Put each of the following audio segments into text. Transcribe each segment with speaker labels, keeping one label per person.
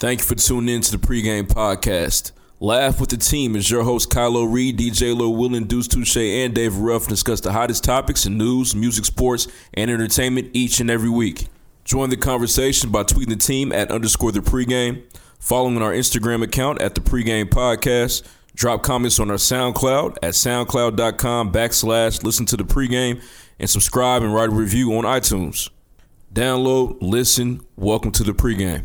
Speaker 1: Thank you for tuning in to the pregame podcast. Laugh with the team is your host Kylo Reed, DJ Lil Willin, Deuce Touche, and Dave Ruff discuss the hottest topics in news, music, sports, and entertainment each and every week. Join the conversation by tweeting the team at underscore the pregame, following our Instagram account at the pregame podcast, drop comments on our SoundCloud at soundcloud.com backslash listen to the pregame, and subscribe and write a review on iTunes. Download, listen, welcome to the pregame.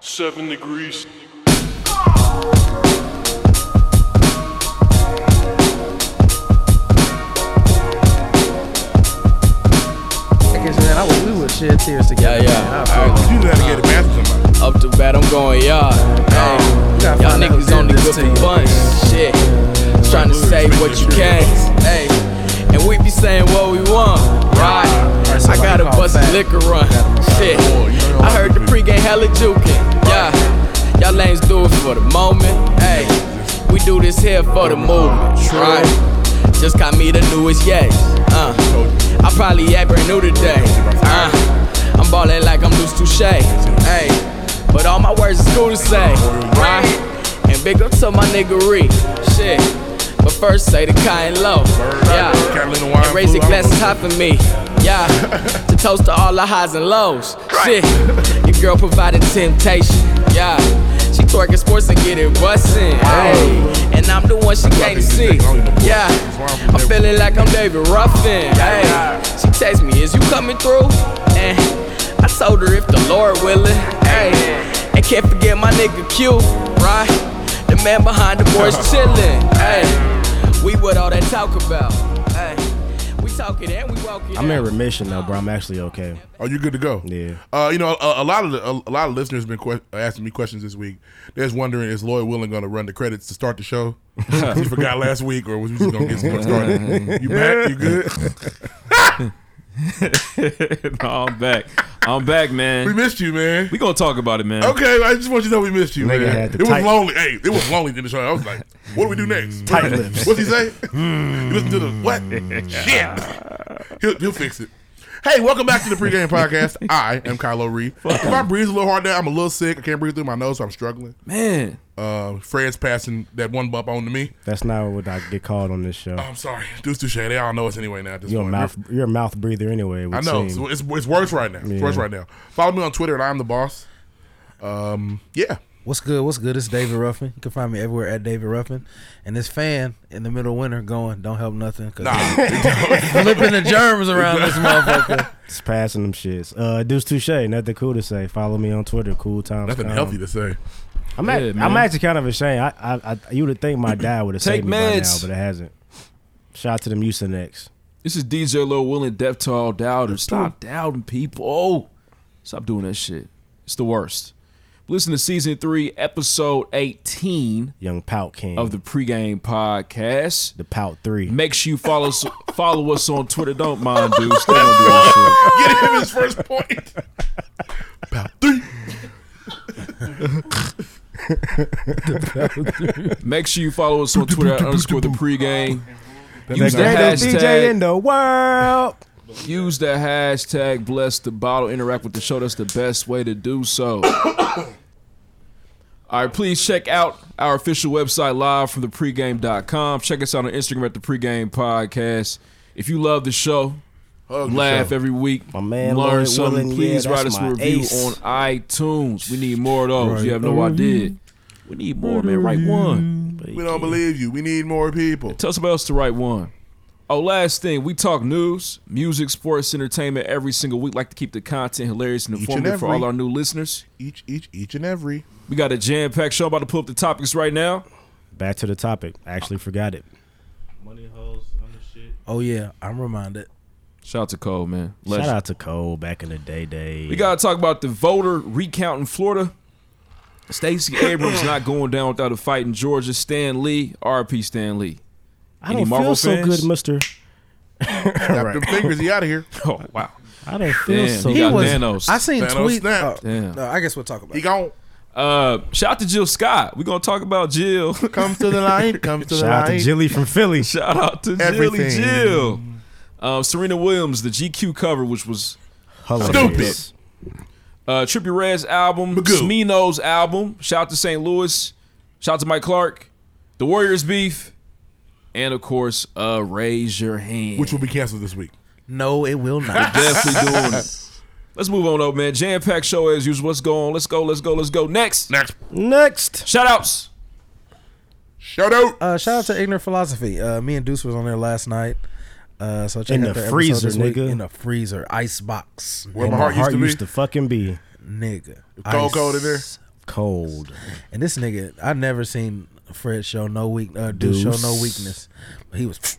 Speaker 2: Seven degrees.
Speaker 3: I guess, man, I would, we would shed tears together.
Speaker 4: Yeah, yeah.
Speaker 3: man. I
Speaker 4: All
Speaker 3: feel
Speaker 5: You know how to get a bathroom.
Speaker 4: Up to bat, I'm going yard. Hey,
Speaker 3: gotta
Speaker 4: y'all
Speaker 3: find out who
Speaker 4: niggas
Speaker 3: did
Speaker 4: only
Speaker 3: this
Speaker 4: good
Speaker 3: to you.
Speaker 4: for fun. Shit, trying to say what you can. Hey, and we be saying what we want. Right? I
Speaker 3: somebody
Speaker 4: got a
Speaker 3: call
Speaker 4: busted
Speaker 3: back.
Speaker 4: liquor run. Shit, I heard the pregame hella juking. Yeah, y'all lanes do it for the moment. Hey, we do this here for the movement. Right? Just got me the newest yes. Uh, I probably act brand new today. Uh, I'm ballin' like I'm loose touche. Hey, but all my words is cool to say, right? And big up to my niggery, shit. But first, say the kind low, yeah.
Speaker 5: Carolina wine.
Speaker 4: And raise
Speaker 5: blue,
Speaker 4: your
Speaker 5: I don't
Speaker 4: glasses
Speaker 5: know.
Speaker 4: high for me, yeah. to toast to all the highs and lows, shit. Your girl provided temptation, yeah. She twerking sports and get it bustin', hey. And I'm the one she can't see, yeah. I'm feeling like I'm David Ruffin, hey. She text me, is you coming through? And I told her if the Lord willing, hey. And can't forget my nigga Q, right? The man behind the boys chillin', hey. We what all that talk about, hey. We talking and we walking.
Speaker 6: I'm in
Speaker 4: out.
Speaker 6: remission though, bro. I'm actually okay.
Speaker 5: Oh, you good to go?
Speaker 6: Yeah.
Speaker 5: Uh, you know, a, a lot of the, a, a lot of listeners been que- asking me questions this week. They're just wondering is Lloyd Willing going to run the credits to start the show? he forgot last week, or was we just going to get someone started? You back? You good?
Speaker 1: no, I'm back. I'm back, man.
Speaker 5: we missed you, man.
Speaker 1: We gonna talk about it, man.
Speaker 5: Okay, I just want you to know we missed you,
Speaker 6: Nigga
Speaker 5: man.
Speaker 6: had the
Speaker 5: It was
Speaker 6: tight-
Speaker 5: lonely. Hey, it was lonely in the show. I was like, what do we do next?
Speaker 6: Tight lips.
Speaker 5: What's he say? you listen to the what? Shit. He'll, he'll fix it. Hey, welcome back to the pregame podcast. I am Kylo Reed. If I breathe a little hard now, I'm a little sick. I can't breathe through my nose, so I'm struggling.
Speaker 1: Man,
Speaker 5: Uh, Fred's passing that one bump on to me.
Speaker 6: That's not what I get called on this show.
Speaker 5: I'm sorry. Deuce Touche. They all know us anyway now. At this
Speaker 6: You're a
Speaker 5: point.
Speaker 6: mouth, you're a mouth breather anyway. it would
Speaker 5: I know.
Speaker 6: seem.
Speaker 5: It's, it's, it's worse right now. It's
Speaker 6: Yeah.
Speaker 5: worse right now. Follow me on Twitter at I'm the boss. Um, yeah.
Speaker 3: What's good? What's good? It's David Ruffin. You can find me everywhere at David Ruffin. And this fan in the middle of winter going, don't help nothing. Cause they flipping the germs around this motherfucker.
Speaker 6: It's passing them shits. Uh, Deuce Touche, nothing cool to say. Follow me on Twitter. Cool times.
Speaker 5: Nothing
Speaker 6: come.
Speaker 5: healthy to say.
Speaker 6: I'm, act-
Speaker 1: Yeah, man.
Speaker 6: I'm actually kind of ashamed. I, I, I you would think my dad would have
Speaker 1: Take
Speaker 6: saved me by now,
Speaker 1: meds.
Speaker 6: but it hasn't. Shout out to them Usinex.
Speaker 1: this is DJ Lil Will and Deftoll Dowder. Stop doubting people. Oh, stop doing that shit. It's the worst. Listen to season three, episode 18
Speaker 6: Young Pout King
Speaker 1: of the pregame podcast.
Speaker 6: the Pout Three.
Speaker 1: Make sure you follow us, follow us on Twitter. Don't mind, dudes. They don't do that
Speaker 5: Get him his first point. About three.
Speaker 1: shit. Make sure you follow us on Twitter at underscore the pregame. Use the
Speaker 6: Greatest DJ in
Speaker 1: hashtag.
Speaker 6: the world.
Speaker 1: Use the hashtag. Bless the bottle. Interact with the show. That's the best way to do so. All right, please check out our official website live from thepregame.com. Check us out on Instagram at the pregame podcast. If you love the show,
Speaker 6: Oh,
Speaker 5: Hug the
Speaker 1: laugh
Speaker 5: show.
Speaker 1: every week.
Speaker 6: My man,
Speaker 1: learn
Speaker 6: Lloyd
Speaker 1: something.
Speaker 6: Willing, yeah,
Speaker 1: Please write
Speaker 6: that's
Speaker 1: us a
Speaker 6: my
Speaker 1: review
Speaker 6: ace.
Speaker 1: on iTunes. We need more of those. You have no idea.
Speaker 6: Mm-hmm.
Speaker 1: We need more, man. Write one.
Speaker 5: We don't believe you. We need more people.
Speaker 1: Tell somebody else to write one. Oh, last thing, we talk news, music, sports, entertainment every single week. Like to keep the content hilarious and
Speaker 5: Each and
Speaker 1: informative for all
Speaker 5: every.
Speaker 1: our new listeners.
Speaker 5: Each, each, each, and every.
Speaker 1: We got a jam-packed show. I'm about to pull up the topics right now.
Speaker 6: Back to the topic. I actually forgot it.
Speaker 7: Money hoes on the shit.
Speaker 3: Oh, yeah. I'm reminded.
Speaker 1: Shout out to Cole, man. Legend.
Speaker 6: Shout out to Cole back in the day. Day.
Speaker 1: We got to talk about the voter recount in Florida. Stacey Abrams not going down without a fight in Georgia. Stan Lee, RP Stan Lee.
Speaker 6: I
Speaker 1: Any
Speaker 6: don't
Speaker 1: Marvel
Speaker 6: feel so
Speaker 1: fans?
Speaker 6: good, Mister.
Speaker 5: Tap them fingers. He out of here.
Speaker 1: Oh wow.
Speaker 6: I don't feel
Speaker 1: Damn,
Speaker 6: so.
Speaker 1: he
Speaker 6: good.
Speaker 1: got Nanos.
Speaker 3: I seen
Speaker 5: Thanos
Speaker 3: tweet.
Speaker 5: snapped.
Speaker 3: oh,
Speaker 1: Damn.
Speaker 3: no, I guess we'll talk about
Speaker 5: He
Speaker 3: it.
Speaker 5: gone.
Speaker 1: Uh, shout out to Jill Scott. We're gonna talk about Jill.
Speaker 5: Comes to the light. Comes to the
Speaker 6: Shout out to
Speaker 5: light.
Speaker 6: Jilly from Philly.
Speaker 1: shout out to Jilly
Speaker 5: Everything.
Speaker 1: Jill. Um, Serena Williams, the GQ cover, which was
Speaker 6: Hilarious.
Speaker 1: uh, Trippie Red's album,
Speaker 5: Magoo.
Speaker 1: Smino's album. Shout out to St. Louis. Shout out to Mike Clark, the Warriors beef, and of course, uh, raise your hand.
Speaker 5: Which will be canceled this week.
Speaker 3: No, it will not.
Speaker 1: definitely doing it. Let's move on though, man. Jam packed show as usual. Let's go on. Let's go. Let's go. Let's go. Next.
Speaker 5: Next.
Speaker 6: Next.
Speaker 1: Shout outs.
Speaker 5: Shout out.
Speaker 3: uh, shout out to Ignorant Philosophy. Uh, me and Deuce was on there last night. Uh, so check
Speaker 6: In
Speaker 3: out
Speaker 6: the
Speaker 3: their episode
Speaker 6: freezer,
Speaker 3: this week.
Speaker 6: nigga.
Speaker 3: In the freezer, ice box,
Speaker 5: Where my
Speaker 6: My
Speaker 5: heart,
Speaker 6: heart
Speaker 5: used to
Speaker 6: used
Speaker 5: be.
Speaker 6: to fucking be
Speaker 3: nigga.
Speaker 5: Cold,
Speaker 3: Ice.
Speaker 5: cold in there.
Speaker 6: cold.
Speaker 3: And this nigga, I never seen Fred show no weak, uh,
Speaker 6: Deuce.
Speaker 3: Deuce, show no weakness. But he was,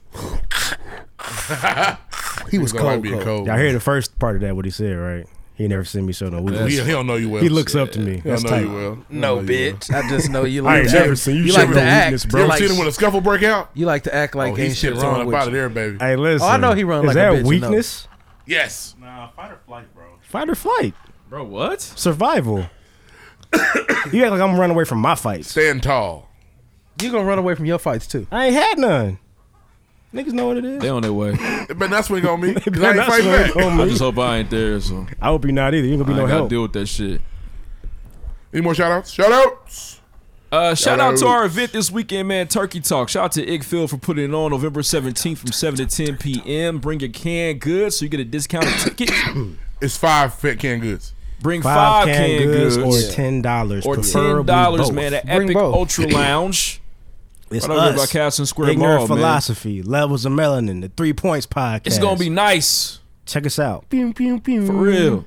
Speaker 3: he was
Speaker 5: It's alright
Speaker 3: cold.
Speaker 5: being
Speaker 3: cold.
Speaker 5: cold.
Speaker 6: Y'all hear the first part of that? What he said, right? He never seen me show no
Speaker 5: He,
Speaker 6: weakness.
Speaker 5: he don't know you well.
Speaker 6: He looks up to me.
Speaker 5: He don't
Speaker 6: That's
Speaker 5: know
Speaker 6: tight.
Speaker 5: you well.
Speaker 3: No,
Speaker 5: Don't know you
Speaker 3: bitch. I just know you
Speaker 6: I
Speaker 3: like
Speaker 6: ain't
Speaker 3: to
Speaker 6: never
Speaker 3: act.
Speaker 6: seen you,
Speaker 3: You
Speaker 6: show
Speaker 3: like
Speaker 6: no
Speaker 3: to act.
Speaker 6: weakness,
Speaker 5: well.
Speaker 6: bro.
Speaker 5: You
Speaker 3: You
Speaker 5: ever
Speaker 3: like,
Speaker 5: seen him when a scuffle break out?
Speaker 3: you like to act like
Speaker 5: oh,
Speaker 3: ain't
Speaker 5: he's
Speaker 3: shit
Speaker 5: shit on
Speaker 3: wrong
Speaker 5: up
Speaker 3: with
Speaker 5: out
Speaker 3: you.
Speaker 5: of there, baby.
Speaker 6: Hey, listen.
Speaker 3: Oh, I know he run
Speaker 6: Is
Speaker 3: like a
Speaker 6: that
Speaker 3: bitch, no.
Speaker 6: weakness?
Speaker 5: Yes.
Speaker 8: Nah, fight or flight, bro.
Speaker 6: Fight or flight?
Speaker 1: Bro, what?
Speaker 6: Survival. you act like I'm running away from my fights.
Speaker 5: Stand tall.
Speaker 3: You gonna run away from your fights too.
Speaker 6: I ain't had none. Niggas know what it is.
Speaker 1: They on their way.
Speaker 5: It better not swing on me. 'cause I
Speaker 6: They're
Speaker 5: ain't
Speaker 6: not
Speaker 5: fighting
Speaker 6: swearing
Speaker 5: back.
Speaker 6: on
Speaker 1: I
Speaker 6: me.
Speaker 1: just hope I ain't there. So
Speaker 6: I hope you're not either. You ain't
Speaker 1: I
Speaker 6: gonna be no
Speaker 1: ain't gotta
Speaker 6: help.
Speaker 1: deal with that shit.
Speaker 5: Any more shout outs? Shout outs.
Speaker 1: Uh, shout out to
Speaker 5: out.
Speaker 1: our event this weekend, man. Turkey Talk. Shout out to Igfield for putting it on November 17th from 7 to 10 p.m. Bring your canned goods so you get a discounted ticket.
Speaker 5: It's five fat canned goods.
Speaker 1: Bring
Speaker 6: Five,
Speaker 1: five,
Speaker 6: can
Speaker 1: canned
Speaker 6: goods,
Speaker 1: goods,
Speaker 6: or ten dollars,
Speaker 1: or ten dollars, man. At
Speaker 3: Bring
Speaker 1: Epic
Speaker 3: both.
Speaker 1: Ultra Lounge,
Speaker 6: It's
Speaker 1: right over by
Speaker 6: us.
Speaker 1: Castle Square
Speaker 6: Ignorant
Speaker 1: Mall, man.
Speaker 6: philosophy, levels of melanin, the three points podcast.
Speaker 1: It's gonna be nice
Speaker 6: check us out.
Speaker 1: for
Speaker 5: Mm-hmm.
Speaker 1: real.
Speaker 6: Y'all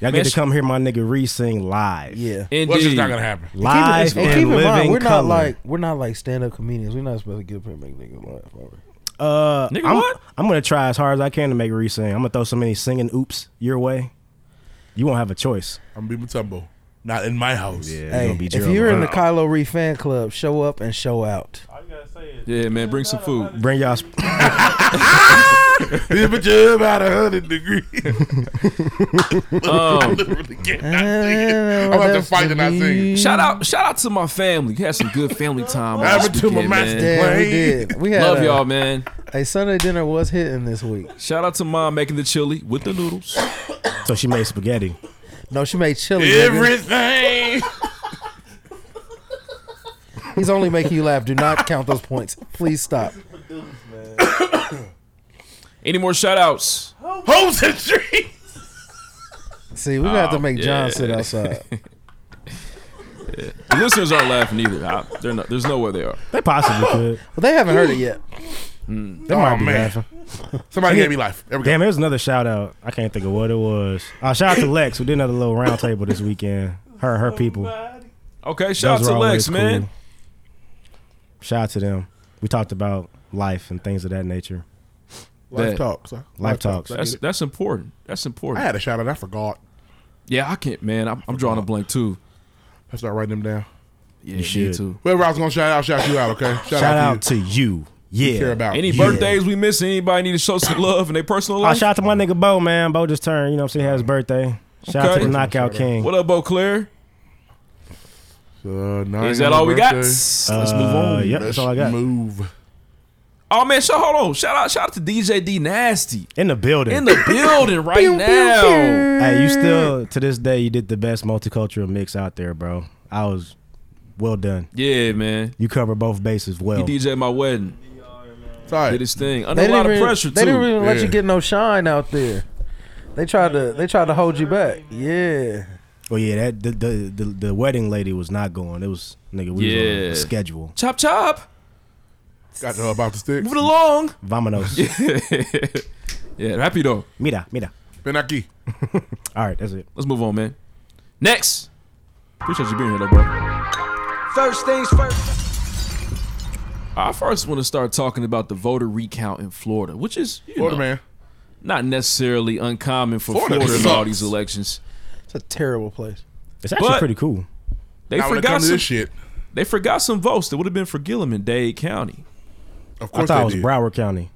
Speaker 1: Man,
Speaker 6: get to
Speaker 1: sh-
Speaker 6: come hear my nigga re sing live.
Speaker 3: Yeah.
Speaker 1: Indeed.
Speaker 5: Well, it's just not gonna happen.
Speaker 6: Live
Speaker 3: and
Speaker 6: and living
Speaker 3: we're
Speaker 6: color.
Speaker 3: not like we're not like stand up comedians. We're not supposed to get up here and make niggas laugh. are we?
Speaker 6: uh,
Speaker 1: Nigga,
Speaker 6: I'm,
Speaker 1: what?
Speaker 6: I'm gonna try as hard as I can to make re sing. I'm gonna throw so many singing oops your way. You won't have a choice.
Speaker 5: I'm gonna be Matumbo. Not in my house.
Speaker 6: Yeah,
Speaker 3: Hey,
Speaker 6: gonna be
Speaker 3: if you're in the Kylo Ree fan club, show up and show out.
Speaker 8: All you gotta say is,
Speaker 1: Yeah, man. Bring some food.
Speaker 6: bring y'all.
Speaker 5: Temperature about a hundred degrees. Um, I literally can't not sing it. I'm gonna have to fight and not sing. it.
Speaker 1: Shout out, shout out to my family. You had some good family time. on
Speaker 5: Shout
Speaker 1: this
Speaker 5: out to my
Speaker 1: weekend,
Speaker 5: master.
Speaker 1: man.
Speaker 3: Yeah, we
Speaker 5: Wait.
Speaker 3: did. We had
Speaker 1: Love
Speaker 3: a,
Speaker 1: y'all, man.
Speaker 3: A Sunday dinner was hitting this week.
Speaker 1: Shout out to mom making the chili with the noodles.
Speaker 6: So she made spaghetti.
Speaker 3: No, she made chili. nigga.
Speaker 5: Everything.
Speaker 3: He's only making you laugh. Do not count those points. Please stop.
Speaker 1: Any more shout outs?
Speaker 5: Homes and trees.
Speaker 3: See, we're gonna have to
Speaker 1: Oh,
Speaker 3: make John
Speaker 1: yeah.
Speaker 3: sit outside.
Speaker 1: The listeners aren't laughing either. I, they're not, there's no way they are.
Speaker 6: They possibly could.
Speaker 3: Well, they haven't heard it yet.
Speaker 6: They might be
Speaker 3: Oh,
Speaker 5: man.
Speaker 6: laughing.
Speaker 5: Somebody gave me life. There we go.
Speaker 6: Damn, there was another shout out. I can't think of what it was. Uh, shout out to Lex. We did another little round table this weekend. Her and her people.
Speaker 8: "Buddy,
Speaker 1: Okay, shout
Speaker 6: Those
Speaker 1: out
Speaker 6: are
Speaker 1: to Lex,
Speaker 6: always
Speaker 1: man.
Speaker 6: cool. Shout out to them. We talked about life and things of that nature.
Speaker 5: Life
Speaker 1: That-
Speaker 5: talks. huh?
Speaker 6: Life talks.
Speaker 5: I,
Speaker 1: That's
Speaker 5: get it.
Speaker 1: that's important. That's
Speaker 5: I
Speaker 1: important.
Speaker 5: had a shout out. I forgot.
Speaker 1: Yeah, I can't, man. I'm, I'm drawing a blank too.
Speaker 5: I start writing them down.
Speaker 1: Yeah, you
Speaker 6: should.
Speaker 1: too.
Speaker 5: Whoever I was gonna shout out, shout you out. Okay. Shout,
Speaker 6: Shout,
Speaker 5: out,
Speaker 6: out
Speaker 5: to
Speaker 6: to you.
Speaker 5: you. Care
Speaker 6: Yeah.
Speaker 5: about
Speaker 1: Any
Speaker 5: you.
Speaker 1: birthdays we missing? Anybody need to show some love in their personal
Speaker 6: Oh,
Speaker 1: life?
Speaker 6: shout out to my nigga Bo, man. Bo just turned, you know what I'm saying, had his birthday. Shout out
Speaker 1: Okay.
Speaker 6: to the Knockout King.
Speaker 1: what up, Beauclair?
Speaker 5: Uh, nine
Speaker 1: Is that all we got?
Speaker 5: birthday.
Speaker 1: Let's
Speaker 6: Uh,
Speaker 1: move on.
Speaker 6: Yep, that's all I got.
Speaker 5: Move.
Speaker 1: Oh man, so hold on. Shout out, shout out to DJ D Nasty
Speaker 6: In the building.
Speaker 1: in the building right now.
Speaker 6: hey, you still, to this day, you did the best multicultural mix out there, bro. I was, well done.
Speaker 1: Yeah, man.
Speaker 6: You covered both bases well.
Speaker 1: He DJ my wedding.
Speaker 5: Sorry.
Speaker 1: Did his thing under
Speaker 3: They
Speaker 1: a lot
Speaker 3: didn't
Speaker 1: of
Speaker 3: even,
Speaker 1: pressure
Speaker 3: they didn't
Speaker 1: too.
Speaker 3: even let you
Speaker 5: Yeah.
Speaker 3: get no shine out there. They tried to they tried to hold you back. Yeah.
Speaker 6: oh, yeah, that the, the, the, the wedding lady was not going. It was, nigga, we was on
Speaker 1: Yeah.
Speaker 6: a schedule.
Speaker 1: Chop chop,
Speaker 5: Got uh, about the sticks.
Speaker 1: move it along.
Speaker 6: Vamonos.
Speaker 1: yeah, happy though.
Speaker 6: Mira, mira.
Speaker 5: Been aquí.
Speaker 6: All right, that's it.
Speaker 1: Let's move on, man. Next. Appreciate you being here, though, bro.
Speaker 4: First things first.
Speaker 1: I first want to start talking about the voter recount in Florida, which is you
Speaker 5: Florida
Speaker 1: know,
Speaker 5: man.
Speaker 1: not necessarily uncommon for
Speaker 5: Florida
Speaker 1: Florida, in all
Speaker 5: sucks.
Speaker 1: these elections.
Speaker 3: It's a terrible place.
Speaker 6: It's actually
Speaker 1: But-
Speaker 6: pretty cool.
Speaker 1: They
Speaker 5: Now when it
Speaker 1: forgot
Speaker 5: comes to
Speaker 1: some.
Speaker 5: this shit,
Speaker 1: They forgot some votes that would have been for Gillum in Dade County.
Speaker 5: of
Speaker 6: I
Speaker 5: course
Speaker 6: thought
Speaker 5: they
Speaker 6: it was
Speaker 5: did.
Speaker 6: Broward County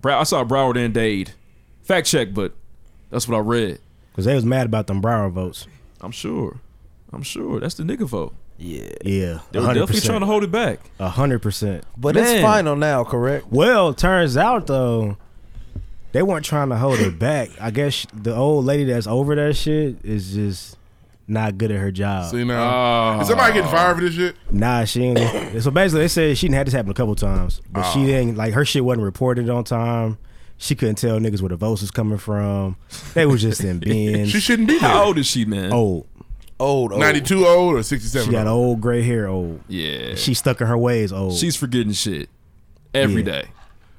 Speaker 1: Brow- I saw Broward and Dade. Fact check, but that's what I read.
Speaker 6: because they was mad about them Broward votes.
Speaker 1: I'm sure. I'm sure that's the nigga vote.
Speaker 3: Yeah.
Speaker 6: Yeah,
Speaker 1: They were definitely trying to hold it back.
Speaker 6: A hundred percent.
Speaker 3: But it's
Speaker 1: Man.
Speaker 3: final now, correct?
Speaker 6: Well, turns out though, they weren't trying to hold it back. I guess the old lady that's over that shit is just not good at her job.
Speaker 5: See now, is somebody
Speaker 1: Ah.
Speaker 5: getting fired for this shit?
Speaker 6: Nah, she ain't. so basically, they said she didn't had this happen a couple times, but
Speaker 5: Oh.
Speaker 6: she didn't like her shit wasn't reported on time. She couldn't tell niggas where the votes was coming from. They was just in
Speaker 5: She
Speaker 6: bins.
Speaker 5: shouldn't be there.
Speaker 1: How old is she, man?
Speaker 5: Oh.
Speaker 6: old.
Speaker 3: Old, old.
Speaker 5: 92 old or 67
Speaker 6: She got
Speaker 5: old.
Speaker 6: old gray hair. Old.
Speaker 1: yeah.
Speaker 6: She stuck in her ways. Old.
Speaker 1: She's forgetting shit every
Speaker 6: Yeah.
Speaker 1: day.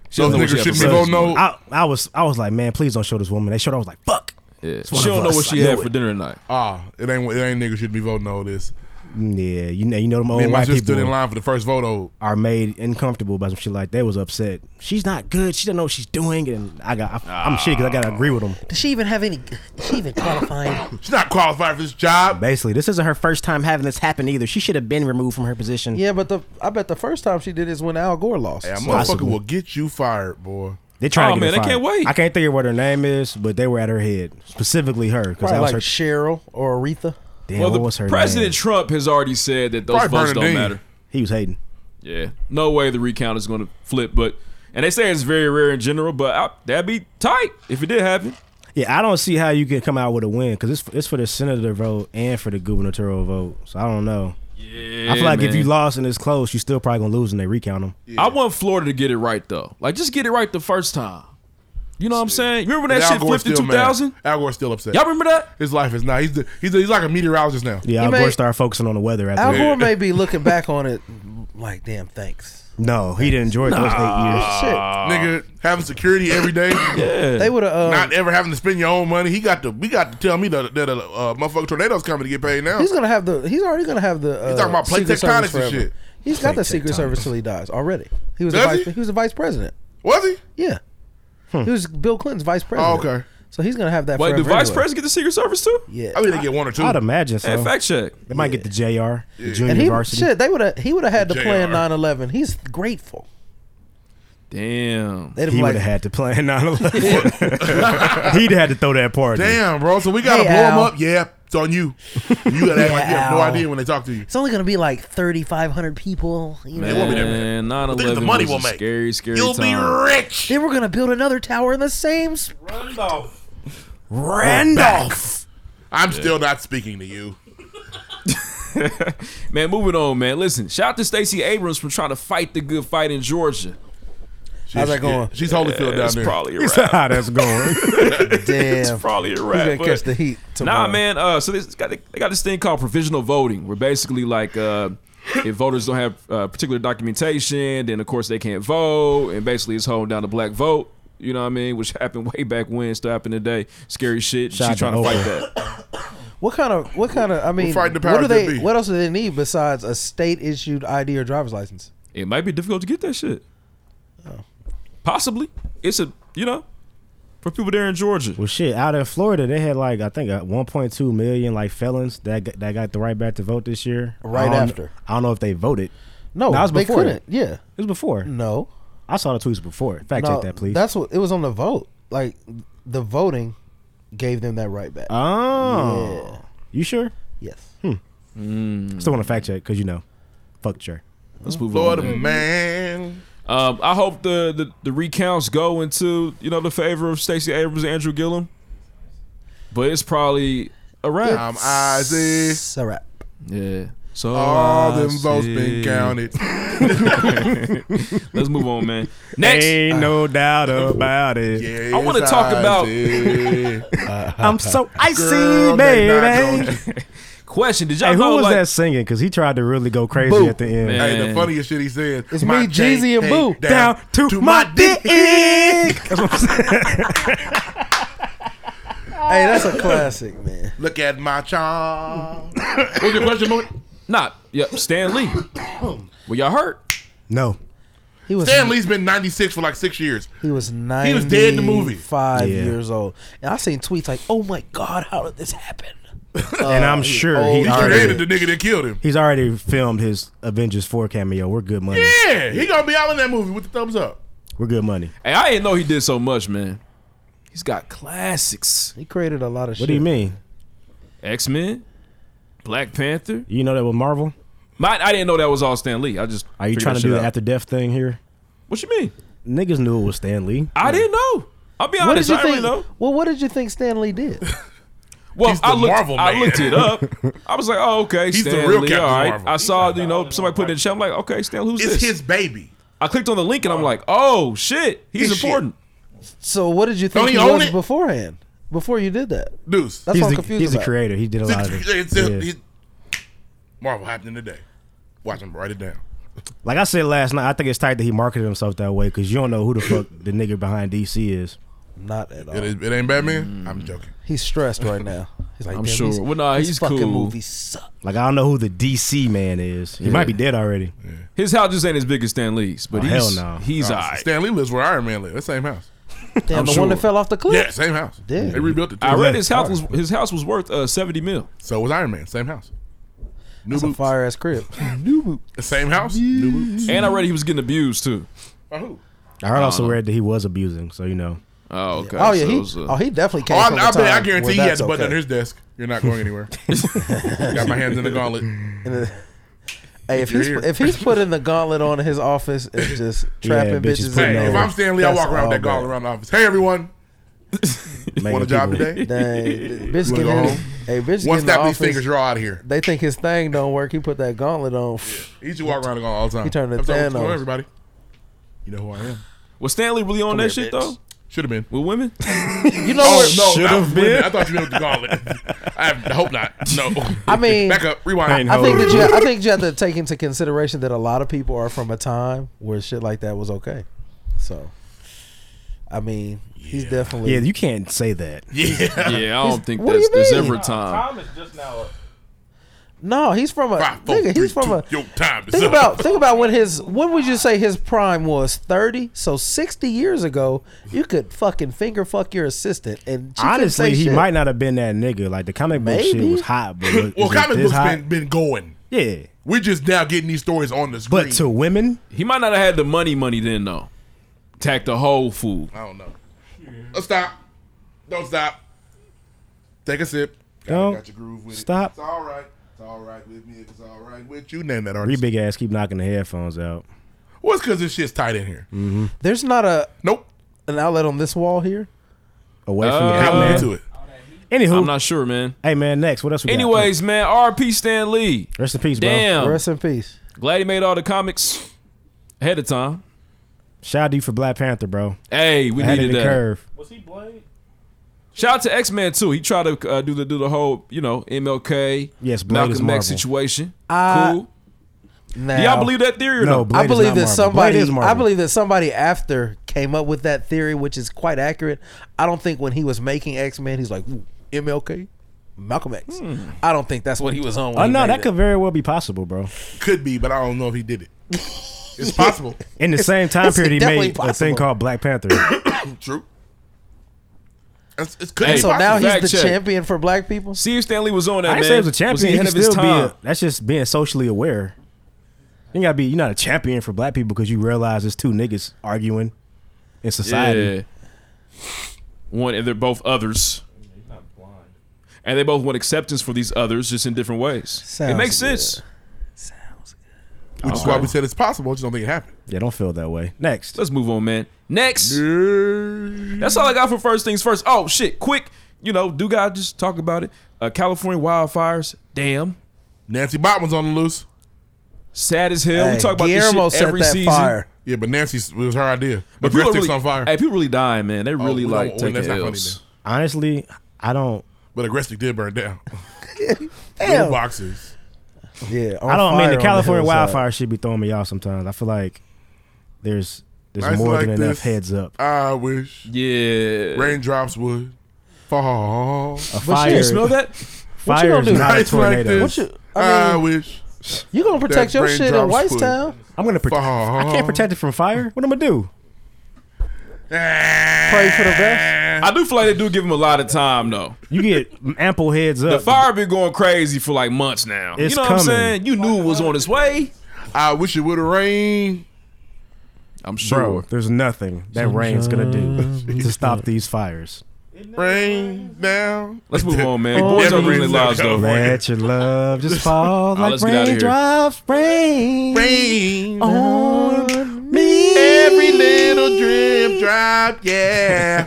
Speaker 1: She doesn't
Speaker 5: Those
Speaker 1: know what
Speaker 5: niggas
Speaker 1: she
Speaker 5: shouldn't
Speaker 1: had
Speaker 5: be
Speaker 1: for
Speaker 5: voting
Speaker 1: lunch.
Speaker 5: no.
Speaker 6: I, I was I was like, man, please don't show this woman. They showed. I was like, fuck.
Speaker 1: Yeah.
Speaker 6: one
Speaker 1: She
Speaker 6: of
Speaker 1: don't know
Speaker 6: us.
Speaker 1: what she
Speaker 6: I
Speaker 1: had
Speaker 6: know
Speaker 1: for
Speaker 6: it.
Speaker 1: dinner tonight.
Speaker 5: Ah, it ain't it ain't niggas shouldn't be voting all this.
Speaker 6: Mm, Yeah, you know you know them
Speaker 5: Me
Speaker 6: old
Speaker 5: and my
Speaker 6: Oh, white
Speaker 5: sister stood in
Speaker 6: people
Speaker 5: line for the first vote old.
Speaker 6: are made uncomfortable by some shit like they was upset. She's not good. She doesn't know what she's doing, and I got I, I'm shit because I gotta agree with them.
Speaker 3: Does she even have any? Is she even qualifying?
Speaker 5: She's not qualified for this job.
Speaker 6: Basically, this isn't her first time having this happen either. She should have been removed from her position.
Speaker 3: yeah, but the I bet the first time she did is when Al Gore lost.
Speaker 5: That
Speaker 3: So-
Speaker 5: motherfucker will get you fired, boy.
Speaker 6: They trying
Speaker 1: Oh,
Speaker 6: to get
Speaker 1: man,
Speaker 6: her
Speaker 1: they can't
Speaker 6: fired.
Speaker 1: wait.
Speaker 6: I can't think of what her name is, but they were at her head specifically her because
Speaker 3: Probably
Speaker 6: that was
Speaker 3: like
Speaker 6: her.
Speaker 3: Cheryl or Aretha.
Speaker 6: damn,
Speaker 1: Well,
Speaker 6: what
Speaker 1: the
Speaker 6: was her
Speaker 1: President
Speaker 6: name?
Speaker 1: Trump has already said that those
Speaker 5: Probably
Speaker 1: votes don't
Speaker 5: Bernadine.
Speaker 1: matter.
Speaker 6: He was hating.
Speaker 1: Yeah, no way the recount is going to flip. But and they say it's very rare in general, but I, that'd be tight if it did happen.
Speaker 6: Yeah, I don't see how you can come out with a win because it's it's for the senator vote and for the gubernatorial vote. So I don't know.
Speaker 1: Yeah,
Speaker 6: I feel like if
Speaker 1: man.
Speaker 6: you lost and it's close, you still probably gonna lose and they recount them.
Speaker 1: I want Florida to get it right though. Like just get it right the first time. You know what I'm saying? Remember when that
Speaker 5: Al
Speaker 1: shit
Speaker 5: Gore's
Speaker 1: flipped in
Speaker 5: still mad.
Speaker 1: 2000?
Speaker 5: Al Gore's still upset.
Speaker 1: Y'all remember that?
Speaker 5: His life is not. He's the, he's, the, he's like a meteorologist now.
Speaker 6: Yeah,
Speaker 3: He
Speaker 6: Al
Speaker 3: may-
Speaker 6: Gore started focusing on the weather after.
Speaker 3: Al
Speaker 6: that.
Speaker 3: Gore may be looking back on it like, damn, thanks.
Speaker 6: No, he didn't enjoy those eight years.
Speaker 3: Shit,
Speaker 5: Nigga having security every day,
Speaker 3: they would have. Um,
Speaker 5: not ever having to spend your own money. He got to we got to tell me that that uh, motherfucking tornadoes coming to get paid now.
Speaker 3: he's gonna have the. He's already gonna have the. Uh,
Speaker 5: talking about plate
Speaker 3: Secret
Speaker 5: tectonics
Speaker 3: Service
Speaker 5: and
Speaker 3: forever.
Speaker 5: shit.
Speaker 3: He's
Speaker 6: Plate
Speaker 3: got the Secret
Speaker 6: tectonics.
Speaker 3: Service till he dies already. He was a
Speaker 5: Does
Speaker 3: vice.
Speaker 5: he?
Speaker 3: He? was a vice president.
Speaker 5: Was he?
Speaker 3: Yeah, he was Bill Clinton's vice
Speaker 5: Oh,
Speaker 3: president.
Speaker 5: okay.
Speaker 3: So he's gonna have that.
Speaker 1: Wait, do
Speaker 3: forever
Speaker 1: Vice
Speaker 3: anyway.
Speaker 1: President get the Secret Service too?
Speaker 3: Yeah.
Speaker 5: I mean, they get one or two.
Speaker 6: I'd imagine so.
Speaker 1: Hey, fact check.
Speaker 6: they might get the JR, the junior
Speaker 3: and he
Speaker 6: varsity.
Speaker 3: shit, they would have. He would have had to play in
Speaker 5: JR.
Speaker 3: 9/11. He's grateful.
Speaker 1: Damn.
Speaker 3: They'd have
Speaker 6: He
Speaker 3: like,
Speaker 6: would have had to play in 9 11. He'd had to throw that party.
Speaker 5: Damn, bro. So we gotta
Speaker 3: Hey,
Speaker 5: blow him
Speaker 3: Al.
Speaker 5: up. Yeah, it's on you. You gotta act like you have no
Speaker 3: Al.
Speaker 5: idea when they talk to you.
Speaker 3: It's only gonna be like 3,500 people. You know,
Speaker 5: It won't be that
Speaker 1: Man, 9
Speaker 5: Look at the money we'll make.
Speaker 1: Scary, scary
Speaker 5: You'll
Speaker 1: time.
Speaker 5: be rich.
Speaker 3: then we're gonna build another tower in the same. sp-
Speaker 8: Randolph.
Speaker 5: Randolph. I'm still not speaking to you.
Speaker 1: Man, moving on, man. Listen, shout out to Stacey Abrams for trying to fight the good fight in Georgia.
Speaker 3: How's that going?
Speaker 5: She's Holyfield down
Speaker 1: That's
Speaker 5: there.
Speaker 1: probably a
Speaker 6: That's
Speaker 1: wrap.
Speaker 6: how that's going.
Speaker 3: Damn,
Speaker 1: Probably a
Speaker 3: he's
Speaker 1: wrap.
Speaker 3: gonna
Speaker 1: but-
Speaker 3: catch the heat. Tomorrow.
Speaker 1: Nah, man. Uh, so this got, they got this thing called provisional voting, where basically like uh, if voters don't have uh, particular documentation, then of course they can't vote, and basically it's holding down the black vote. You know what I mean? Which happened way back when, still happened today. Scary shit.
Speaker 6: Shout
Speaker 1: She's
Speaker 6: out
Speaker 1: trying
Speaker 6: to
Speaker 1: to fight
Speaker 6: Oprah.
Speaker 1: that.
Speaker 3: What kind of? What kind of? I mean,
Speaker 5: fighting the
Speaker 3: what do
Speaker 5: powers that
Speaker 3: they?
Speaker 5: be.
Speaker 3: What else do they need besides a state issued ID or driver's license?
Speaker 1: It might be difficult to get that shit.
Speaker 5: Oh.
Speaker 1: Possibly, it's a you know for people there in Georgia.
Speaker 6: Well, shit, out in Florida, they had like I think uh, 1.2 million like felons that got, that got the right back to vote this year.
Speaker 3: Right
Speaker 6: I don't-
Speaker 3: after.
Speaker 6: I don't know if they voted.
Speaker 3: No,
Speaker 6: That was
Speaker 3: they
Speaker 6: before.
Speaker 3: couldn't. Yeah,
Speaker 6: It was before.
Speaker 3: no,
Speaker 6: I saw the tweets before. Fact
Speaker 3: Mm. no.
Speaker 6: check that, please.
Speaker 3: That's what it was on the vote. Like the voting gave them that right
Speaker 6: Uh,
Speaker 3: back.
Speaker 6: oh,
Speaker 3: Yeah.
Speaker 6: you sure?
Speaker 3: Yes.
Speaker 5: Hmm,
Speaker 6: Still want to fact check because you know, fuck sure.
Speaker 1: Let's move
Speaker 5: Florida
Speaker 1: on. man.
Speaker 5: man.
Speaker 1: Um, I hope the, the the recounts go into you know the favor of Stacey Abrams and Andrew Gillum, but it's probably a wrap.
Speaker 5: I'm Izzy.
Speaker 3: It's a wrap.
Speaker 1: Yeah. So
Speaker 5: All
Speaker 1: I
Speaker 5: them votes
Speaker 1: said-
Speaker 5: been counted.
Speaker 1: Let's move on, man. Next,
Speaker 3: Ah.
Speaker 6: Ain't no doubt about it.
Speaker 5: Yeah,
Speaker 1: I wanna talk about-
Speaker 6: I'm so icy,
Speaker 5: baby.
Speaker 6: baby.
Speaker 1: question: Did y'all
Speaker 6: Hey, who
Speaker 1: know
Speaker 6: was
Speaker 1: like
Speaker 6: that singing? Because he tried to really go crazy
Speaker 3: Boo.
Speaker 6: at the end.
Speaker 1: Man.
Speaker 5: Hey,
Speaker 1: Man.
Speaker 5: the funniest shit he said.
Speaker 3: It's me,
Speaker 5: dick
Speaker 3: Jeezy, and
Speaker 5: hang
Speaker 3: Boo.
Speaker 6: Down to, my, dick. That's what I'm saying.
Speaker 3: Hey, that's a classic, man.
Speaker 5: Look at my charm. What's your question, Moot?
Speaker 1: Nah, yep, Stan Lee. Well, y'all hurt.
Speaker 6: No.
Speaker 3: He was
Speaker 5: Stan Lee's been 96 for like six years.
Speaker 3: he was ninety.
Speaker 5: was dead in the movie.
Speaker 3: Five
Speaker 6: Yeah.
Speaker 3: years old, and I seen tweets like, "Oh my god, how did this happen?"
Speaker 6: and I'm sure
Speaker 3: old.
Speaker 6: he
Speaker 5: He
Speaker 6: already,
Speaker 5: created the nigga that killed him.
Speaker 6: he's already filmed his Avengers 4 cameo. We're good money.
Speaker 5: Yeah, he gonna be out in that movie with the thumbs up.
Speaker 6: We're good money.
Speaker 1: Hey, I didn't know he did so much, man. He's got classics:
Speaker 3: He created a lot of shit.
Speaker 6: What do you mean?
Speaker 1: X Men, Black Panther.
Speaker 6: You know that with Marvel?
Speaker 1: My, I didn't know that was all Stan Lee. I just
Speaker 6: Are you
Speaker 1: figured
Speaker 6: trying to
Speaker 1: that
Speaker 6: do
Speaker 1: shit
Speaker 6: the
Speaker 1: out.
Speaker 6: after death thing here?
Speaker 1: What you mean?
Speaker 6: Niggas knew it was Stan Lee.
Speaker 1: I didn't know. I'll be
Speaker 3: What
Speaker 1: honest.
Speaker 3: did you
Speaker 1: I
Speaker 3: think?
Speaker 1: didn't really know.
Speaker 3: Well, what did you think Stan Lee did?
Speaker 1: Well,
Speaker 5: He's the
Speaker 1: I looked.
Speaker 5: Marvel
Speaker 1: I
Speaker 5: man.
Speaker 1: looked it up. I was like, oh okay,
Speaker 5: He's the
Speaker 1: Stan
Speaker 5: real
Speaker 1: Lee.
Speaker 5: Captain
Speaker 1: all right.
Speaker 5: Marvel.
Speaker 1: I
Speaker 5: He's
Speaker 1: saw you know somebody put it in the chat. I'm like, okay, Stan, who's
Speaker 5: It's
Speaker 1: this?
Speaker 5: his baby.
Speaker 1: I clicked on the link and I'm like, oh shit, he's
Speaker 5: His shit.
Speaker 1: important.
Speaker 3: So what did you think
Speaker 5: Don't
Speaker 3: he,
Speaker 5: he own
Speaker 3: was
Speaker 5: it?
Speaker 3: beforehand? Before you did that,
Speaker 5: Deuce.
Speaker 3: that's
Speaker 6: He's
Speaker 3: what I'm
Speaker 6: the,
Speaker 3: confused
Speaker 6: he's the
Speaker 3: about.
Speaker 6: creator. He did a lot of
Speaker 5: It's-
Speaker 6: it.
Speaker 5: it's-
Speaker 6: Yeah.
Speaker 5: it's- Marvel happening today. Watch him write it down.
Speaker 6: Like I said last night, I think it's tight that he marketed himself that way because you don't know who the fuck the nigga behind DC is.
Speaker 3: Not at all.
Speaker 5: It, is- it ain't Batman. Mm. I'm joking.
Speaker 3: He's stressed right now. He's like,
Speaker 1: I'm
Speaker 3: "Damn,
Speaker 1: sure.
Speaker 3: these-
Speaker 1: Well, nah,
Speaker 3: these
Speaker 1: he's
Speaker 3: fucking
Speaker 1: cool.
Speaker 3: movies suck.
Speaker 6: Like I don't know who the DC man is. He might be dead already.
Speaker 1: His house just ain't as big as Stan Lee's, but
Speaker 6: Oh,
Speaker 1: he's
Speaker 6: hell no.
Speaker 1: he's all right.
Speaker 5: Stan Lee lives where Iron Man lives. That same house.
Speaker 3: Damn,
Speaker 1: I'm
Speaker 3: the one that
Speaker 1: sure.
Speaker 3: fell off the cliff.
Speaker 5: Yeah, same house.
Speaker 3: Yeah.
Speaker 5: They rebuilt it. Too.
Speaker 1: I read his house was his house was worth uh, seventy mil.
Speaker 5: So was Iron Man. Same house. New
Speaker 3: It's a
Speaker 5: boots.
Speaker 3: fire ass crib.
Speaker 5: Same house. New boots.
Speaker 1: And I read he was getting abused too.
Speaker 5: By who?
Speaker 6: I heard also read that he was abusing, so you know.
Speaker 1: Oh, okay.
Speaker 3: Oh yeah,
Speaker 1: So it
Speaker 3: he,
Speaker 1: was, uh,
Speaker 3: oh he definitely
Speaker 5: Oh,
Speaker 3: came
Speaker 5: I,
Speaker 3: from
Speaker 5: I,
Speaker 3: a
Speaker 5: bet, I
Speaker 3: time where
Speaker 5: guarantee he had
Speaker 3: that's
Speaker 5: the button
Speaker 3: okay.
Speaker 5: under his desk. You're not going anywhere. Got my hands in the gauntlet.
Speaker 3: Hey, if
Speaker 5: You're
Speaker 3: he's
Speaker 5: here.
Speaker 3: if he's putting the gauntlet on his office and just
Speaker 6: Yeah, bitches
Speaker 3: trapping bitches, in
Speaker 6: putting
Speaker 5: Hey,
Speaker 3: there,
Speaker 5: if I'm Stan Lee, I
Speaker 3: that's
Speaker 5: walk around
Speaker 3: all
Speaker 5: with that
Speaker 3: bad.
Speaker 5: gauntlet around the office. Hey, everyone.
Speaker 6: making
Speaker 5: Want a job
Speaker 6: people-
Speaker 5: today?
Speaker 3: Dang, bitch
Speaker 5: wanna
Speaker 3: get
Speaker 5: go
Speaker 3: in-
Speaker 5: home?
Speaker 3: Hey, bitch
Speaker 5: One
Speaker 3: get in the
Speaker 5: snap these
Speaker 3: office.
Speaker 5: fingers, you're out of here.
Speaker 3: They think his thing don't work. He put that gauntlet on.
Speaker 5: He used to walk around the gauntlet all the time.
Speaker 3: He turned to
Speaker 5: I'm sorry, what's
Speaker 3: Thanos.
Speaker 5: going on, everybody. You know who I am.
Speaker 1: was Stan Lee really on that shit though?
Speaker 5: Should have been.
Speaker 1: With women?
Speaker 3: You know
Speaker 5: Oh
Speaker 3: what?
Speaker 5: no,
Speaker 6: Should
Speaker 5: that was
Speaker 6: have
Speaker 5: women.
Speaker 6: been.
Speaker 5: I thought you meant with the gauntlet. I, have, I hope not. No.
Speaker 3: I mean,
Speaker 5: back up. Rewind.
Speaker 3: I think that you I think you have to take into consideration that a lot of people are from a time where shit like that was okay. So, I mean, he's definitely
Speaker 6: Yeah, you can't say that.
Speaker 5: Yeah.
Speaker 1: yeah, I don't think
Speaker 3: What do
Speaker 1: that's
Speaker 3: you
Speaker 1: there's
Speaker 3: mean?
Speaker 1: ever a time.
Speaker 8: Time is just now. up.
Speaker 3: no, he's from a
Speaker 5: Five, four,
Speaker 3: nigga.
Speaker 5: three,
Speaker 3: He's from
Speaker 5: two.
Speaker 3: a
Speaker 5: Your time is
Speaker 3: think
Speaker 5: up.
Speaker 3: about think about when his when would you say his prime was thirty? So sixty years ago, you could fucking finger fuck your assistant and she couldn't
Speaker 6: Honestly,
Speaker 3: say
Speaker 6: he
Speaker 3: shit.
Speaker 6: might not have been that nigga. Like the comic book shit
Speaker 3: Maybe.
Speaker 6: was hot, but was-
Speaker 5: Well,
Speaker 6: was it
Speaker 5: comic
Speaker 6: this
Speaker 5: books
Speaker 6: hot?
Speaker 5: been been going.
Speaker 6: yeah.
Speaker 5: We're just now getting these stories on the screen.
Speaker 6: But to women,
Speaker 1: He might not have had the money money then though. Attack the whole fool.
Speaker 5: I don't know. Let's stop. Don't stop. Take a sip. Got-
Speaker 6: Don't
Speaker 5: got your groove with it.
Speaker 6: stop.
Speaker 5: It's all right. It's all right with me. It's all right with you. Name that
Speaker 6: three
Speaker 5: artist.
Speaker 6: big ass keep knocking the headphones out.
Speaker 5: What's because this shit's tight in here?
Speaker 3: There's not a
Speaker 5: Nope.
Speaker 3: an outlet on this wall here.
Speaker 6: Away from
Speaker 1: Uh,
Speaker 6: the
Speaker 1: Yeah.
Speaker 5: How we
Speaker 6: outlet.
Speaker 5: get to it?
Speaker 1: I'm
Speaker 6: Anywho,
Speaker 1: not sure, man.
Speaker 6: hey man, next. What else we got?
Speaker 1: Anyways, man, R.P. Stan Lee.
Speaker 6: Rest in peace, bro.
Speaker 1: Damn.
Speaker 3: Rest in peace.
Speaker 1: Glad he made all the comics ahead of time.
Speaker 6: Shout out to you for Black Panther, bro.
Speaker 1: Hey, we
Speaker 6: I had it in
Speaker 1: needed
Speaker 6: the
Speaker 1: that.
Speaker 6: curve.
Speaker 8: Was he Blade?
Speaker 1: Shout out to X Man too. He tried to uh, do the do the whole you know MLK
Speaker 6: Yes, Blade
Speaker 1: Malcolm
Speaker 6: is
Speaker 1: X
Speaker 6: Marvel.
Speaker 1: situation.
Speaker 3: I-
Speaker 1: cool.
Speaker 3: Now,
Speaker 1: Do y'all believe that theory or no?
Speaker 6: No, Blade
Speaker 3: I believe
Speaker 6: is not
Speaker 3: that
Speaker 6: Marvel.
Speaker 3: somebody.
Speaker 6: Blade is Marvel.
Speaker 3: I believe that somebody after came up with that theory, which is quite accurate. I don't think when he was making X Men, he's like "Ooh, MLK, Malcolm X. I don't think that's what he was on. when
Speaker 6: Oh
Speaker 3: he
Speaker 6: Hmm. no,
Speaker 3: made
Speaker 6: that
Speaker 3: it.
Speaker 6: could very well be possible, bro.
Speaker 5: Could be, but I don't know if he did it. It's possible.
Speaker 6: In the same time
Speaker 3: it's
Speaker 6: period, he
Speaker 3: definitely
Speaker 6: made a thing
Speaker 3: possible.
Speaker 6: called Black Panther.
Speaker 5: True. It's, it's could
Speaker 1: Hey,
Speaker 5: be
Speaker 3: So
Speaker 5: possible.
Speaker 3: now he's
Speaker 1: Fact
Speaker 3: the
Speaker 1: check.
Speaker 3: champion for black people.
Speaker 1: See if Stanley was on that.
Speaker 6: I didn't
Speaker 1: man.
Speaker 6: say he was a
Speaker 1: he
Speaker 6: champion.
Speaker 1: ahead
Speaker 6: he
Speaker 1: of
Speaker 6: could
Speaker 1: his
Speaker 6: still be.
Speaker 1: time?
Speaker 6: A, that's just being socially aware. You gotta be. You're not a champion for Black people because you realize it's two niggas arguing in society.
Speaker 1: Yeah. One and they're both others,
Speaker 8: He's not blind.
Speaker 1: and they both want acceptance for these others, just in different ways. it
Speaker 3: Sounds
Speaker 1: makes
Speaker 3: good.
Speaker 1: sense.
Speaker 5: Which is why we said it's possible. I just don't think it happened.
Speaker 6: Yeah, don't feel that way. Next,
Speaker 1: Let's move on, man. Next, that's all I got for first things first. Oh shit, quick, you know, do God just talk about it? Uh, California wildfires, damn,
Speaker 5: Nancy Botman's on the loose.
Speaker 1: sad as hell.
Speaker 3: Hey,
Speaker 1: we talk about
Speaker 3: Guillermo
Speaker 1: this shit
Speaker 3: set
Speaker 1: every
Speaker 3: that
Speaker 1: season.
Speaker 3: fire.
Speaker 5: Yeah, but Nancy's it was her idea.
Speaker 1: But
Speaker 5: But the
Speaker 1: people
Speaker 5: sticks
Speaker 1: really,
Speaker 5: on fire. Oh,
Speaker 1: Hey, people really dying, man. They really
Speaker 5: we
Speaker 1: like taking
Speaker 5: don't- well, that's not funny
Speaker 1: L's.
Speaker 6: honestly, I don't.
Speaker 5: But aggressive did burn down. Blue
Speaker 3: Damn.
Speaker 5: boxers.
Speaker 3: Yeah, on
Speaker 6: I don't I
Speaker 3: fire
Speaker 6: mean
Speaker 3: on
Speaker 6: the California
Speaker 3: hillside.
Speaker 6: wildfire should be throwing me off sometimes. I feel like there's there's
Speaker 5: Nice
Speaker 6: more
Speaker 5: like
Speaker 6: than
Speaker 5: this.
Speaker 6: enough heads up.
Speaker 5: I wish
Speaker 1: Yeah.
Speaker 5: raindrops would fall.
Speaker 6: A
Speaker 3: But shit,
Speaker 6: fire,
Speaker 1: You smell that?
Speaker 3: what you
Speaker 6: fire
Speaker 3: gonna
Speaker 6: is
Speaker 3: do?
Speaker 6: not a
Speaker 5: Nice like
Speaker 6: tornado.
Speaker 5: this.
Speaker 3: What you-
Speaker 5: I,
Speaker 3: I mean-
Speaker 5: wish
Speaker 3: You gonna protect
Speaker 5: That
Speaker 3: your shit in
Speaker 5: raindrops foot.
Speaker 3: Whitestown?
Speaker 6: I'm gonna protect.
Speaker 5: fall.
Speaker 6: I can't protect it from fire. What am I gonna do?
Speaker 3: Pray for the best.
Speaker 1: I do feel like they do give him a lot of time though.
Speaker 6: You get ample heads
Speaker 1: The
Speaker 6: up.
Speaker 1: fire been going crazy for like months now.
Speaker 6: It's
Speaker 1: you know what I'm
Speaker 6: coming.
Speaker 1: saying? You knew it was on its way.
Speaker 5: I wish it would have rained.
Speaker 1: I'm sure.
Speaker 6: Bro, there's nothing that rain's gonna do to stop these fires.
Speaker 5: Rain down.
Speaker 1: Let's move on, man.
Speaker 5: Oh,
Speaker 1: Boys don't
Speaker 5: yeah.
Speaker 1: lose their lives though.
Speaker 6: Let your love just fall like
Speaker 1: let's get outta here.
Speaker 6: raindrops, rain,
Speaker 5: Rain
Speaker 6: Oh. on me.
Speaker 5: Every little drip drop, yeah.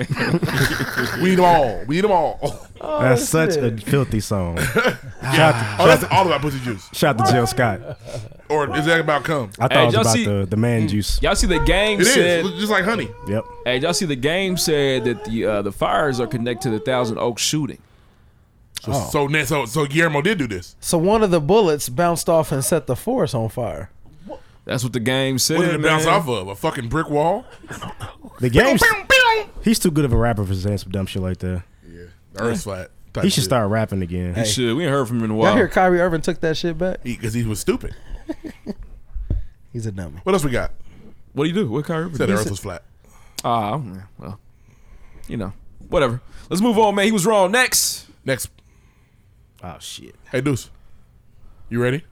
Speaker 5: we need them all. We need them all.
Speaker 6: That's such a filthy song.
Speaker 5: Oh, that's all about pussy juice.
Speaker 6: Shout out to Jill Scott.
Speaker 5: Or is that about cum?
Speaker 6: I thought
Speaker 1: Hey,
Speaker 6: it was
Speaker 1: y'all
Speaker 6: about
Speaker 1: see-
Speaker 6: the, the
Speaker 5: Mm.
Speaker 6: man juice.
Speaker 1: Y'all see the gang
Speaker 5: It is.
Speaker 1: said.
Speaker 5: It's just like honey.
Speaker 6: Yep.
Speaker 1: Hey, y'all see the game said that the uh, the fires are connected to the Thousand Oaks shooting.
Speaker 6: Oh.
Speaker 5: So so, ne- so so Guillermo did do this.
Speaker 3: So one of the bullets bounced off and set the forest on fire.
Speaker 1: That's what the game said.
Speaker 5: What did it bounce
Speaker 1: man.
Speaker 5: off of? A fucking brick wall?
Speaker 6: The game's he's too good of a rapper for saying some dumb shit like that.
Speaker 5: Yeah. The earth's flat. type
Speaker 6: He should
Speaker 5: shit.
Speaker 6: start rapping again.
Speaker 1: He should. We ain't heard from him in a
Speaker 3: Y'all
Speaker 1: while.
Speaker 3: hear Kyrie Irving took that shit back?
Speaker 5: Because he, was stupid.
Speaker 3: He's a dummy.
Speaker 5: What else we got?
Speaker 1: What do you do? What Kyrie?
Speaker 5: Said the earth was flat.
Speaker 1: Ah, yeah, well, you know, whatever. Let's move on, man. He was wrong. Next,
Speaker 5: Next.
Speaker 6: Oh shit.
Speaker 5: Hey, Deuce. You ready?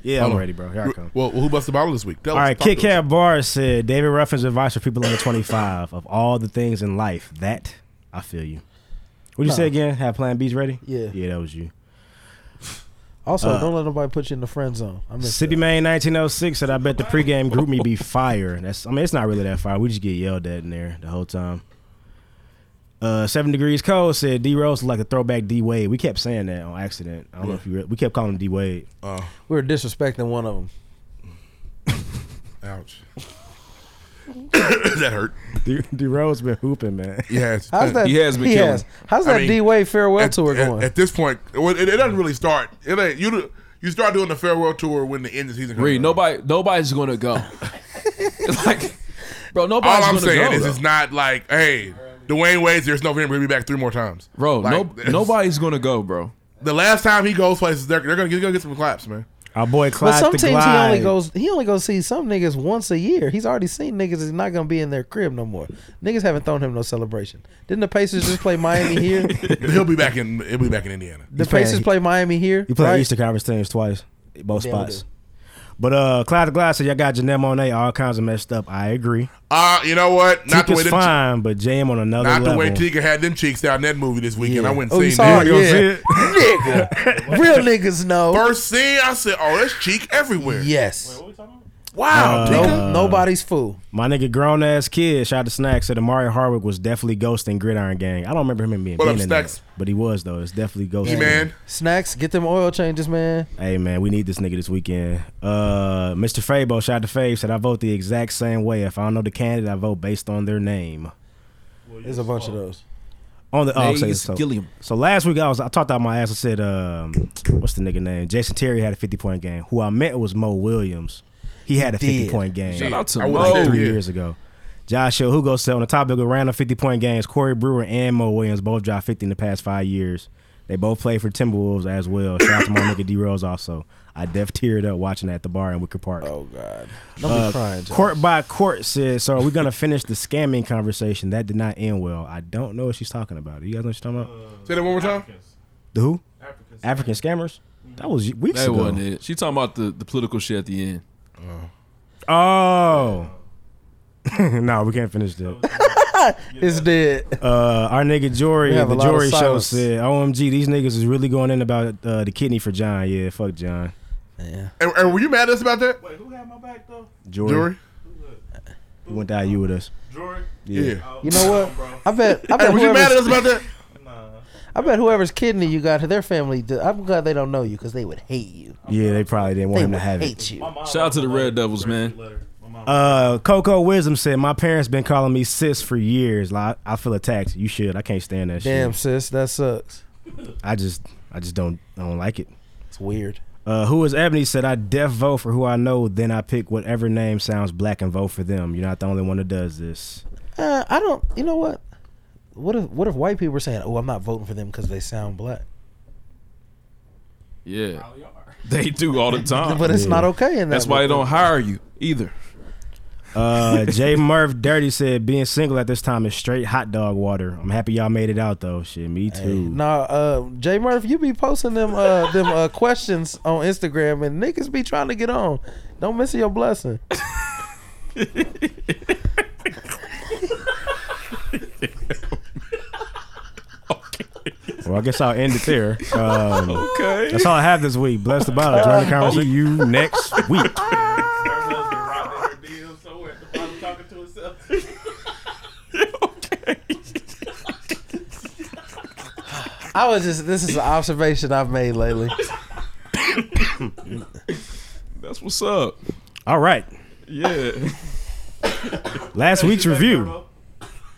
Speaker 6: Yeah,
Speaker 5: Hold
Speaker 6: I'm
Speaker 5: on.
Speaker 6: ready, bro. Here I come.
Speaker 5: Well, who busted the bottle this week? Tell
Speaker 6: All right,
Speaker 5: talk to
Speaker 6: Kit Kat Bar said David Ruffin's advice for people under 25 of all the things in life that I feel you. What you say again? Have Plan B's ready?
Speaker 3: Yeah.
Speaker 6: yeah, that was you.
Speaker 3: Also,
Speaker 6: Uh.
Speaker 3: don't let nobody put you in the friend zone. I miss
Speaker 6: Mississippi
Speaker 3: that.
Speaker 6: Man 1906 said, I bet the pregame group me be fire. That's I mean, it's not really that fire. We just get yelled at in there the whole time. Uh, Seven Degrees Cold said, D Rose like a throwback D Wade. We kept saying that on accident. I don't know if you re- we kept calling him D Wade.
Speaker 5: Uh,
Speaker 3: We were disrespecting one of them.
Speaker 5: us. Ouch. that hurt.
Speaker 6: D, D Rose been hooping, man.
Speaker 5: Yes.
Speaker 3: How's that?
Speaker 1: He has been
Speaker 3: he
Speaker 1: killing.
Speaker 3: has. How's
Speaker 5: I
Speaker 3: that
Speaker 5: mean,
Speaker 3: D Wade farewell
Speaker 5: at,
Speaker 3: tour
Speaker 5: at-
Speaker 3: going?
Speaker 5: at this point, well, it, it doesn't really start. It ain't you. do- You start doing the farewell tour when the end of the season. comes
Speaker 1: Reed.
Speaker 5: around.
Speaker 1: Nobody, nobody's gonna go. It's like, bro,
Speaker 5: All
Speaker 1: nobody's
Speaker 5: I'm
Speaker 1: gonna
Speaker 5: saying
Speaker 1: go.
Speaker 5: is,
Speaker 1: though.
Speaker 5: it's not like, hey, Dwayne Wade's there's November. He'll be back three more times,
Speaker 1: bro,
Speaker 5: Like,
Speaker 1: no,
Speaker 5: it's-
Speaker 1: nobody's gonna go, bro.
Speaker 5: The last time he goes places, they're, they're gonna, get- gonna get some claps, man.
Speaker 6: Our boy Clyde
Speaker 3: but some
Speaker 6: the
Speaker 3: teams he
Speaker 6: Glide.
Speaker 3: only goes he only goes see some niggas once a year. He's already seen niggas is not gonna be in their crib no more. Niggas haven't thrown him no celebration. Didn't the Pacers just play Miami here? The
Speaker 5: He'll be back in. He'll be back in Indiana.
Speaker 6: playing-
Speaker 3: Pacers play Miami here.
Speaker 6: You play
Speaker 3: right?
Speaker 6: Eastern Conference teams twice, both
Speaker 3: Yeah, we
Speaker 6: spots.
Speaker 3: do.
Speaker 6: But uh, Clyde the Glide said y'all got Janelle Monae all kinds of messed up. I agree.
Speaker 5: Uh, you know what? Not the way
Speaker 6: Tika's
Speaker 5: them, not
Speaker 6: fine, but JM on another
Speaker 5: the
Speaker 6: level.
Speaker 5: way Tika had them cheeks down in that movie this weekend. I went
Speaker 3: Oh,
Speaker 5: and
Speaker 3: you
Speaker 5: seen
Speaker 3: saw
Speaker 5: that.
Speaker 6: You
Speaker 3: it?
Speaker 6: gonna
Speaker 3: Yeah.
Speaker 6: see it?
Speaker 3: Nigga. Real niggas know.
Speaker 5: First scene, I said, "Oh, that's cheek everywhere."
Speaker 3: yes.
Speaker 6: Uh,
Speaker 5: Wow,
Speaker 3: No,
Speaker 5: Tika.
Speaker 3: nobody's fool.
Speaker 6: My nigga, grown ass kid, shot the snack said Amari Hardwick was definitely ghosting Gridiron Gang. I don't remember him being,
Speaker 5: What
Speaker 6: being
Speaker 5: up,
Speaker 6: in
Speaker 5: Snacks?
Speaker 6: that, but he was though. It's definitely ghosting.
Speaker 5: man.
Speaker 3: Snacks, get them oil changes, man.
Speaker 6: Hey man, we need this nigga this weekend. Uh, Mr. Fabo, shot the Fave said I vote the exact same way. If I don't know the candidate, I vote based on their name.
Speaker 3: There's a bunch of those.
Speaker 6: On the oh, say
Speaker 1: Mays
Speaker 6: so,
Speaker 1: Gilliam.
Speaker 6: so last week I was I talked out my ass. I said, um, what's the nigga name? Jason Terry had a fifty point game. Who I met was Mo Williams. He had a
Speaker 3: did.
Speaker 6: fifty point game.
Speaker 1: Shout out to
Speaker 5: I
Speaker 1: Mo.
Speaker 5: would've said
Speaker 6: three
Speaker 5: yeah.
Speaker 6: years ago. Josh Hugo said on the topic of random 50 point games, Corey Brewer and Mo Williams both dropped 50 in the past five years. They both played for Timberwolves as well. Shout out to my nigga D Rose also. I def teared up watching that at the bar in Wicker Park.
Speaker 3: Oh God. Don't
Speaker 5: Uh,
Speaker 3: be crying, Joe.
Speaker 6: Court by court says, so are we gonna finish the scamming conversation? That did not end well. I don't know what she's talking about. You guys know what she's talking about?
Speaker 5: Say that one more time.
Speaker 6: The who? African scammers? That was weeks
Speaker 1: That
Speaker 6: ago.
Speaker 1: wasn't it. She talking about the, the political shit at the end.
Speaker 6: Oh. no, we can't finish that.
Speaker 3: It's dead.
Speaker 6: Uh, our nigga Jory,
Speaker 3: We have
Speaker 6: the
Speaker 3: a lot of
Speaker 6: Jory show
Speaker 3: silence.
Speaker 6: said, "OMG, these niggas is really going in about uh, the kidney for John. Yeah, fuck John.
Speaker 5: And, and were you mad at us about that,
Speaker 8: Wait, who had my back though?
Speaker 6: Jory,
Speaker 5: Jory?
Speaker 6: he went to IU with us.
Speaker 8: Drury?
Speaker 5: Yeah.
Speaker 3: You know what? I bet I
Speaker 5: Hey,
Speaker 3: bet,
Speaker 5: were you mad at us
Speaker 3: whoever's,
Speaker 5: about that?
Speaker 8: Nah.
Speaker 3: I bet whoever's kidney you got, their family. do- I'm glad they don't know you because they would hate you.
Speaker 6: Yeah, they probably didn't want
Speaker 3: They
Speaker 6: him to
Speaker 3: would
Speaker 6: have it.
Speaker 3: hate you.
Speaker 8: My mom
Speaker 1: Shout out to the
Speaker 8: wrote
Speaker 1: Red
Speaker 8: letter.
Speaker 1: Devils,
Speaker 6: Eh?
Speaker 1: man.
Speaker 8: Letter. My mom-
Speaker 6: Uh, Coco Wisdom said, "My parents been calling me sis for years. Like, I feel attacked. You should. I can't stand that
Speaker 3: Damn,
Speaker 6: shit.
Speaker 3: sis, that sucks.
Speaker 6: I just, I just don't, I don't like it."
Speaker 3: It's weird.
Speaker 6: Uh, who is Ebony said, "I def vote for who I know. Then I pick whatever name sounds black and vote for them. You're not the only one that does this."
Speaker 3: Uh, I don't. You know what? What if what if white people were saying, "Oh, I'm not voting for them because they sound black,"
Speaker 1: Yeah, they do all the time.
Speaker 3: but it's not okay in that.
Speaker 1: That's why they
Speaker 3: way.
Speaker 1: don't hire you either.
Speaker 6: Uh, Jay Murph Dirty said, "Being single at this time is straight hot dog water." I'm happy y'all made it out though. Shit, me too.
Speaker 3: Nah, uh, Jay Murph, you be posting them uh, them uh, questions on Instagram, and niggas be trying to get on. Don't miss your blessing.
Speaker 6: Well, I guess I'll end it there. Um,
Speaker 1: Okay.
Speaker 6: that's all I have this week. Bless the bottle. Join the conversation. You next week.
Speaker 8: Everyone else been rocking her deal somewhere at the bottom talking to herself.
Speaker 3: I was just. This is an observation I've made lately.
Speaker 1: That's what's up.
Speaker 6: All right.
Speaker 1: Yeah.
Speaker 6: Last week's review.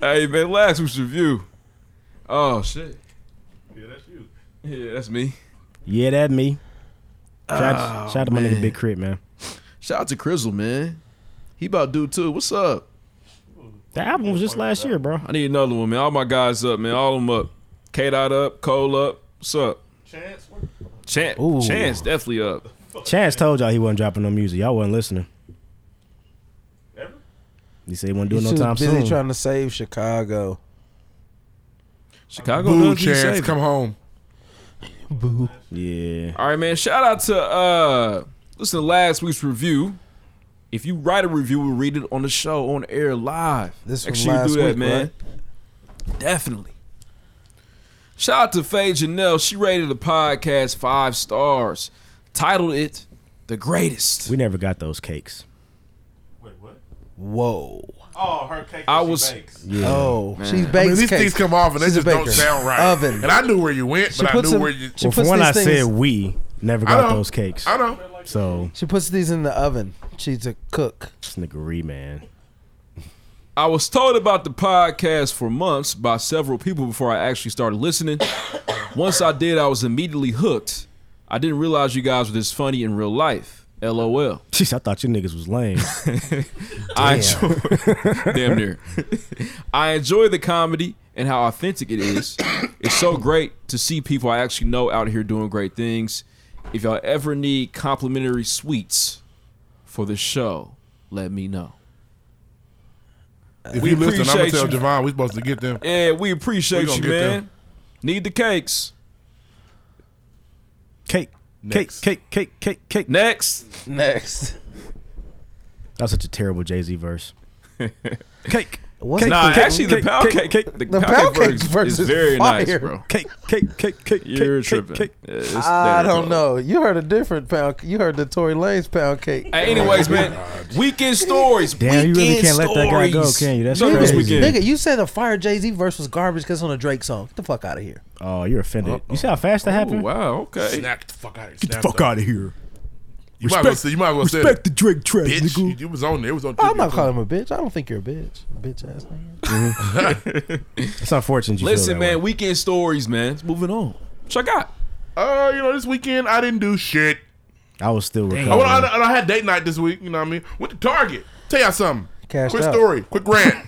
Speaker 1: hey man, last week's review. Oh shit.
Speaker 8: Yeah, that's you.
Speaker 1: Yeah, that's me.
Speaker 6: Yeah, that me. Shout, shout out to my nigga Big Crit, man.
Speaker 1: Shout out to Crizzle, man. He about due too. What's up?
Speaker 6: That album was just last year, bro.
Speaker 1: I need another one, man. All my guys up, man. All of them up. K Dot up, Cole up. What's up?
Speaker 8: Chance, what
Speaker 1: Chance,
Speaker 6: Ooh.
Speaker 1: Chance definitely up.
Speaker 6: Chance told y'all he wasn't dropping no music. Y'all wasn't listening.
Speaker 8: Ever?
Speaker 6: He said he wasn't
Speaker 3: He's
Speaker 6: doing no time
Speaker 3: busy
Speaker 6: soon.
Speaker 3: trying to save Chicago.
Speaker 1: Chicago
Speaker 5: Boo
Speaker 1: does need
Speaker 5: chance,
Speaker 1: saving.
Speaker 5: come home.
Speaker 6: yeah.
Speaker 1: All right, man. Shout out to uh listen to last week's review. If you write a review, we'll read it on the show on air live.
Speaker 3: This
Speaker 1: Make
Speaker 3: from
Speaker 1: sure you do
Speaker 3: last
Speaker 1: that,
Speaker 3: week,
Speaker 1: man. Definitely. Shout out to Faye Janelle. She rated the podcast five stars. Titled it The Greatest.
Speaker 6: We never got those cakes.
Speaker 8: Wait, what?
Speaker 3: Whoa.
Speaker 8: Oh, her cake.
Speaker 1: I
Speaker 8: I was.
Speaker 1: was-
Speaker 8: She bakes.
Speaker 3: Oh, she bakes
Speaker 5: I mean, these
Speaker 3: cakes.
Speaker 5: things come off and they
Speaker 3: She's a
Speaker 5: just don't
Speaker 3: baker.
Speaker 5: sound right.
Speaker 3: Oven.
Speaker 5: And I knew where you went,
Speaker 3: She
Speaker 5: but I
Speaker 3: puts
Speaker 5: knew
Speaker 3: them-
Speaker 5: where you.
Speaker 3: she
Speaker 6: well, for
Speaker 3: puts
Speaker 6: one,
Speaker 3: these
Speaker 6: I said
Speaker 3: things.
Speaker 6: we never
Speaker 5: I
Speaker 6: got
Speaker 5: know.
Speaker 6: those cakes.
Speaker 5: I know.
Speaker 6: So
Speaker 3: She puts these in the oven. She's a cook.
Speaker 6: sniggery, man.
Speaker 1: I was told about the podcast for months by several people before I actually started listening. Once I did, I was immediately hooked. I didn't realize you guys were this funny in real life. LOL.
Speaker 6: Jeez, I thought you niggas was lame.
Speaker 1: I enjoy damn near. I enjoy the comedy and how authentic it is. It's so great to see people I actually know out here doing great things. If y'all ever need complimentary sweets for the show, let me know.
Speaker 5: If
Speaker 1: We
Speaker 5: you listen, I'm gonna
Speaker 1: appreciate
Speaker 5: tell
Speaker 1: you.
Speaker 5: Javon we supposed to get them.
Speaker 1: Yeah, we
Speaker 5: We
Speaker 1: appreciate
Speaker 5: gonna
Speaker 1: you,
Speaker 5: get
Speaker 1: man.
Speaker 5: them.
Speaker 1: Need the cakes.
Speaker 6: cake, cake,
Speaker 5: Next.
Speaker 6: cake, cake, cake, cake.
Speaker 1: Next.
Speaker 3: Next.
Speaker 6: That was such a terrible Jay Z verse. cake,
Speaker 3: What's
Speaker 6: Cake,
Speaker 1: Nah,
Speaker 6: cake,
Speaker 1: actually, the
Speaker 6: cake,
Speaker 1: pound cake,
Speaker 6: cake, cake.
Speaker 1: the,
Speaker 3: The
Speaker 1: pound
Speaker 3: pound
Speaker 1: cake
Speaker 3: cake
Speaker 1: verse,
Speaker 3: verse
Speaker 1: is
Speaker 3: is
Speaker 1: very nice,
Speaker 3: fire.
Speaker 1: bro.
Speaker 6: cake, cake, cake, cake.
Speaker 1: You're
Speaker 6: cake,
Speaker 1: tripping.
Speaker 6: Cake,
Speaker 1: Yeah, it's-
Speaker 3: I
Speaker 1: there it
Speaker 3: don't
Speaker 1: goes.
Speaker 3: know. You heard a different pound. You heard the Tory Lane's pound cake.
Speaker 1: Hey, anyways, man, weekend stories.
Speaker 6: Damn, you
Speaker 1: weekend
Speaker 6: really can't let that guy go,
Speaker 1: stories.
Speaker 6: can you? That's
Speaker 1: No, this
Speaker 6: crazy.
Speaker 1: weekend.
Speaker 3: Nigga, you said the Fire Jay Z verse was garbage because on a Drake song. Get the fuck out of here.
Speaker 6: Oh, you're offended. You see how fast that
Speaker 1: Oh,
Speaker 6: happened?
Speaker 1: wow, okay.
Speaker 5: Snack the fuck out of here.
Speaker 6: Get the fuck out of here.
Speaker 5: You might as well say, you might as well say
Speaker 6: Respect
Speaker 5: that.
Speaker 6: the Drake track,
Speaker 5: Bitch, you,
Speaker 6: nigga.
Speaker 5: you was on there. It was on.
Speaker 3: I'm not
Speaker 5: TV.
Speaker 3: calling him a bitch. I don't think you're a bitch. Bitch ass nigga.
Speaker 6: It's unfortunate. You
Speaker 1: Listen,
Speaker 6: feel that
Speaker 1: man,
Speaker 6: Way.
Speaker 1: weekend stories, man. It's moving on. Check out.
Speaker 5: Uh, you know, this weekend I didn't do shit.
Speaker 6: I was still
Speaker 5: I,
Speaker 6: recovering.
Speaker 5: went, I, I had date night this week. You know what I mean? Went to Target. Tell y'all something.
Speaker 3: Cashed
Speaker 5: quick
Speaker 3: out.
Speaker 5: story. Quick rant.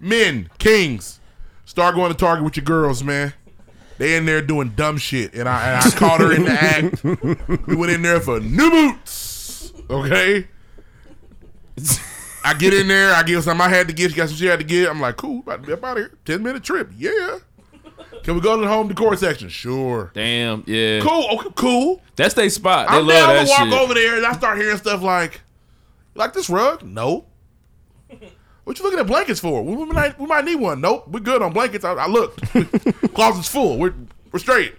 Speaker 5: Men, kings, start going to Target with your girls, man. They in there doing dumb shit, and I, and I caught her in the act. We went in there for new boots. Okay. I get in there. I give something I had to get. She got some she had to get. I'm like, cool. About to be up out of here. Ten minute trip. Yeah. Can we go to the home decor section? Sure.
Speaker 1: Damn, yeah.
Speaker 5: Cool. Okay. Cool.
Speaker 1: That's their spot. They
Speaker 5: I'm
Speaker 1: love
Speaker 5: down
Speaker 1: that
Speaker 5: to walk
Speaker 1: shit.
Speaker 5: over there and I start hearing stuff like, like this rug? No. What you looking at blankets for? We, we might, we might need one. Nope, we're good on blankets. I, I looked. Closet's full. We're, we're straight.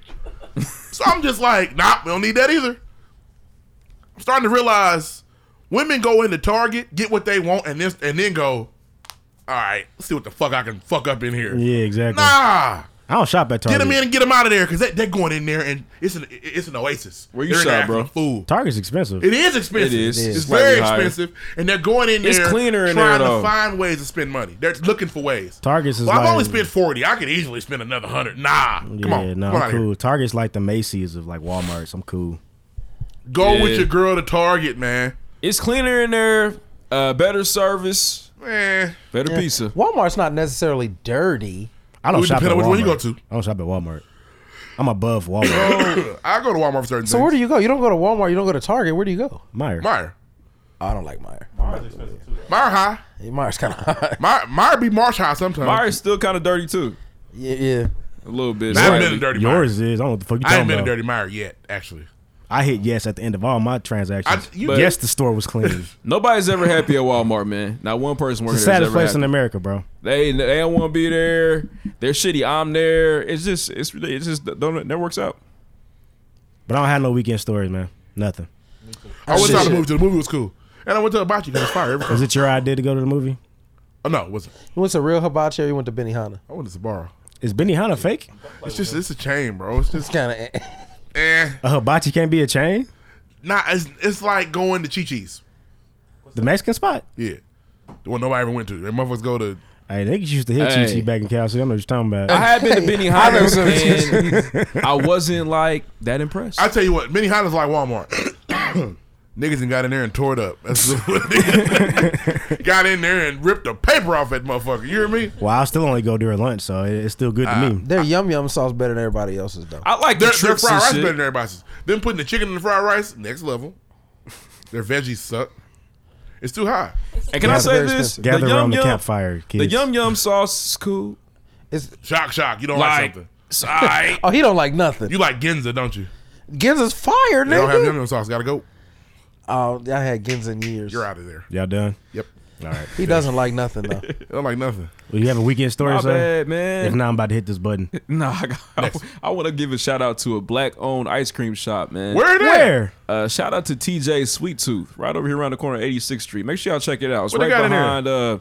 Speaker 5: So I'm just like, nah, we don't need that either. I'm starting to realize women go into Target, get what they want, and this and then go, all right, let's see what the fuck I can fuck up in here.
Speaker 6: Yeah, exactly.
Speaker 5: Nah.
Speaker 6: I don't shop at
Speaker 5: Get them in
Speaker 6: Target.
Speaker 5: and get them out of there because they, they're going in there and it's an it's an oasis.
Speaker 1: Where you
Speaker 5: They're in there
Speaker 1: shop, bro?
Speaker 5: acting a Fool.
Speaker 6: Target's expensive.
Speaker 5: It is expensive.
Speaker 1: It is.
Speaker 5: It's
Speaker 1: Slightly
Speaker 5: very
Speaker 1: higher.
Speaker 5: expensive, and they're going in
Speaker 1: It's
Speaker 5: there
Speaker 1: cleaner in there,
Speaker 5: trying
Speaker 1: though.
Speaker 5: to find ways to spend money. They're looking for ways.
Speaker 6: Target's is
Speaker 5: Well, I've
Speaker 6: like-
Speaker 5: only spent forty. I could easily spend another hundred. Nah, come
Speaker 6: yeah,
Speaker 5: on,
Speaker 6: no,
Speaker 5: come
Speaker 6: I'm
Speaker 5: on
Speaker 6: cool.
Speaker 5: cool.
Speaker 6: Target's like the Macy's of like Walmart's. I'm cool.
Speaker 5: Go
Speaker 1: Yeah.
Speaker 5: with your girl to Target, man.
Speaker 1: It's cleaner in there. Uh, better service.
Speaker 5: Man,
Speaker 1: Better pizza.
Speaker 3: Walmart's not neclarily dirty.
Speaker 6: I don't
Speaker 5: It would
Speaker 6: shop at
Speaker 5: depend on
Speaker 6: Walmart.
Speaker 5: which one you go to.
Speaker 6: I don't shop at Walmart. I'm above Walmart.
Speaker 5: I go to Walmart for certain
Speaker 3: So
Speaker 5: things.
Speaker 3: where do you go? You don't go to Walmart. You don't go to Target. Where do you go?
Speaker 6: Meyer.
Speaker 5: Meyer,
Speaker 3: I don't like Meyer.
Speaker 8: Mine's expensive too.
Speaker 5: Meyer High,
Speaker 3: Meyer's kind of high.
Speaker 5: Meyer, Meyer be Marsh High sometimes.
Speaker 1: Myra's still kind of dirty too.
Speaker 3: yeah, yeah.
Speaker 1: A little bit.
Speaker 5: I haven't been
Speaker 1: slightly.
Speaker 5: in a dirty Meyer.
Speaker 6: Yours is. I don't know what the fuck you
Speaker 5: I
Speaker 6: talking
Speaker 5: ain't been in
Speaker 6: about.
Speaker 5: a dirty Meyer yet, actually.
Speaker 6: I hit yes at the end of all my transactions.
Speaker 5: I- you-
Speaker 1: But-
Speaker 6: yes, the store was clean.
Speaker 1: Nobody's ever happy at Walmart, man. Not one person working
Speaker 6: It's the
Speaker 1: there is
Speaker 6: saddest
Speaker 1: ever
Speaker 6: place
Speaker 1: happy.
Speaker 6: in America, bro.
Speaker 1: They they don't want to be there. They're shitty. I'm there. It's just it's really it's just don't it never works out.
Speaker 6: But I don't have no weekend stories, man. Nothing.
Speaker 5: I went to
Speaker 3: Shit.
Speaker 5: the movie. too. The movie was cool, and I went to hibachi because it's fire every time.
Speaker 6: Was it your idea to go to the movie?
Speaker 5: Oh no, it wasn't.
Speaker 3: What's a real hibachi or you went to Benihana?
Speaker 5: I went to Sabaro.
Speaker 6: Is Benihana fake?
Speaker 5: It's just it's a chain, bro. It's just
Speaker 3: Kind of.
Speaker 5: eh.
Speaker 6: A hibachi can't be a chain?
Speaker 5: Nah, it's it's like going to Chi Chi's.
Speaker 6: The Mexican spot?
Speaker 5: Yeah, the one nobody ever went to. They motherfuckers go to.
Speaker 6: Hey, they used to hit
Speaker 1: Hey.
Speaker 6: Chi Chi back in Cal City. I know what you're talking
Speaker 1: I
Speaker 6: about.
Speaker 1: had been to Benny Hines and I wasn't like that impressed.
Speaker 5: I tell you what, many Honda's like Walmart. Niggas and got in there and tore it up. That's what niggas- got in there and ripped the paper off that motherfucker. You hear me?
Speaker 6: Well, I still only go during lunch, so it- it's still good
Speaker 5: Ah.
Speaker 6: to me.
Speaker 3: Their yum yum sauce better than everybody else's though.
Speaker 1: I like the
Speaker 5: Their, their
Speaker 1: trips
Speaker 5: fried
Speaker 1: and
Speaker 5: rice
Speaker 1: shit.
Speaker 5: better than everybody's. Them putting the chicken in the fried rice, next level. Their veggies suck. It's too high.
Speaker 1: And can I
Speaker 3: Yeah,
Speaker 1: say
Speaker 3: very
Speaker 1: this?
Speaker 3: expensive.
Speaker 6: Gather
Speaker 1: yum
Speaker 6: around the
Speaker 1: yum-
Speaker 6: campfire, kids.
Speaker 1: The yum yum sauce is cool.
Speaker 3: It's
Speaker 5: Shock, shock. You don't like,
Speaker 1: Like,
Speaker 5: something.
Speaker 1: it's all right.
Speaker 3: oh he don't like nothing.
Speaker 5: You like Ginza, don't you?
Speaker 3: Ginza's fire,
Speaker 5: They don't have yum
Speaker 3: nigga.
Speaker 5: yum sauce. Gotta go.
Speaker 3: Oh, I had Ginza in years.
Speaker 5: You're out of there.
Speaker 6: Y'all done?
Speaker 5: Yep.
Speaker 6: All right.
Speaker 3: He doesn't like nothing though.
Speaker 5: They don't like nothing.
Speaker 6: Well, you have a weekend story,
Speaker 1: My
Speaker 6: sir?
Speaker 1: bad, man.
Speaker 6: If not, I'm about to hit this button.
Speaker 1: Nah, I, got- I want to give a shout out to a black owned ice cream shop, man.
Speaker 5: Where it at?
Speaker 6: Where?
Speaker 1: Uh, shout out to TJ Sweet Tooth, right over here around the corner, of 86th Street. Make sure y'all check it out. It's
Speaker 5: What they
Speaker 1: right
Speaker 5: got in there?
Speaker 1: behind. Uh,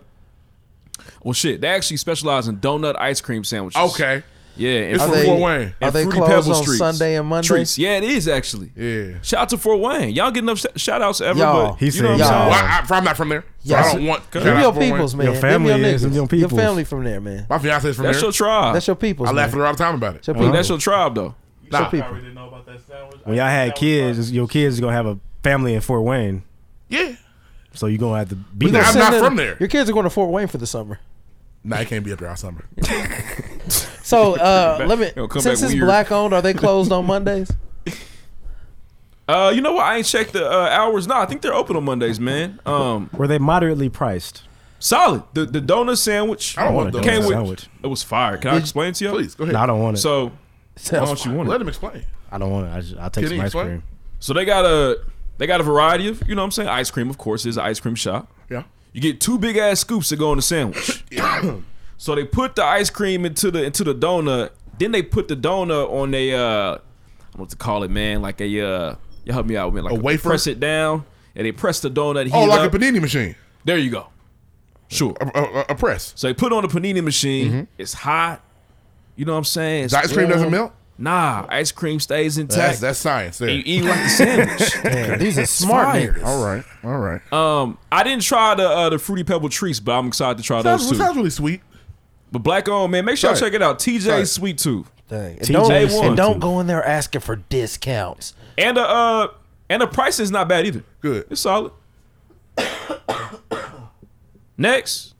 Speaker 1: well, shit, they actually specialize in donut ice cream sandwiches.
Speaker 5: Okay.
Speaker 1: yeah, and
Speaker 5: It's
Speaker 1: fr-
Speaker 5: from
Speaker 3: they-
Speaker 5: Fort Wayne.
Speaker 3: Are
Speaker 1: and
Speaker 3: they
Speaker 1: Fruity
Speaker 3: closed
Speaker 1: Pebble
Speaker 3: on
Speaker 1: Streets.
Speaker 3: Sunday and Monday?
Speaker 1: treats. Yeah, it is actually.
Speaker 5: Yeah.
Speaker 1: Shout out to Fort Wayne. Y'all get enough sh- shout outs to everybody.
Speaker 3: Y'all.
Speaker 6: He
Speaker 1: you know
Speaker 6: said
Speaker 1: what I'm
Speaker 3: y'all.
Speaker 1: saying?
Speaker 5: Well, I, I, I'm not from there. So
Speaker 3: Oh, Yeah,
Speaker 5: I
Speaker 3: I
Speaker 5: don't
Speaker 3: see-
Speaker 5: want. shout
Speaker 3: Them
Speaker 5: out
Speaker 3: your
Speaker 5: Fort Wayne.
Speaker 3: peoples, man.
Speaker 6: Your
Speaker 3: Them
Speaker 6: family
Speaker 3: your
Speaker 6: is, them
Speaker 3: niggas.
Speaker 6: your
Speaker 3: Your
Speaker 6: peoples.
Speaker 3: family from there, man.
Speaker 5: My fiance's from
Speaker 1: That's
Speaker 5: there.
Speaker 1: your tribe.
Speaker 3: That's your peoples.
Speaker 5: I laugh at
Speaker 3: man.
Speaker 5: her all the time about it.
Speaker 3: That's your
Speaker 1: Hey,
Speaker 3: people.
Speaker 1: that's your tribe, though.
Speaker 3: That's
Speaker 5: Nah.
Speaker 3: your people.
Speaker 8: already didn't know about that sandwich.
Speaker 6: When y'all had
Speaker 8: That was
Speaker 6: kids,
Speaker 8: like-
Speaker 6: it's- your kids is going to have a family in Fort Wayne,
Speaker 5: Yeah.
Speaker 6: so you're going to have to
Speaker 3: We
Speaker 6: be
Speaker 5: I'm
Speaker 3: gonna
Speaker 6: there.
Speaker 3: send
Speaker 5: not
Speaker 3: them-
Speaker 5: from there.
Speaker 3: Your kids are going to Fort Wayne for the summer.
Speaker 5: Nah, I can't be up there all summer.
Speaker 3: So uh, let
Speaker 1: It'll
Speaker 3: me.
Speaker 1: come
Speaker 3: Since
Speaker 1: back
Speaker 3: it's
Speaker 1: weird.
Speaker 3: black owned, are they closed on Mondays?
Speaker 1: Uh, you know what? I ain't checked the uh, hours. Nah, I think they're open on Mondays, man. Um,
Speaker 6: Were they moderately priced?
Speaker 1: solid. The the donut sandwich.
Speaker 5: I don't
Speaker 6: want
Speaker 5: want
Speaker 6: a
Speaker 5: those.
Speaker 6: donut
Speaker 1: Came with-
Speaker 6: sandwich.
Speaker 1: It was fire. Can I explain it to you?
Speaker 5: Please go ahead.
Speaker 6: No, I don't want it.
Speaker 1: So why
Speaker 3: Sounds
Speaker 1: don't you want it?
Speaker 5: Let him explain.
Speaker 6: I don't want it. I just, I'll take
Speaker 5: Can
Speaker 6: some
Speaker 5: he
Speaker 6: ice
Speaker 5: explain?
Speaker 6: cream.
Speaker 1: So they got a they got a variety of you know what I'm saying ice cream. Of course, is an ice cream shop.
Speaker 5: Yeah.
Speaker 1: You get two big ass scoops that go on the sandwich. so they put the ice cream into the into the donut. Then they put the donut on a uh, I don't know what to call it, man. Like a uh, you help me out with me. Like
Speaker 5: A wafer?
Speaker 1: Press it down, and they press the donut.
Speaker 5: Oh,
Speaker 1: heat
Speaker 5: like
Speaker 1: up.
Speaker 5: a panini machine.
Speaker 1: There you go. Sure.
Speaker 5: A, a, a press.
Speaker 1: So they put on the panini machine. It's hot. You know what I'm saying? It's
Speaker 5: The ice cream
Speaker 1: warm.
Speaker 5: doesn't melt.
Speaker 1: Nah, ice cream stays
Speaker 5: That's
Speaker 1: intact.
Speaker 5: that's science. There.
Speaker 1: you eat like a sandwich.
Speaker 3: like- These are smart
Speaker 1: fire.
Speaker 3: niggas.
Speaker 5: all right. All right.
Speaker 1: um, I didn't try the uh, the fruity pebble treats, but I'm excited to try
Speaker 5: sounds,
Speaker 1: those too.
Speaker 5: sounds really sweet.
Speaker 1: But black on man, make sure y'all
Speaker 5: Sorry.
Speaker 1: check it out. TJ
Speaker 5: Sorry.
Speaker 1: Sweet Tooth
Speaker 3: Dang. And
Speaker 6: TJ
Speaker 3: don't,
Speaker 1: Sweet
Speaker 3: and
Speaker 6: Tooth.
Speaker 3: don't go in there asking for discounts.
Speaker 1: and the uh and the price is not bad either.
Speaker 5: Good.
Speaker 1: It's solid. Next,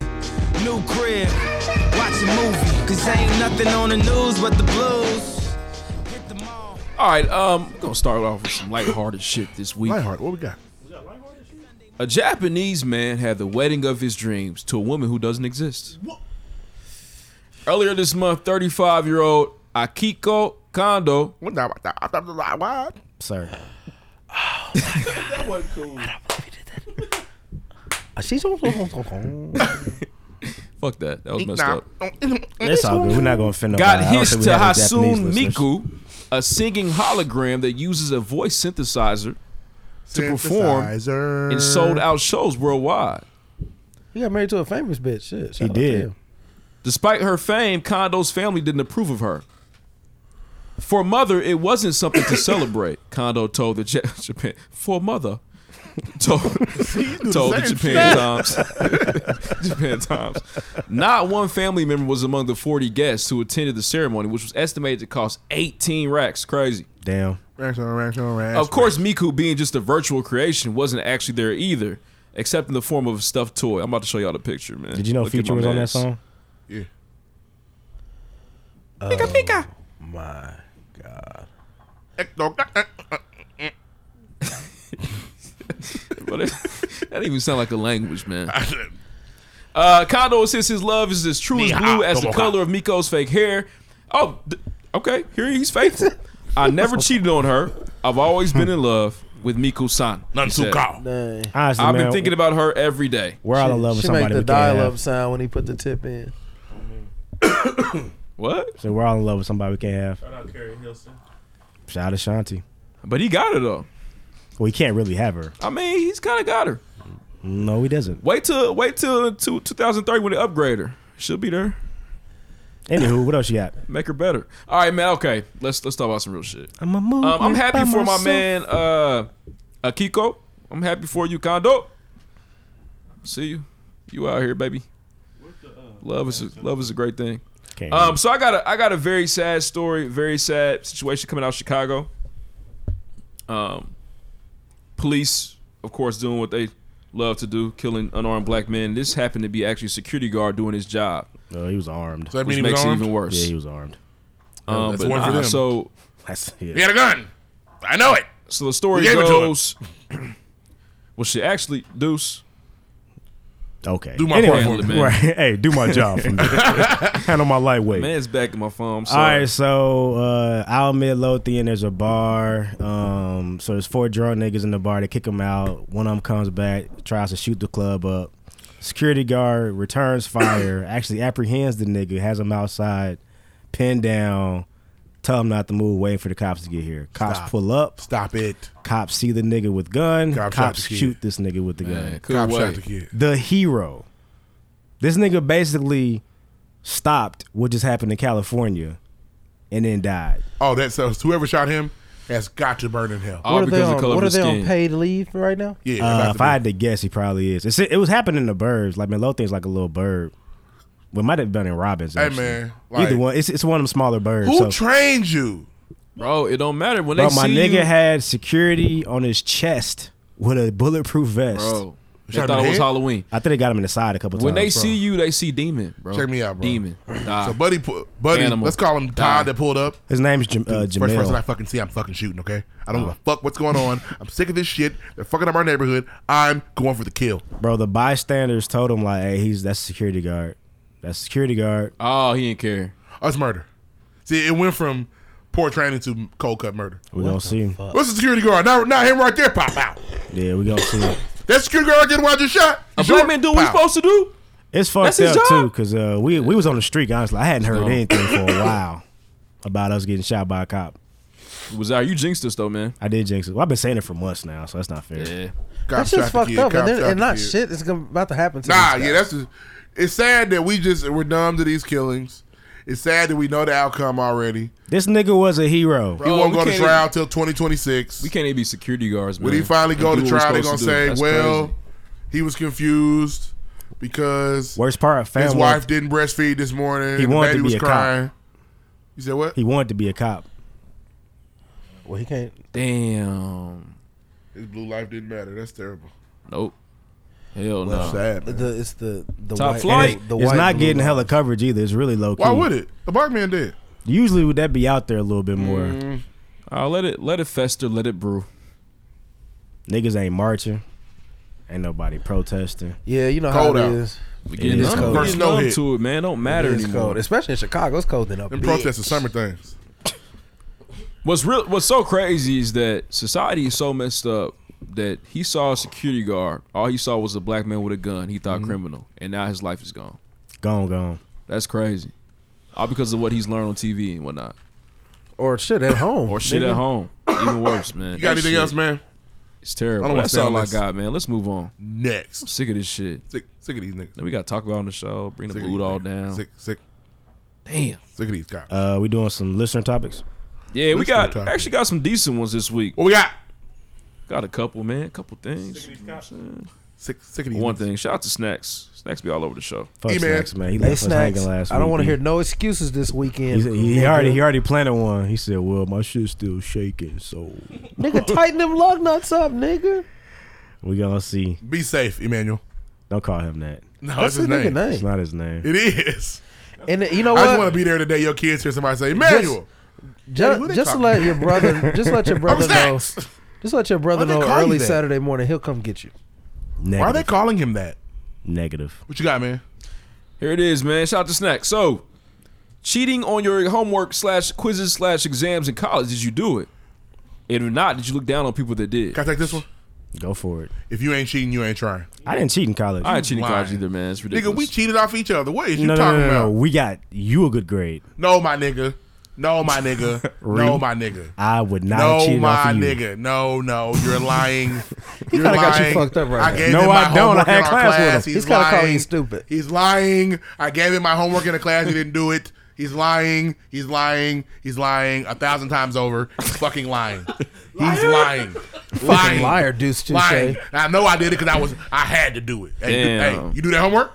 Speaker 4: New crib, watch a movie. Cause ain't nothing on the news but the blues. Hit them all.
Speaker 1: all right, um, we're gonna start off with some lighthearted shit this week.
Speaker 5: Lightheart, what we got?
Speaker 1: A Japanese man had the wedding of his dreams to a woman who doesn't exist. Earlier this month, 35 year old Akiko Kondo.
Speaker 5: What now? I thought- I thought- I thought-
Speaker 6: Sir.
Speaker 3: Uh, She's That's
Speaker 1: Fuck that. That was messed
Speaker 5: nah.
Speaker 1: up.
Speaker 6: It's all good. We're not going to offend nobody.
Speaker 1: Got
Speaker 6: I don't
Speaker 1: his
Speaker 6: think we
Speaker 1: to
Speaker 6: have any Japanese
Speaker 1: Hasun
Speaker 6: listeners.
Speaker 1: Miku, a singing hologram that uses a voice synthesizer to perform
Speaker 5: Synthesizer.
Speaker 1: and sold out shows worldwide.
Speaker 3: He got married to a famous bitch. Shit. shout
Speaker 6: He
Speaker 3: out to
Speaker 6: did.
Speaker 3: him.
Speaker 1: Despite her fame, Kondo's family didn't approve of her. For mother, it wasn't something to celebrate. Kondo told the Ja- Japan for mother told, told the
Speaker 5: same
Speaker 1: Japan Times. Japan Times. Not one family member was among the 40 guests who attended the ceremony, which was estimated to cost 18 racks. Crazy.
Speaker 6: Damn.
Speaker 5: Ranch on ranch on ranch.
Speaker 1: Of course, Miku, being just a virtual creation, wasn't actually there either, except in the form of a stuffed toy. I'm about to show y'all the picture, man.
Speaker 6: Did you know
Speaker 1: Look at
Speaker 6: Future
Speaker 1: my
Speaker 6: was on that
Speaker 1: mans.
Speaker 6: song?
Speaker 5: Yeah. Oh
Speaker 3: My.
Speaker 1: But it- that didn't even sound like a language, man. Uh, Kondo says his love is as true as blue as the color of Miko's fake hair. Oh, th- okay. Here he's faithful. I never cheated on her. I've always been in love with Miku San.
Speaker 5: None too cow.
Speaker 9: Dang.
Speaker 6: Honestly,
Speaker 1: I've
Speaker 6: man,
Speaker 1: been thinking about her every day.
Speaker 6: we're out of love with
Speaker 9: she make
Speaker 6: somebody.
Speaker 9: the
Speaker 6: we can't
Speaker 9: dial up
Speaker 6: have.
Speaker 9: sound when he put the tip in.
Speaker 1: What?
Speaker 6: So we're all in love with somebody we can't have.
Speaker 8: Shout out Carrie Hilson.
Speaker 6: Shout out to Shanti.
Speaker 1: But he got her though.
Speaker 6: Well, he can't really have her.
Speaker 1: I mean, he's kind of got her.
Speaker 6: No, he doesn't.
Speaker 1: Wait till wait till two, 2030 when they upgrade her. She'll be there.
Speaker 6: Anywho, what else you got?
Speaker 1: Make her better. All right, man. Okay, let's let's talk about some real shit.
Speaker 6: I'm a movie.
Speaker 1: Um, I'm happy for my man uh, Akiko. I'm happy for you, Kondo. See you. You out here, baby. Love is a, love is a great thing. Um, so I got a I got a very sad story, very sad situation coming out of Chicago. Um, police, of course, doing what they love to do, killing unarmed black men. This happened to be actually a security guard doing his job,
Speaker 6: Oh, he was armed.
Speaker 5: So that
Speaker 1: which
Speaker 5: means he Uh,
Speaker 1: makes
Speaker 5: was
Speaker 1: it
Speaker 5: armed?
Speaker 1: even worse.
Speaker 6: Yeah, he was armed.
Speaker 1: um,
Speaker 5: That's
Speaker 1: but
Speaker 5: one for
Speaker 1: nah,
Speaker 5: them.
Speaker 1: So
Speaker 6: That's yeah.
Speaker 5: He had a gun. I know it.
Speaker 1: so the story
Speaker 5: We gave it to him.
Speaker 1: goes. well, shit, actually, Deuce.
Speaker 6: Okay.
Speaker 5: Do my part for
Speaker 1: me, man.
Speaker 6: Right. Hey, do my job for me. Handle my lightweight.
Speaker 1: Man's back in my phone. I'm
Speaker 6: All
Speaker 1: sorry.
Speaker 6: right, so uh, out Midlothian, there's a bar. Um, so there's four drunk niggas in the bar. They kick them out. One of them comes back, tries to shoot the club up. Security guard returns fire. actually apprehends the nigga, has him outside, pinned down. Tell him not to move. Wait for the cops to get here. Cops
Speaker 5: Stop.
Speaker 6: pull up.
Speaker 5: Stop it.
Speaker 6: Cops see the nigga with gun.
Speaker 5: Cop
Speaker 6: Cops,
Speaker 5: shot the kid.
Speaker 6: shoot this nigga with the gun
Speaker 1: Man, could
Speaker 5: Cop
Speaker 1: wait.
Speaker 5: shot the kid.
Speaker 6: the hero. This nigga basically stopped what just happened in California and then died.
Speaker 5: Oh, that sounds. Whoever shot him has got to burn in hell.
Speaker 1: All
Speaker 9: what are they
Speaker 1: because of
Speaker 9: on?
Speaker 1: the color
Speaker 9: What are
Speaker 1: of his
Speaker 9: they
Speaker 1: skin.
Speaker 9: on paid leave right now?
Speaker 5: yeah.
Speaker 6: Uh,
Speaker 5: got to
Speaker 6: if
Speaker 5: be.
Speaker 6: I had to guess, he probably is. It's, it was happening in the birds. Like Midlothian's like a little bird. Well, it might have been in Robbins.
Speaker 5: Hey,
Speaker 6: actually.
Speaker 5: man, like-
Speaker 6: Either one. It's, it's one of them smaller birds.
Speaker 5: Who
Speaker 6: so-
Speaker 5: trained you?
Speaker 1: Bro, it don't matter when
Speaker 6: bro,
Speaker 1: they
Speaker 6: my
Speaker 1: see
Speaker 6: nigga
Speaker 1: you.
Speaker 6: had security on his chest with a bulletproof vest.
Speaker 1: bro, they
Speaker 5: Shot him
Speaker 1: thought
Speaker 5: in
Speaker 1: it
Speaker 5: the
Speaker 1: was
Speaker 5: head?
Speaker 1: Halloween.
Speaker 6: I think they got him in the side a couple
Speaker 1: When
Speaker 6: times.
Speaker 1: they
Speaker 6: bro.
Speaker 1: see you, they see demon, bro.
Speaker 5: Check me out, bro.
Speaker 1: Demon. Nah.
Speaker 5: So buddy, pu- buddy,
Speaker 1: Ah. Animal.
Speaker 5: let's call him Todd
Speaker 1: Die.
Speaker 5: that pulled up.
Speaker 6: his name's Jam- uh,
Speaker 5: First person I
Speaker 6: Jamel.
Speaker 5: fucking see, I'm fucking shooting. Okay, I
Speaker 1: Oh.
Speaker 5: don't give a fuck what's going on. I'm sick of this shit. They're fucking up our neighborhood. I'm going for the kill.
Speaker 6: Bro, the bystanders told him like, "Hey, he's that's security guard. That's security guard."
Speaker 1: oh, he didn't care.
Speaker 5: Us murder. See, it went from poor training to cold cut murder.
Speaker 1: Oh.
Speaker 6: We gonna see.
Speaker 5: What's the security guard? Now, now him right there. Pop out.
Speaker 6: Yeah, we gonna see.
Speaker 5: That security guard did what I just shot.
Speaker 1: A black man do what he's supposed to do?
Speaker 6: It's
Speaker 1: That's
Speaker 6: fucked
Speaker 1: his
Speaker 6: up too,
Speaker 1: job.
Speaker 6: cause uh, we we was on the street. Honestly, I hadn't heard
Speaker 1: No.
Speaker 6: anything for a while about us getting shot by a cop.
Speaker 1: Was out. You jinxed us, though, man.
Speaker 6: I did jinx it. Well, I've been saying it for months now, so that's not fair.
Speaker 1: Yeah.
Speaker 9: That's
Speaker 5: That's
Speaker 9: just fucked up, and, then- and not shit is gonna, about to happen to
Speaker 5: Nah,
Speaker 9: these
Speaker 5: yeah,
Speaker 9: guys.
Speaker 5: that's just, it's sad that we just we're numb to these killings. It's sad that we know the outcome already.
Speaker 6: This nigga was a hero.
Speaker 5: He
Speaker 1: Bro,
Speaker 5: won't
Speaker 1: we
Speaker 5: go to
Speaker 1: can't
Speaker 5: trial till 2026.
Speaker 1: We can't even be security guards, man.
Speaker 5: When he finally
Speaker 1: And
Speaker 5: go
Speaker 1: do
Speaker 5: to
Speaker 1: what we're
Speaker 5: trial, they're gonna
Speaker 1: supposed to do.
Speaker 5: say,
Speaker 1: That's
Speaker 5: "Well,
Speaker 1: crazy.
Speaker 5: he was confused because
Speaker 6: Worst part,
Speaker 5: his
Speaker 6: family.
Speaker 5: wife didn't breastfeed this morning.
Speaker 6: He
Speaker 5: and the
Speaker 6: wanted to
Speaker 5: baby
Speaker 6: be
Speaker 5: was
Speaker 6: a cop.
Speaker 5: crying." You said what?
Speaker 6: He wanted to be a cop.
Speaker 9: Well, he can't.
Speaker 1: damn.
Speaker 5: His blue life didn't matter. That's terrible.
Speaker 1: Nope. Hell no.
Speaker 5: That's sad. man.
Speaker 9: The, it's the the
Speaker 1: Top
Speaker 9: white,
Speaker 1: flight.
Speaker 9: The,
Speaker 6: It's
Speaker 9: white
Speaker 6: not getting
Speaker 9: blue
Speaker 6: hella
Speaker 9: line.
Speaker 6: coverage either. It's really low key.
Speaker 5: Why would it? The black man did.
Speaker 6: Usually would that be out there a little bit more?
Speaker 1: Uh, let it let it fester, let it brew.
Speaker 6: Niggas ain't marching. Ain't nobody protesting.
Speaker 9: Yeah, you know
Speaker 5: Cold
Speaker 9: how it
Speaker 5: out.
Speaker 9: is.
Speaker 1: We
Speaker 6: is
Speaker 1: getting numb-
Speaker 9: cold.
Speaker 1: we
Speaker 5: First
Speaker 1: getting
Speaker 5: snow
Speaker 1: numb
Speaker 5: hit.
Speaker 1: to it, man. Don't matter
Speaker 9: It's
Speaker 1: anymore.
Speaker 9: cold, especially in Chicago. It's cold than up.
Speaker 5: Them
Speaker 9: bitch.
Speaker 5: protests are summer things.
Speaker 1: What's real? What's so crazy is that society is so messed up that he saw a security guard. All he saw was a black man with a gun. He
Speaker 9: Mm-hmm.
Speaker 1: thought criminal, and now his life is gone.
Speaker 6: Gone, gone.
Speaker 1: That's crazy. All because of what he's learned on TV and whatnot,
Speaker 9: or shit at home.
Speaker 1: or shit
Speaker 9: nigga.
Speaker 1: at home. Even worse, man.
Speaker 5: You got
Speaker 1: That
Speaker 5: anything
Speaker 1: shit
Speaker 5: else, man?
Speaker 1: It's terrible.
Speaker 5: I don't wanna
Speaker 1: That's
Speaker 5: stay on
Speaker 1: all I
Speaker 5: this.
Speaker 1: got, man. Let's move on.
Speaker 5: Next.
Speaker 1: Sick of this shit.
Speaker 5: Sick, sick of these niggas.
Speaker 1: Then we got to talk about on the show. Bring the
Speaker 5: Sick of
Speaker 1: mood
Speaker 5: these
Speaker 1: all
Speaker 5: niggas.
Speaker 1: down.
Speaker 5: Sick, sick,
Speaker 1: Damn.
Speaker 5: sick of these cops.
Speaker 6: Uh, we doing some listener topics.
Speaker 1: Yeah, we
Speaker 5: Let's not
Speaker 1: got
Speaker 5: talk.
Speaker 1: actually got some decent ones this week.
Speaker 5: what we got?
Speaker 1: Got a couple, man. Couple things.
Speaker 5: Sick, sick of these.
Speaker 1: One
Speaker 5: niggas.
Speaker 1: thing. Shout out to Snacks. Snacks be all over the show.
Speaker 6: Fuck
Speaker 5: Hey, man.
Speaker 6: snacks, man. He left
Speaker 9: Hey,
Speaker 6: us
Speaker 9: snacks.
Speaker 6: hanging last
Speaker 9: I don't
Speaker 6: week,
Speaker 9: want to
Speaker 6: dude.
Speaker 9: hear no excuses this weekend.
Speaker 6: He's- he, he already he already planted one. He said, "Well, my shit's still shaking, so
Speaker 9: nigga, tighten them lug nuts up,
Speaker 5: Oh,
Speaker 9: nigga.
Speaker 6: we gonna see."
Speaker 5: Be safe, Emmanuel.
Speaker 6: Don't call him that.
Speaker 5: No,
Speaker 9: That's
Speaker 5: that's,
Speaker 9: the
Speaker 5: his name.
Speaker 9: nigga
Speaker 6: It's
Speaker 9: name.
Speaker 6: not his name.
Speaker 5: It is.
Speaker 9: And uh, you know
Speaker 5: I just want
Speaker 9: what?
Speaker 5: to be there today. Your kids hear somebody say, "Emmanuel."
Speaker 9: Ju-
Speaker 5: who they
Speaker 9: Just, to
Speaker 5: talking
Speaker 9: let your brother, just let your brother know.
Speaker 5: Snacks.
Speaker 9: Just let your brother
Speaker 5: Why'd they
Speaker 9: know
Speaker 5: call you
Speaker 9: early
Speaker 5: that?
Speaker 9: Saturday morning. He'll come get you.
Speaker 6: Negative.
Speaker 5: Why are they calling him that?
Speaker 6: Negative.
Speaker 5: What you got, man?
Speaker 1: Here it is, man. Shout out to Snack. So, cheating on your homework slash quizzes slash exams in college, did you do it? And if not, did you look down on people that did?
Speaker 5: Can I take this one?
Speaker 6: Go for it.
Speaker 5: If you ain't cheating, you ain't trying.
Speaker 6: I didn't cheat in college.
Speaker 1: I ain't cheating in college
Speaker 5: lying.
Speaker 1: either, man. It's ridiculous.
Speaker 5: Nigga, we cheated off each other. What is you
Speaker 6: no, no,
Speaker 5: talking
Speaker 6: no, no, no.
Speaker 5: about?
Speaker 6: We got you a good grade.
Speaker 5: No, my nigga. No, my nigga. no,
Speaker 6: Really?
Speaker 5: my nigga.
Speaker 6: I would not have
Speaker 5: No,
Speaker 6: cheated off
Speaker 5: my
Speaker 6: of you.
Speaker 5: nigga. No, no. You're lying. You're
Speaker 9: kinda got you
Speaker 5: lying.
Speaker 9: fucked up right
Speaker 5: I
Speaker 9: now.
Speaker 5: gave
Speaker 6: No,
Speaker 5: him my
Speaker 6: I don't. I
Speaker 5: homework
Speaker 6: had
Speaker 5: in our
Speaker 6: class with him.
Speaker 5: class.
Speaker 9: He's
Speaker 5: kind
Speaker 9: kinda
Speaker 5: of
Speaker 9: calling you stupid.
Speaker 5: He's lying. I gave him my homework in a class. He didn't do it. He's lying. He's lying. He's lying a thousand times over. He's fucking lying. He's lying. lying.
Speaker 9: liar, Deuce Touche.
Speaker 5: Lying. I know I did it because I was. I had to do it. Hey, you-
Speaker 1: Damn.
Speaker 5: hey, you do that homework?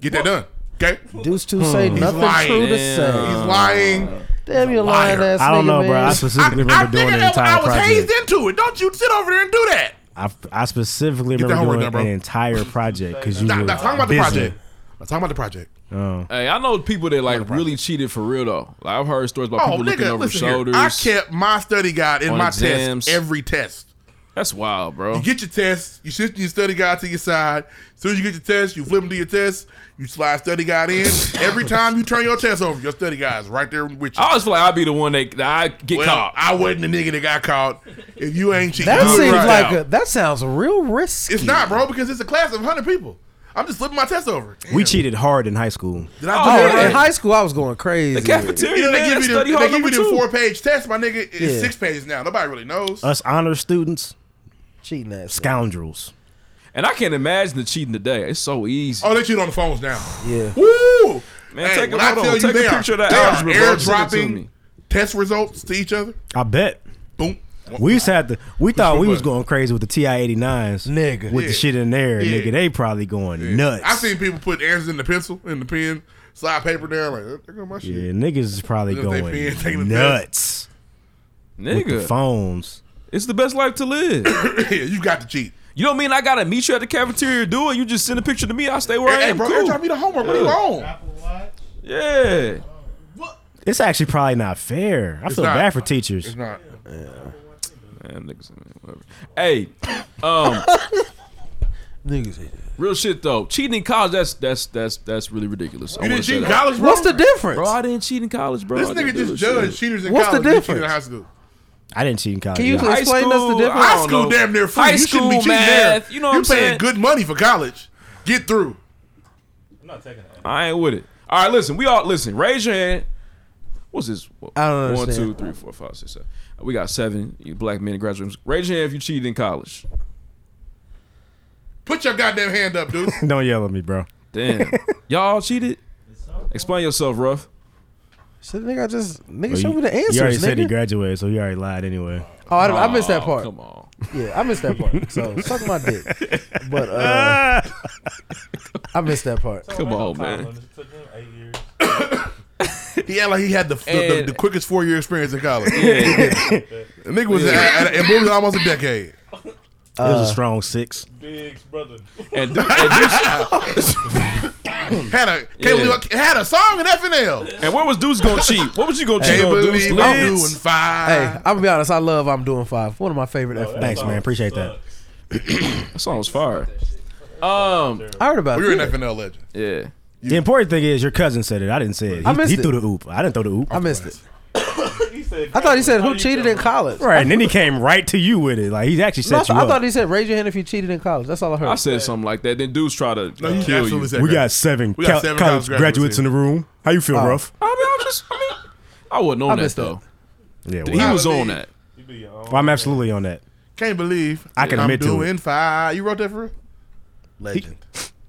Speaker 5: Get that done. Okay.
Speaker 9: Deuce Touche, say nothing
Speaker 5: Hmm. lying.
Speaker 9: true to
Speaker 1: Damn.
Speaker 5: He's
Speaker 9: say.
Speaker 5: lying.
Speaker 9: Damn, you
Speaker 5: liar.
Speaker 9: lying ass
Speaker 6: I don't
Speaker 9: nigga,
Speaker 6: know, bro. I
Speaker 9: man.
Speaker 5: I,
Speaker 6: specifically
Speaker 5: I
Speaker 6: remember
Speaker 5: think
Speaker 6: doing an
Speaker 5: I, I
Speaker 6: entire
Speaker 5: was hazed
Speaker 6: project.
Speaker 5: into it. Don't you sit over there and do that.
Speaker 6: I, I specifically
Speaker 5: Get the
Speaker 6: remember
Speaker 5: homework
Speaker 6: doing
Speaker 5: done, bro.
Speaker 6: an entire project because you
Speaker 5: Nah,
Speaker 6: were
Speaker 5: nah, talking about the
Speaker 6: busy.
Speaker 5: project. Not talking about the project.
Speaker 6: Oh.
Speaker 1: Hey, I know people that like really cheated for real though. Like I've heard stories about
Speaker 5: Oh,
Speaker 1: people looking
Speaker 5: nigga,
Speaker 1: over
Speaker 5: listen
Speaker 1: shoulders.
Speaker 5: here. I kept my study guide in
Speaker 1: On
Speaker 5: my
Speaker 1: exams.
Speaker 5: test every test.
Speaker 1: That's wild, bro.
Speaker 5: You get your test, you shift your study guide to your side. As soon as you get your test, you flip them to your test, you slide study guide in. every time you turn your test over, your study guide's right there with you.
Speaker 1: I always feel like I'd be the one that, that I get
Speaker 5: well,
Speaker 1: Oh, caught.
Speaker 5: I wasn't the nigga that got caught. If you ain't cheating,
Speaker 9: That
Speaker 5: you
Speaker 9: seems
Speaker 5: right
Speaker 9: like
Speaker 5: out.
Speaker 9: a, that sounds real risky.
Speaker 5: it's not, bro, because it's a class of hundred people. I'm just flipping my test over.
Speaker 6: We cheated hard in high school.
Speaker 5: Did I do
Speaker 9: Oh,
Speaker 5: that?
Speaker 1: Yeah.
Speaker 9: in high school, I was going crazy.
Speaker 1: The cafeteria,
Speaker 5: You know, they
Speaker 1: man,
Speaker 5: give you the,
Speaker 1: study
Speaker 5: they
Speaker 1: hall
Speaker 5: give you
Speaker 1: number
Speaker 5: the
Speaker 1: two.
Speaker 5: four page test, my nigga. It's
Speaker 9: Yeah.
Speaker 5: six pages now. Nobody really knows.
Speaker 6: Us honor students,
Speaker 9: Cheating ass.
Speaker 6: scoundrels.
Speaker 1: and I can't imagine the cheating today. It's so easy.
Speaker 5: oh, they cheat on the phones now.
Speaker 9: Yeah.
Speaker 5: Woo!
Speaker 1: Man,
Speaker 5: Hey,
Speaker 1: take a,
Speaker 5: when I
Speaker 1: hold
Speaker 5: tell
Speaker 1: on,
Speaker 5: you
Speaker 1: take
Speaker 5: they
Speaker 1: a
Speaker 5: are-
Speaker 1: picture of that
Speaker 5: they are
Speaker 1: algebra, bro. Send it to
Speaker 5: airdropping.
Speaker 1: me.
Speaker 5: Test results to each other.
Speaker 6: I bet.
Speaker 5: Boom.
Speaker 6: We used to have to. We thought
Speaker 5: one
Speaker 6: we
Speaker 5: was
Speaker 6: was
Speaker 5: it?
Speaker 6: going crazy with the Ti 89s,
Speaker 9: Nigga.
Speaker 6: with the
Speaker 5: Yeah.
Speaker 6: shit in there,
Speaker 5: Yeah.
Speaker 6: nigga. They probably going nuts.
Speaker 5: I've seen people put answers in the pencil, in the pen, slide paper down. Like, there go my shit.
Speaker 6: Yeah, niggas is probably
Speaker 5: Look at they being taking the
Speaker 6: going nuts. With the
Speaker 1: Nigga,
Speaker 6: phones.
Speaker 1: it's the best life to live.
Speaker 5: Yeah, you got to cheat.
Speaker 1: you don't mean I gotta meet you at the cafeteria or do it. You just send a picture to me. I stay where I
Speaker 5: Hey,
Speaker 1: am.
Speaker 5: bro,
Speaker 1: cool.
Speaker 5: every time you the homework, what are you on?
Speaker 1: yeah.
Speaker 6: It's actually probably not fair. I feel
Speaker 5: not.
Speaker 6: bad for teachers.
Speaker 5: It's not.
Speaker 1: Man, niggas, man, whatever. Hey,
Speaker 9: Niggas hate it.
Speaker 1: real shit though. Cheating in college, that's that's that's that's really ridiculous. I
Speaker 5: You
Speaker 1: wanna
Speaker 5: didn't
Speaker 1: say
Speaker 5: cheat in
Speaker 1: that.
Speaker 5: college, bro?
Speaker 9: What's the difference?
Speaker 1: Bro, I didn't cheat in college, bro.
Speaker 5: This
Speaker 1: I didn't
Speaker 5: nigga
Speaker 1: do
Speaker 5: just
Speaker 1: this shit.
Speaker 5: judged cheaters in
Speaker 9: What's the
Speaker 5: college. They cheated in
Speaker 9: difference?
Speaker 5: high school.
Speaker 6: I didn't cheat in college.
Speaker 9: Can you
Speaker 6: either.
Speaker 1: High
Speaker 9: Explain us the
Speaker 1: school,
Speaker 9: difference.
Speaker 1: I
Speaker 5: High
Speaker 1: don't
Speaker 5: school,
Speaker 1: know.
Speaker 5: damn near free.
Speaker 1: High
Speaker 5: you
Speaker 1: school
Speaker 5: shouldn't be cheating
Speaker 1: math.
Speaker 5: there.
Speaker 1: You know what
Speaker 5: You're
Speaker 1: I'm
Speaker 5: paying
Speaker 1: saying?
Speaker 5: good money for college. Get through.
Speaker 1: I ain't with it. All right, listen. We all listen. Raise your hand. What's this?
Speaker 9: I don't
Speaker 1: One,
Speaker 9: understand.
Speaker 1: two, three, four, five, six, seven. We got seven you black men in graduating. Raise your hand if you cheated in college.
Speaker 5: Put your goddamn hand up, dude.
Speaker 6: Don't yell at me, bro.
Speaker 1: Damn, y'all cheated. Explain yourself, rough.
Speaker 9: Shit, nigga, I just nigga,
Speaker 6: Well,
Speaker 9: show me the
Speaker 6: you, you already
Speaker 9: answers,
Speaker 6: said he
Speaker 9: nigga.
Speaker 6: graduated, so you already lied anyway.
Speaker 9: oh, I, I missed that part.
Speaker 1: Come on.
Speaker 9: Yeah, I missed that part. So suck my dick. But uh, I missed that part.
Speaker 1: Come on, man.
Speaker 5: He act like he had the the, the,
Speaker 1: And-
Speaker 5: the quickest four year experience in college.
Speaker 1: Yeah.
Speaker 5: The nigga was at, at, at movies almost a decade.
Speaker 6: it
Speaker 9: Uh,
Speaker 6: was a strong six.
Speaker 8: Big's brother.
Speaker 1: and, Du- and, Deuce,
Speaker 5: Had a can't
Speaker 1: Yeah.
Speaker 5: believe I- had a song in FNL.
Speaker 1: and where was Deuce gonna cheat? What was you gonna cheat
Speaker 5: Can't
Speaker 1: on, Deuce?
Speaker 5: believe I'm doing
Speaker 1: Lids?
Speaker 9: Hey,
Speaker 5: five.
Speaker 9: I'm gonna be honest. I love I'm doing five. One of my favorite. F-
Speaker 6: Thanks, man. Appreciate that.
Speaker 1: That song was fire. Um,
Speaker 9: I heard about
Speaker 5: we were
Speaker 9: it.
Speaker 5: Oh, an FNL legend.
Speaker 1: yeah.
Speaker 6: The important thing is your cousin said it. I didn't say it. He,
Speaker 9: I missed
Speaker 6: he
Speaker 9: it.
Speaker 6: threw the oop. I didn't throw the oop.
Speaker 9: I missed it. I thought he said who cheated in college.
Speaker 6: Right, and then he came right to you with it. Like he's actually
Speaker 9: No, I,
Speaker 6: set
Speaker 9: th-
Speaker 6: you
Speaker 9: I thought
Speaker 6: up.
Speaker 9: he said raise your hand if you cheated in college. That's all I heard.
Speaker 1: I said something like that. Then Deuce tried to
Speaker 5: No, you
Speaker 1: kill you.
Speaker 5: absolutely said
Speaker 6: we
Speaker 5: that.
Speaker 6: got seven,
Speaker 5: We got
Speaker 6: col-
Speaker 5: seven
Speaker 6: college
Speaker 5: college
Speaker 6: graduates
Speaker 5: graduates
Speaker 6: in the room. How you feel,
Speaker 9: Oh.
Speaker 6: Ruff?
Speaker 1: I mean, I just, I mean, I wasn't on that
Speaker 9: missed
Speaker 1: though.
Speaker 6: Yeah,
Speaker 1: He
Speaker 6: well,
Speaker 1: was on that.
Speaker 6: well, I'm absolutely on that.
Speaker 5: Can't believe
Speaker 6: I can
Speaker 5: I'm
Speaker 6: admit to
Speaker 5: doing five. You wrote that for real?
Speaker 9: Legend.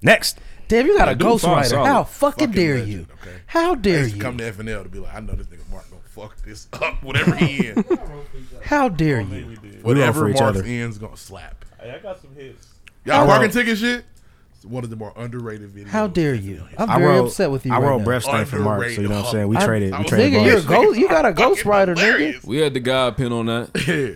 Speaker 6: Next,
Speaker 9: Damn, you got a
Speaker 1: dude, fine,
Speaker 9: ghostwriter.
Speaker 1: solid.
Speaker 9: How fucking,
Speaker 5: Fucking
Speaker 9: dare
Speaker 5: legend,
Speaker 9: you?
Speaker 5: okay.
Speaker 9: How
Speaker 5: I
Speaker 9: dare
Speaker 5: used to come
Speaker 9: you?
Speaker 5: to FNL to be like, I know this nigga Mark gonna fuck this up. Whatever he in,
Speaker 9: How dare you?
Speaker 5: whatever
Speaker 6: for each
Speaker 5: Mark's
Speaker 6: other.
Speaker 5: in's gonna slap.
Speaker 8: Hey, I got some hits.
Speaker 5: Y'all
Speaker 6: I
Speaker 5: parking
Speaker 6: wrote-
Speaker 5: ticket shit. It's one of the more underrated videos.
Speaker 9: How dare you? I'm
Speaker 6: I
Speaker 9: very
Speaker 6: wrote.
Speaker 9: upset with you.
Speaker 6: I
Speaker 9: right
Speaker 6: wrote
Speaker 9: now.
Speaker 6: breath stank for Mark, so you know what I'm saying. We
Speaker 9: I-
Speaker 6: traded.
Speaker 5: I
Speaker 6: We
Speaker 5: was
Speaker 6: traded.
Speaker 9: Nigga, you're a
Speaker 6: bars.
Speaker 9: ghost. You got a ghostwriter, nigga.
Speaker 5: Hilarious.
Speaker 1: We had the guy pin on that.
Speaker 5: Yeah.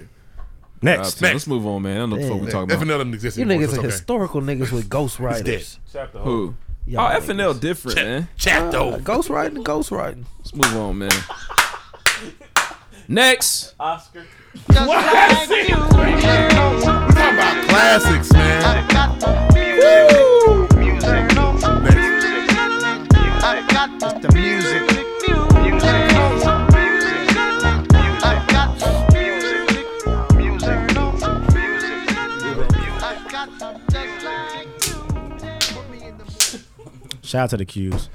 Speaker 6: Next,
Speaker 1: Alright, let's move on, man. I don't know what the fuck we talking
Speaker 5: FNL
Speaker 1: about.
Speaker 5: doesn't exist
Speaker 9: You niggas
Speaker 5: anymore.
Speaker 9: are
Speaker 5: so it's okay.
Speaker 9: historical niggas with
Speaker 5: dead.
Speaker 9: ghostwriters.
Speaker 8: Chapter whole.
Speaker 1: Who? Oh,
Speaker 9: Y'all
Speaker 1: FNL different, man.
Speaker 5: Chat though.
Speaker 9: Ghostwriting, ghostwriting.
Speaker 1: Let's move on, man. Next,
Speaker 8: Oscar.
Speaker 5: We're talking about classics, man.
Speaker 10: Music. I got the music.
Speaker 6: Shout out to the Q's.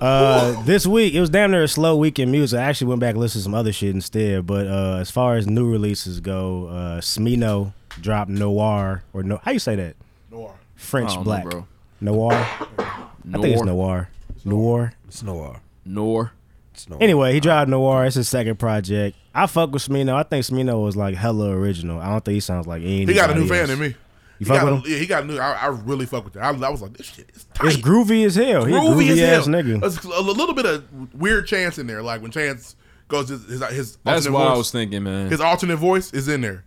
Speaker 6: Uh, this week it was damn near a slow week in music. I actually went back and listened to some other shit instead. But uh, as far as new releases go, uh, Smino dropped Noir or no? How you say that?
Speaker 5: Noir.
Speaker 6: French
Speaker 1: I don't know,
Speaker 6: Black
Speaker 1: bro.
Speaker 6: Noir. I think it's
Speaker 1: Noir.
Speaker 6: Noir. Noir.
Speaker 9: It's noir.
Speaker 1: Nor.
Speaker 9: It's noir.
Speaker 6: Anyway, he dropped Noir. It's his second project. I fuck with Smino. I think Smino was like hella original. I don't think he sounds like anybody.
Speaker 5: He got a new
Speaker 6: else.
Speaker 5: fan in me.
Speaker 6: You
Speaker 5: He
Speaker 6: fuck
Speaker 5: got,
Speaker 6: with
Speaker 5: a, yeah, he got a new. I, I really fuck with that. I, I was like, this shit is tight.
Speaker 6: It's groovy as hell. He a
Speaker 5: groovy
Speaker 6: groovy
Speaker 5: as hell.
Speaker 6: ass nigga.
Speaker 5: There's A, little bit of weird chance in there, like when Chance goes his his, his
Speaker 1: That's
Speaker 5: alternate
Speaker 1: what I
Speaker 5: voice.
Speaker 1: was thinking, man.
Speaker 5: his alternate voice is in there.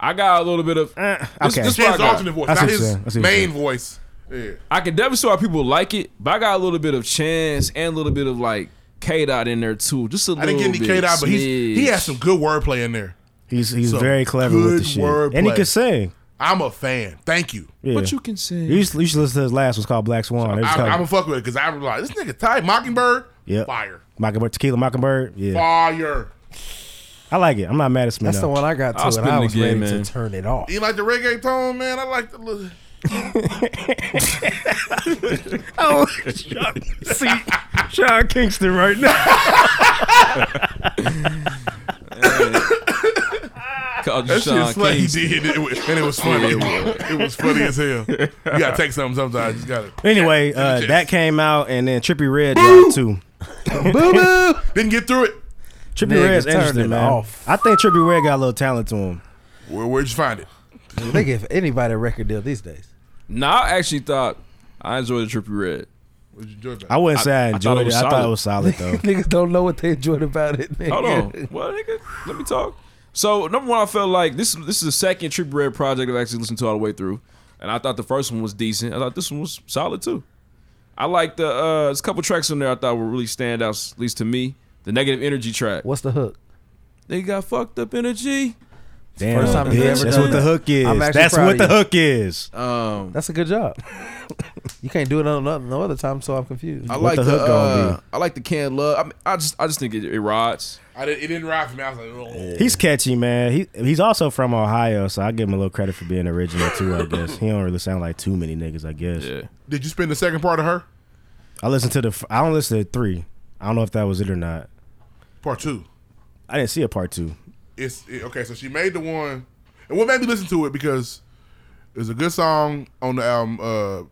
Speaker 1: I got a little bit of.
Speaker 6: Eh,
Speaker 1: This-
Speaker 6: okay.
Speaker 1: this- what I
Speaker 5: Chance's
Speaker 1: got.
Speaker 5: alternate voice,
Speaker 6: I see what
Speaker 5: not
Speaker 6: you're saying. I
Speaker 5: his
Speaker 6: see what you're
Speaker 5: main
Speaker 6: saying.
Speaker 5: voice. Yeah,
Speaker 1: I can definitely see why people like it, but I got a little bit of chance and a little bit of like K dot in there too. Just a little.
Speaker 5: I didn't get any
Speaker 1: bit,
Speaker 5: K dot, but he's he has
Speaker 1: smidge.
Speaker 5: some good wordplay in there.
Speaker 6: he's he's
Speaker 5: some
Speaker 6: very clever with
Speaker 5: good
Speaker 6: the shit, and he
Speaker 5: wordplay.
Speaker 6: can sing.
Speaker 5: I'm a fan. Thank you.
Speaker 6: Yeah.
Speaker 1: But you can sing.
Speaker 6: You should, you should listen to his last one's called Black Swan. It was
Speaker 5: I,
Speaker 6: called
Speaker 5: I'm a fuck with it because I'm like this nigga tight. Mockingbird,
Speaker 6: Yep.
Speaker 5: fire,
Speaker 6: Mockingbird, Tequila Mockingbird. Yeah,
Speaker 5: fire.
Speaker 6: I like it. I'm not mad at Smino.
Speaker 9: That's the one I got to,
Speaker 1: I'll
Speaker 9: and
Speaker 1: spin
Speaker 9: I
Speaker 1: it
Speaker 9: was
Speaker 1: again,
Speaker 9: ready
Speaker 1: man.
Speaker 9: to turn it off.
Speaker 5: You like the reggae tone, man? I like the. little-
Speaker 6: See, Sean Kingston right now.
Speaker 1: Called you
Speaker 5: That
Speaker 1: Sean
Speaker 5: shit slay
Speaker 1: Kingston.
Speaker 5: did, it was, and it was funny. it, was. funny as hell. You gotta take something sometimes. You just gotta.
Speaker 6: Anyway, uh,
Speaker 5: Yes.
Speaker 6: that came out, and then Trippy Red dropped too.
Speaker 9: Boo boo.
Speaker 5: Didn't get through it.
Speaker 6: Trippy
Speaker 9: Nigga,
Speaker 6: Red's
Speaker 9: turn
Speaker 6: interesting,
Speaker 9: it
Speaker 6: man.
Speaker 9: off.
Speaker 6: I think Trippy Red got a little talent to him.
Speaker 5: Where, where'd you find it?
Speaker 9: they give anybody a record deal these days.
Speaker 1: Nah, I actually thought I enjoyed the Trippy Red.
Speaker 5: Where'd you enjoy it?
Speaker 6: I wouldn't say I
Speaker 1: I thought
Speaker 6: enjoyed
Speaker 1: it
Speaker 6: it.
Speaker 1: was
Speaker 6: I thought
Speaker 1: solid.
Speaker 6: it was solid though.
Speaker 9: Niggas don't know what they enjoyed about it. Nigga.
Speaker 1: Hold on, what nigga? Let me talk. So number one, I felt like this this is the second Trippy Red project I've actually listened to all the way through, and I thought the first one was decent. I thought this one was solid too. I like the uh, there's a couple tracks on there I thought were really standouts, at least to me. The negative energy track.
Speaker 9: What's the hook?
Speaker 1: They got fucked up energy.
Speaker 6: Damn,
Speaker 9: First time
Speaker 6: bitch.
Speaker 9: he ever
Speaker 6: that's
Speaker 9: done
Speaker 6: what the
Speaker 9: that.
Speaker 6: hook is.
Speaker 9: I'm actually
Speaker 6: That's
Speaker 9: proud
Speaker 6: what
Speaker 9: of
Speaker 6: the
Speaker 9: you. Uh-uh.
Speaker 6: hook is.
Speaker 1: Um,
Speaker 9: That's a good job. you can't do it on no, no other time, so I'm confused.
Speaker 1: I
Speaker 6: What
Speaker 1: like
Speaker 6: the
Speaker 1: the,
Speaker 6: hook gonna
Speaker 1: uh, I like the can love. I, mean, I just I just think it, it rods.
Speaker 5: I did, it didn't ride for me. I was like, oh.
Speaker 6: He's catchy, man. He he's also from Ohio, so I give him a little credit for being original too. I guess he don't really sound like too many niggas. I guess.
Speaker 1: Yeah.
Speaker 5: Did you spend the second part of her?
Speaker 6: I listened to the. f- I don't listen to three. I don't know if that was it or not.
Speaker 5: Part two.
Speaker 6: I didn't see a part two.
Speaker 5: It's it, okay. So she made the one, and what made me listen to it because it's a good song on the album, uh,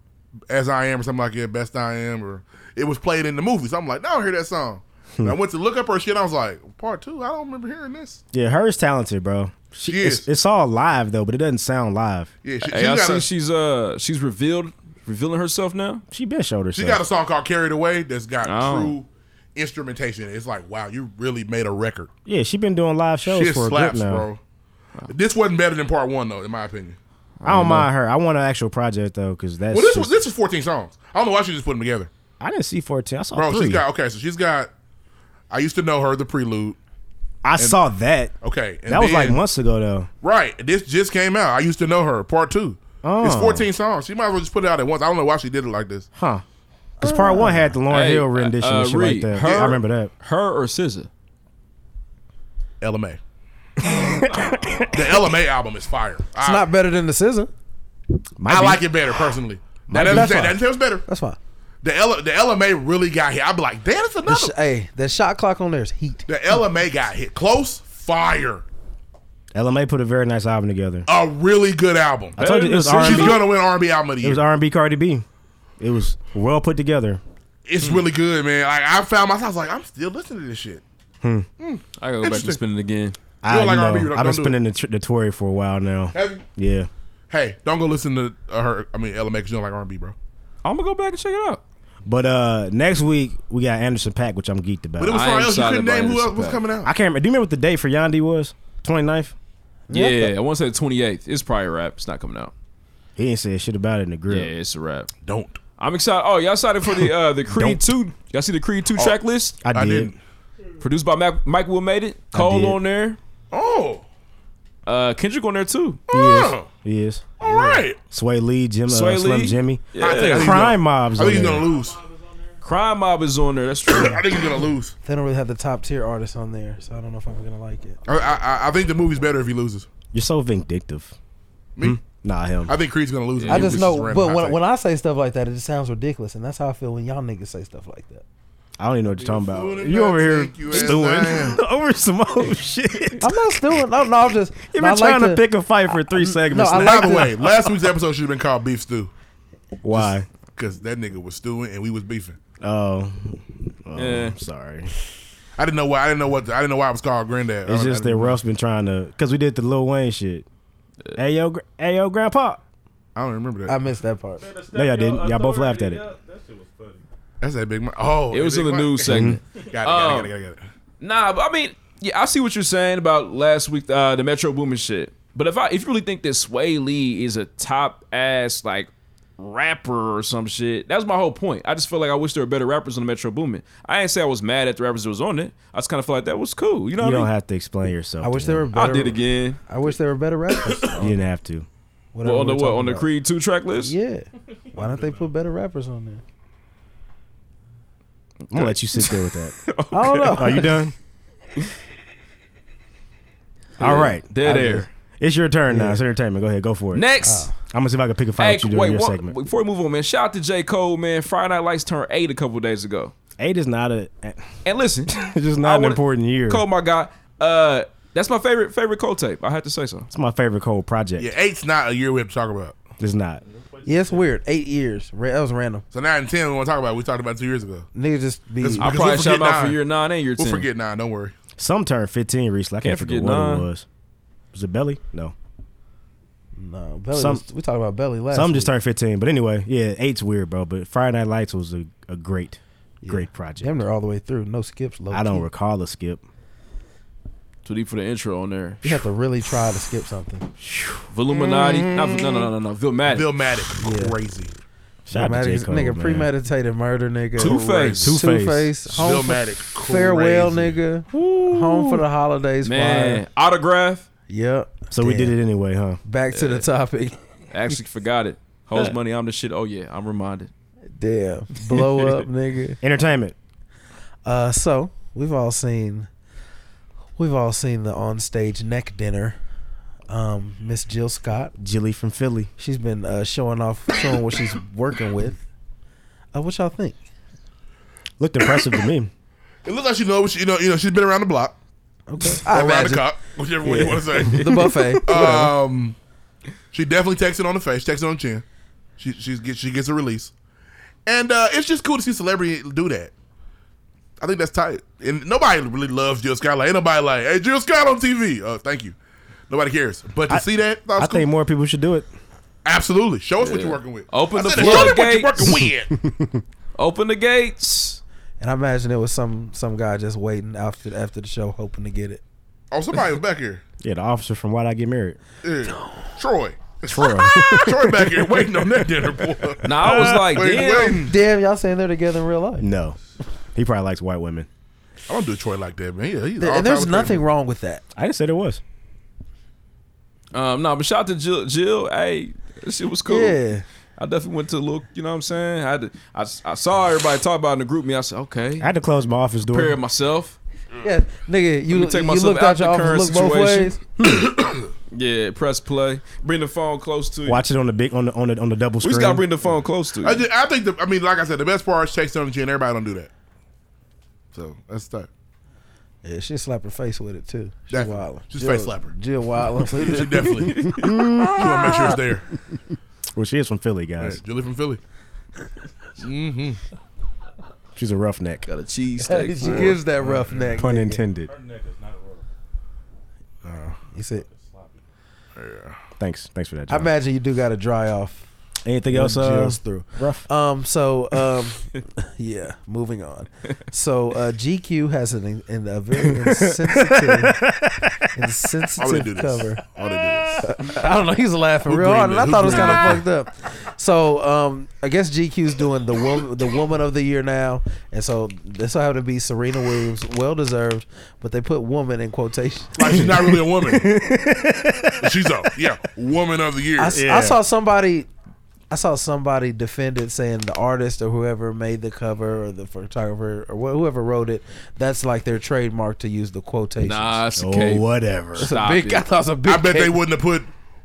Speaker 5: "As I Am" or something like that. Best I Am, or it was played in the movie. So I'm like, I don't hear that song. And I went to look up her shit. I was like, part two. I don't remember hearing this.
Speaker 6: Yeah, hers talented, bro. She,
Speaker 5: She
Speaker 6: it's,
Speaker 5: is.
Speaker 6: it's all live though, but it doesn't sound live.
Speaker 5: Yeah, she, she
Speaker 1: Hey, I
Speaker 5: got
Speaker 1: see
Speaker 5: a,
Speaker 1: she's uh she's revealed revealing herself now.
Speaker 6: She been showed herself.
Speaker 5: She got a song called "Carried Away" that's got
Speaker 1: Oh.
Speaker 5: true instrumentation. It's like, wow, you really made a record.
Speaker 6: yeah, she been doing live shows
Speaker 5: Shit
Speaker 6: for a
Speaker 5: slaps,
Speaker 6: bit now.
Speaker 5: bro. This wasn't better than part one, though, in my opinion.
Speaker 6: I
Speaker 9: Mm-hmm.
Speaker 6: don't mind her. I want an actual project though, because that's.
Speaker 5: Well, this was
Speaker 6: just-
Speaker 5: this was 14 songs. I don't know why she just put them together,
Speaker 6: I didn't see fourteen. I saw
Speaker 5: bro.
Speaker 6: 3
Speaker 5: She's got okay, so she's got. I used to know her, the prelude.
Speaker 6: I saw that.
Speaker 5: Okay, and
Speaker 6: That was like
Speaker 5: then-
Speaker 6: months ago though.
Speaker 5: right. This just came out. I used to know her, part two.
Speaker 6: Oh.
Speaker 5: It's 14 songs. She might as well just put it out at once. I don't know why she did it like this.
Speaker 6: Huh. Because part one had the Lauren
Speaker 1: Hey,
Speaker 6: Hill rendition
Speaker 1: uh,
Speaker 6: and shit
Speaker 1: Reed,
Speaker 6: like that.
Speaker 1: her-
Speaker 6: I remember that.
Speaker 1: Her or SZA?
Speaker 5: LMA. the LMA album is fire.
Speaker 9: it's
Speaker 5: I,
Speaker 9: not better than the scissor.
Speaker 6: Might
Speaker 5: I
Speaker 6: be.
Speaker 5: like it better personally.
Speaker 9: be.
Speaker 5: That doesn't
Speaker 9: That's
Speaker 5: say
Speaker 9: fine.
Speaker 5: that sounds better.
Speaker 9: That's fine.
Speaker 5: The L, the LMA really got hit. I'd be like, damn, it's
Speaker 9: The
Speaker 5: another.
Speaker 9: sh- hey, that shot clock on there is heat.
Speaker 5: The LMA got hit. Close fire.
Speaker 6: LMA put a very nice album together.
Speaker 5: A really good album.
Speaker 6: I told you it was
Speaker 1: Better than
Speaker 5: She's
Speaker 6: R&B.
Speaker 5: gonna win R&B album of the
Speaker 6: It was
Speaker 5: year.
Speaker 6: R&B Cardi B. It was well put together.
Speaker 5: It's really good, man. Like I found myself I was like, I'm still listening to this shit.
Speaker 1: I gotta go back
Speaker 5: Interesting.
Speaker 1: and spin it again.
Speaker 6: I
Speaker 5: don't like
Speaker 6: you know,
Speaker 5: R&B, don't-
Speaker 6: I've been
Speaker 5: don't do
Speaker 6: spinning the, tr- the Tory for a while now.
Speaker 5: Have you-
Speaker 6: Yeah.
Speaker 5: Hey, don't go listen to uh, her. I mean, LMA because you don't like R&B, bro.
Speaker 1: I'm gonna go back and check it out.
Speaker 6: But uh next week we got Anderson Pack, which I'm geeked
Speaker 5: But it
Speaker 6: about.
Speaker 5: was
Speaker 1: I am
Speaker 5: somebody else. You
Speaker 1: excited
Speaker 5: couldn't
Speaker 1: about
Speaker 5: name who
Speaker 1: Anderson
Speaker 5: else was
Speaker 1: Paak.
Speaker 5: coming out.
Speaker 6: I can't remember. Do you remember what the date for Yandy was? 29th?
Speaker 1: Yeah, I want to say the 28th. It's probably a wrap. It's not coming out.
Speaker 6: He ain't said shit about it in the
Speaker 1: Yeah,
Speaker 6: grill.
Speaker 1: it's a wrap.
Speaker 5: don't.
Speaker 1: I'm excited. Oh, y'all excited for the uh, the Creed
Speaker 6: Don't.
Speaker 1: two? Y'all see the Creed two track list
Speaker 6: I,
Speaker 5: I
Speaker 6: did.
Speaker 5: didn't.
Speaker 1: produced by Mac- Mike Will made it. Cole
Speaker 6: did.
Speaker 1: on there.
Speaker 5: Oh,
Speaker 1: Uh, Kendrick on there too.
Speaker 6: He is.
Speaker 5: Oh.
Speaker 6: He is.
Speaker 5: all right.
Speaker 6: Sway Lee, Jim,
Speaker 1: Sway
Speaker 6: uh, Slim
Speaker 1: Lee.
Speaker 6: Jimmy.
Speaker 1: Yeah.
Speaker 5: I think I think he's
Speaker 6: Crime
Speaker 5: gonna-
Speaker 6: Mob's
Speaker 5: I think
Speaker 6: on
Speaker 5: he's
Speaker 6: there.
Speaker 5: gonna lose.
Speaker 1: Crime Mob is on there. That's true.
Speaker 5: I think he's gonna lose.
Speaker 9: They don't really have the top tier artists on there, so I don't know if I'm gonna like it.
Speaker 5: I, I, I think the movie's better if he loses.
Speaker 6: You're so vindictive.
Speaker 5: Me?
Speaker 6: Nah, him.
Speaker 5: I think Creed's gonna lose.
Speaker 3: I just know, but when, when
Speaker 5: I
Speaker 3: I say stuff like that, it just sounds ridiculous, and that's how I feel when y'all niggas say stuff like that.
Speaker 6: I don't even know what you're talking
Speaker 5: fool
Speaker 6: about.
Speaker 5: if
Speaker 6: You
Speaker 5: I
Speaker 6: over here
Speaker 5: take you as I
Speaker 6: stewing over some old shit.
Speaker 3: I'm not doing. No, no, I'm just.
Speaker 6: You've
Speaker 3: no, I
Speaker 6: been trying
Speaker 3: like
Speaker 6: to pick a fight for three segments.
Speaker 3: I
Speaker 6: now.
Speaker 3: like
Speaker 5: by the way, last week's episode should have been called Beef Stew
Speaker 6: Why?
Speaker 5: because that nigga was stewing and we was beefing.
Speaker 6: Oh, oh,
Speaker 1: Yeah.
Speaker 6: I'm sorry.
Speaker 5: I didn't know why. I didn't know what. I didn't know why I was called Granddad. Oh,
Speaker 6: It's
Speaker 5: I- I
Speaker 6: just that
Speaker 5: didn't-
Speaker 6: Ruff's been trying to because we did the Lil Wayne shit. Hey yo, gr- hey yo, Grandpa.
Speaker 5: I don't remember that.
Speaker 3: I missed that part.
Speaker 6: No, y'all didn't. Y'all both laughed at it.
Speaker 8: That shit was funny.
Speaker 5: That's that big. Mo- oh,
Speaker 1: It was
Speaker 5: that
Speaker 1: in the
Speaker 5: Big Mo-
Speaker 1: news segment.
Speaker 5: Got it. Got it.
Speaker 1: Um,
Speaker 5: Got it. Got it. Got it.
Speaker 1: Nah, but I mean, yeah, I see what you're saying about last week, uh, the Metro Boomin shit. But if I if you really think that Sway Lee is a top ass like rapper or some shit, that's my whole point. I just feel like I wish there were better rappers on the Metro Boomin. I ain't say I was mad at the rappers that was on it. I just kind of feel like that was cool. You know what
Speaker 6: You
Speaker 1: I
Speaker 6: don't
Speaker 1: mean?
Speaker 6: have to explain yourself.
Speaker 3: I wish there were.
Speaker 1: I
Speaker 3: Better,
Speaker 1: did again.
Speaker 3: I wish there were better rappers.
Speaker 6: You didn't have to.
Speaker 3: Whatever
Speaker 1: Well, on the
Speaker 3: we're
Speaker 1: what
Speaker 3: talking
Speaker 1: on the
Speaker 3: about.
Speaker 1: Creed two track list?
Speaker 3: Yeah. Why don't they put better rappers on there?
Speaker 6: I'm gonna let you sit there with that.
Speaker 3: I don't know.
Speaker 6: Are you done? All right,
Speaker 1: Dead
Speaker 6: I-
Speaker 1: air.
Speaker 6: It's your turn now. It's entertainment. Go ahead, go for it.
Speaker 1: Next.
Speaker 6: I'm gonna see if I can pick a fight
Speaker 1: Hey,
Speaker 6: with you during
Speaker 1: wait,
Speaker 6: your
Speaker 1: one-
Speaker 6: segment.
Speaker 1: before we move on, man, shout out to J. Cole, man. Friday Night Lights turned eight a couple days ago.
Speaker 6: Eight is not a.
Speaker 1: And listen,
Speaker 6: It's just
Speaker 1: I
Speaker 6: not an
Speaker 1: wanna-
Speaker 6: important year.
Speaker 1: Cole, my guy. Uh, that's my favorite favorite Cole tape. I had to say so.
Speaker 6: It's my favorite Cole project.
Speaker 5: Yeah, eight's not a year we have to talk about.
Speaker 6: It's not.
Speaker 3: Yeah, it's weird. Eight years. Ra- That was random.
Speaker 5: So nine and ten we want to talk about. it. We talked about it two years ago.
Speaker 3: Niggas just be.
Speaker 5: That's-
Speaker 1: I
Speaker 5: Because
Speaker 1: probably
Speaker 5: we'll
Speaker 1: shout him
Speaker 5: forget
Speaker 1: out for
Speaker 5: nine.
Speaker 1: year nine and year
Speaker 5: We'll
Speaker 1: ten.
Speaker 5: forget nine. Don't worry.
Speaker 6: Some turned 15 recently. I can't,
Speaker 1: Can't
Speaker 6: forget
Speaker 1: forget
Speaker 6: what
Speaker 1: none.
Speaker 6: it was. Was it Belly? No.
Speaker 3: no, belly.
Speaker 6: Some-
Speaker 3: was- we talked about belly last.
Speaker 6: Some just
Speaker 3: week.
Speaker 6: turned 15. But anyway, yeah, eight's weird, bro. But Friday Night Lights was a, a great, great project.
Speaker 3: Damn near all the way through. No skips. Low
Speaker 6: I don't
Speaker 3: key.
Speaker 6: recall a skip.
Speaker 1: Too deep for the intro on there.
Speaker 3: You have to really try to skip something.
Speaker 1: Voluminati. Not, no, no, no, no, no. Vilmatic.
Speaker 5: Bill Matic, crazy.
Speaker 6: Shout out to J.
Speaker 3: Premeditated-
Speaker 6: Cole,
Speaker 3: nigga,
Speaker 6: man.
Speaker 3: premeditated murder, nigga.
Speaker 1: Two-Face.
Speaker 3: Two
Speaker 6: Two-Face.
Speaker 3: face.
Speaker 5: Bill
Speaker 3: Home for,
Speaker 5: Matic, crazy.
Speaker 3: farewell, nigga. Home for the holidays.
Speaker 1: man.
Speaker 3: Fire.
Speaker 1: Autograph.
Speaker 3: Yep.
Speaker 6: So we did
Speaker 3: Damn.
Speaker 6: it anyway, huh?
Speaker 3: Back to the topic.
Speaker 1: Actually forgot it. Hoes money. I'm the shit. Oh yeah, I'm reminded.
Speaker 3: Damn. Blow up, nigga.
Speaker 6: Entertainment.
Speaker 3: Uh, so we've all seen, we've all seen the onstage neck dinner. Um, Miss Jill Scott,
Speaker 6: Jilly from Philly.
Speaker 3: she's been uh, showing off, showing what she's working with. Uh, what y'all think?
Speaker 6: Looked impressive to me.
Speaker 5: It looks like she know. what she- You know. You know. She's been around the block.
Speaker 3: Okay,
Speaker 5: Or
Speaker 3: I
Speaker 5: around the
Speaker 3: imagine
Speaker 5: cop, whichever one you want to say.
Speaker 3: the buffet.
Speaker 5: Um, she definitely takes it on the face, takes it on the chin. She she's get, she gets a release, and uh, it's just cool to see celebrity do that. I think that's tight, and nobody really loves Jill Scott. Like ain't nobody like, hey Jill Scott on TV. Uh, thank you. Nobody cares, but to see that, that
Speaker 6: I
Speaker 5: was cool.
Speaker 6: think more people should do it.
Speaker 5: absolutely show us what you're working with.
Speaker 1: Open
Speaker 5: I
Speaker 1: the
Speaker 5: said, show me what you're
Speaker 1: floodgates."
Speaker 5: working with.
Speaker 1: Open the gates.
Speaker 3: and I imagine it was some some guy just waiting after after the show, hoping to get it.
Speaker 5: oh, somebody was back here.
Speaker 6: Yeah, the officer from Why'd I Get Married.
Speaker 5: Yeah. Troy,
Speaker 6: Troy.
Speaker 5: Troy back here waiting on that dinner, boy.
Speaker 1: Now I was like,
Speaker 5: Wait,
Speaker 1: damn.
Speaker 5: wait.
Speaker 3: Damn, y'all saying they're together in real life.
Speaker 6: no. He probably likes white women.
Speaker 5: I don't do Troy like that, man. Yeah, he's all
Speaker 3: And there's
Speaker 5: time
Speaker 3: nothing
Speaker 5: with
Speaker 3: wrong with that.
Speaker 6: I didn't say there was.
Speaker 1: Um, no, but shout out to Jill. Jill, hey, this shit was cool.
Speaker 3: Yeah,
Speaker 1: I definitely went to look. You know what I'm saying? I had to, I, I saw everybody talk about it in the group me. I said, okay,
Speaker 6: I had to close my office door.
Speaker 1: prepare myself.
Speaker 3: yeah, nigga, you
Speaker 1: Let me take
Speaker 3: you
Speaker 1: myself
Speaker 3: looked
Speaker 1: out the
Speaker 3: out your
Speaker 1: current
Speaker 3: office, look both
Speaker 1: situation.
Speaker 3: ways.
Speaker 1: Yeah, press play. Bring the phone close to you.
Speaker 6: Watch it on the big on the on the on the double
Speaker 1: We
Speaker 6: screen.
Speaker 1: just gotta bring the phone close to you.
Speaker 5: I, just, I think the, I mean, like I said, the best part is checks on the chin. Everybody don't do that. So that's the
Speaker 3: Yeah, she slap her face with it too. She
Speaker 5: Definitely.
Speaker 3: wildin'.
Speaker 5: She's
Speaker 3: Jill-
Speaker 5: face slapper.
Speaker 3: Jill Wilder.
Speaker 5: She definitely. she want to make sure it's there.
Speaker 6: well, she is from Philly,
Speaker 5: All
Speaker 6: guys.
Speaker 5: right, Julie from Philly.
Speaker 6: She's a roughneck.
Speaker 1: got a cheese
Speaker 3: she
Speaker 1: steak. for
Speaker 3: gives that rough neck.
Speaker 6: Pun
Speaker 3: nigga.
Speaker 6: intended.
Speaker 8: Her neck is not rough.
Speaker 3: He said,
Speaker 6: Thanks. Thanks for that.
Speaker 3: "I
Speaker 6: John.
Speaker 3: imagine you do got to dry off."
Speaker 6: Anything else?
Speaker 3: when
Speaker 6: Uh,
Speaker 3: Jill's through.
Speaker 6: rough.
Speaker 3: Um. So. Um. yeah. Moving on. So uh, GQ has an in, in a very insensitive,
Speaker 5: Why would they do
Speaker 3: insensitive
Speaker 5: this?
Speaker 3: cover.
Speaker 5: Why would they do this?
Speaker 3: I don't know. He's laughing
Speaker 5: Who
Speaker 3: real hard, and
Speaker 5: greened it?
Speaker 3: I
Speaker 5: Who
Speaker 3: thought it was kind
Speaker 5: greened
Speaker 3: of fucked up. So um, I guess GQ's doing the woman, the woman of the year now, and so this will have to be Serena Williams, well deserved. But they put "woman" in quotation.
Speaker 5: Like she's not really a woman. But she's a yeah woman of the year.
Speaker 3: I, s- I saw somebody. I saw somebody defend it, saying the artist or whoever made the cover or the photographer or wh- whoever wrote it, that's like their trademark to use the quotations.
Speaker 1: Nah, it's
Speaker 6: Oh,
Speaker 1: okay.
Speaker 6: whatever.
Speaker 1: Stop
Speaker 3: big, I
Speaker 1: it.
Speaker 3: thought it was a big.
Speaker 5: I bet
Speaker 3: cake.
Speaker 5: they wouldn't have put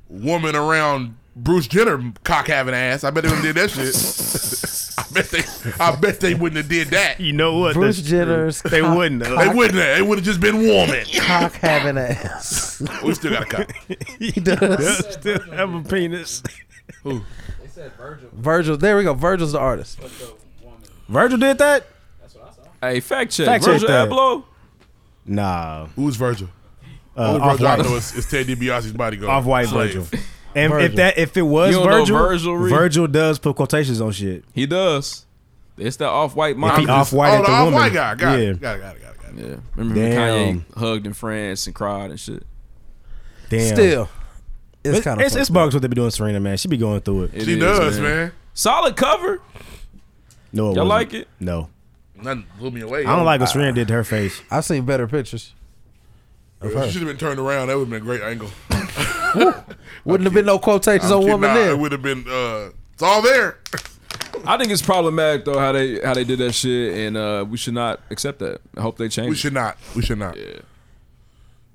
Speaker 5: woman around Bruce Jenner cock having ass. I bet they wouldn't did that shit. I bet they I bet they wouldn't have did that.
Speaker 6: You know what?
Speaker 9: Bruce
Speaker 6: That's-
Speaker 9: Jenner's
Speaker 6: They
Speaker 9: cock-
Speaker 6: wouldn't.
Speaker 5: They
Speaker 6: Have.
Speaker 5: wouldn't have. It would have just been warming.
Speaker 9: cock having ass.
Speaker 5: We still got a cock.
Speaker 6: He does still have a penis.
Speaker 8: They said Virgil
Speaker 9: Virgil, there we go. Virgil's the artist.
Speaker 8: was the woman.
Speaker 6: Virgil did that?
Speaker 8: That's what I saw.
Speaker 1: Hey, fact check.
Speaker 6: Fact check
Speaker 1: Virgil
Speaker 6: that.
Speaker 1: Abloh.
Speaker 6: Nah.
Speaker 5: Who's Virgil?
Speaker 6: Uh,
Speaker 5: Only Virgil I know
Speaker 6: off-white.
Speaker 5: is, is Ted DiBiase's bodyguard.
Speaker 6: Off-white
Speaker 5: Slave. Oh,
Speaker 6: Virgil. And if
Speaker 9: Virgil.
Speaker 6: that if it was
Speaker 1: You don't know
Speaker 6: Virgil,
Speaker 1: Virgil, Reed?
Speaker 6: Virgil does put quotations on shit.
Speaker 1: He does. It's that off white
Speaker 6: If
Speaker 1: mind.
Speaker 6: he off-white
Speaker 5: Oh,
Speaker 6: at
Speaker 5: the
Speaker 6: the
Speaker 5: off
Speaker 6: woman.
Speaker 5: white guy. Got
Speaker 6: yeah.
Speaker 5: it. Got it. Got it. Got it. Got it.
Speaker 1: yeah. Remember when
Speaker 6: Damn.
Speaker 1: Kanye hugged in France and cried and shit.
Speaker 6: Damn.
Speaker 9: Still, it's
Speaker 6: It's,
Speaker 9: kind of
Speaker 6: it's, it's bugs what they be doing Serena, man. She be going through it.
Speaker 1: It
Speaker 5: She
Speaker 1: is,
Speaker 5: does, man.
Speaker 1: Solid cover.
Speaker 6: No, it
Speaker 1: Y'all
Speaker 6: wasn't.
Speaker 1: like it?
Speaker 6: No.
Speaker 5: Nothing blew me away.
Speaker 6: I don't like what Serena did to her face.
Speaker 9: I've seen better pictures.
Speaker 5: She should have been turned around. That would have been a great angle.
Speaker 9: Wouldn't have been no quotations on
Speaker 5: She-
Speaker 9: woman
Speaker 5: nah,
Speaker 9: there.
Speaker 5: It would have been. Uh, it's all there.
Speaker 1: I think it's problematic though how they how they did that shit, and uh, we should not accept that. I hope they change.
Speaker 5: We should not. We should not.
Speaker 1: Yeah.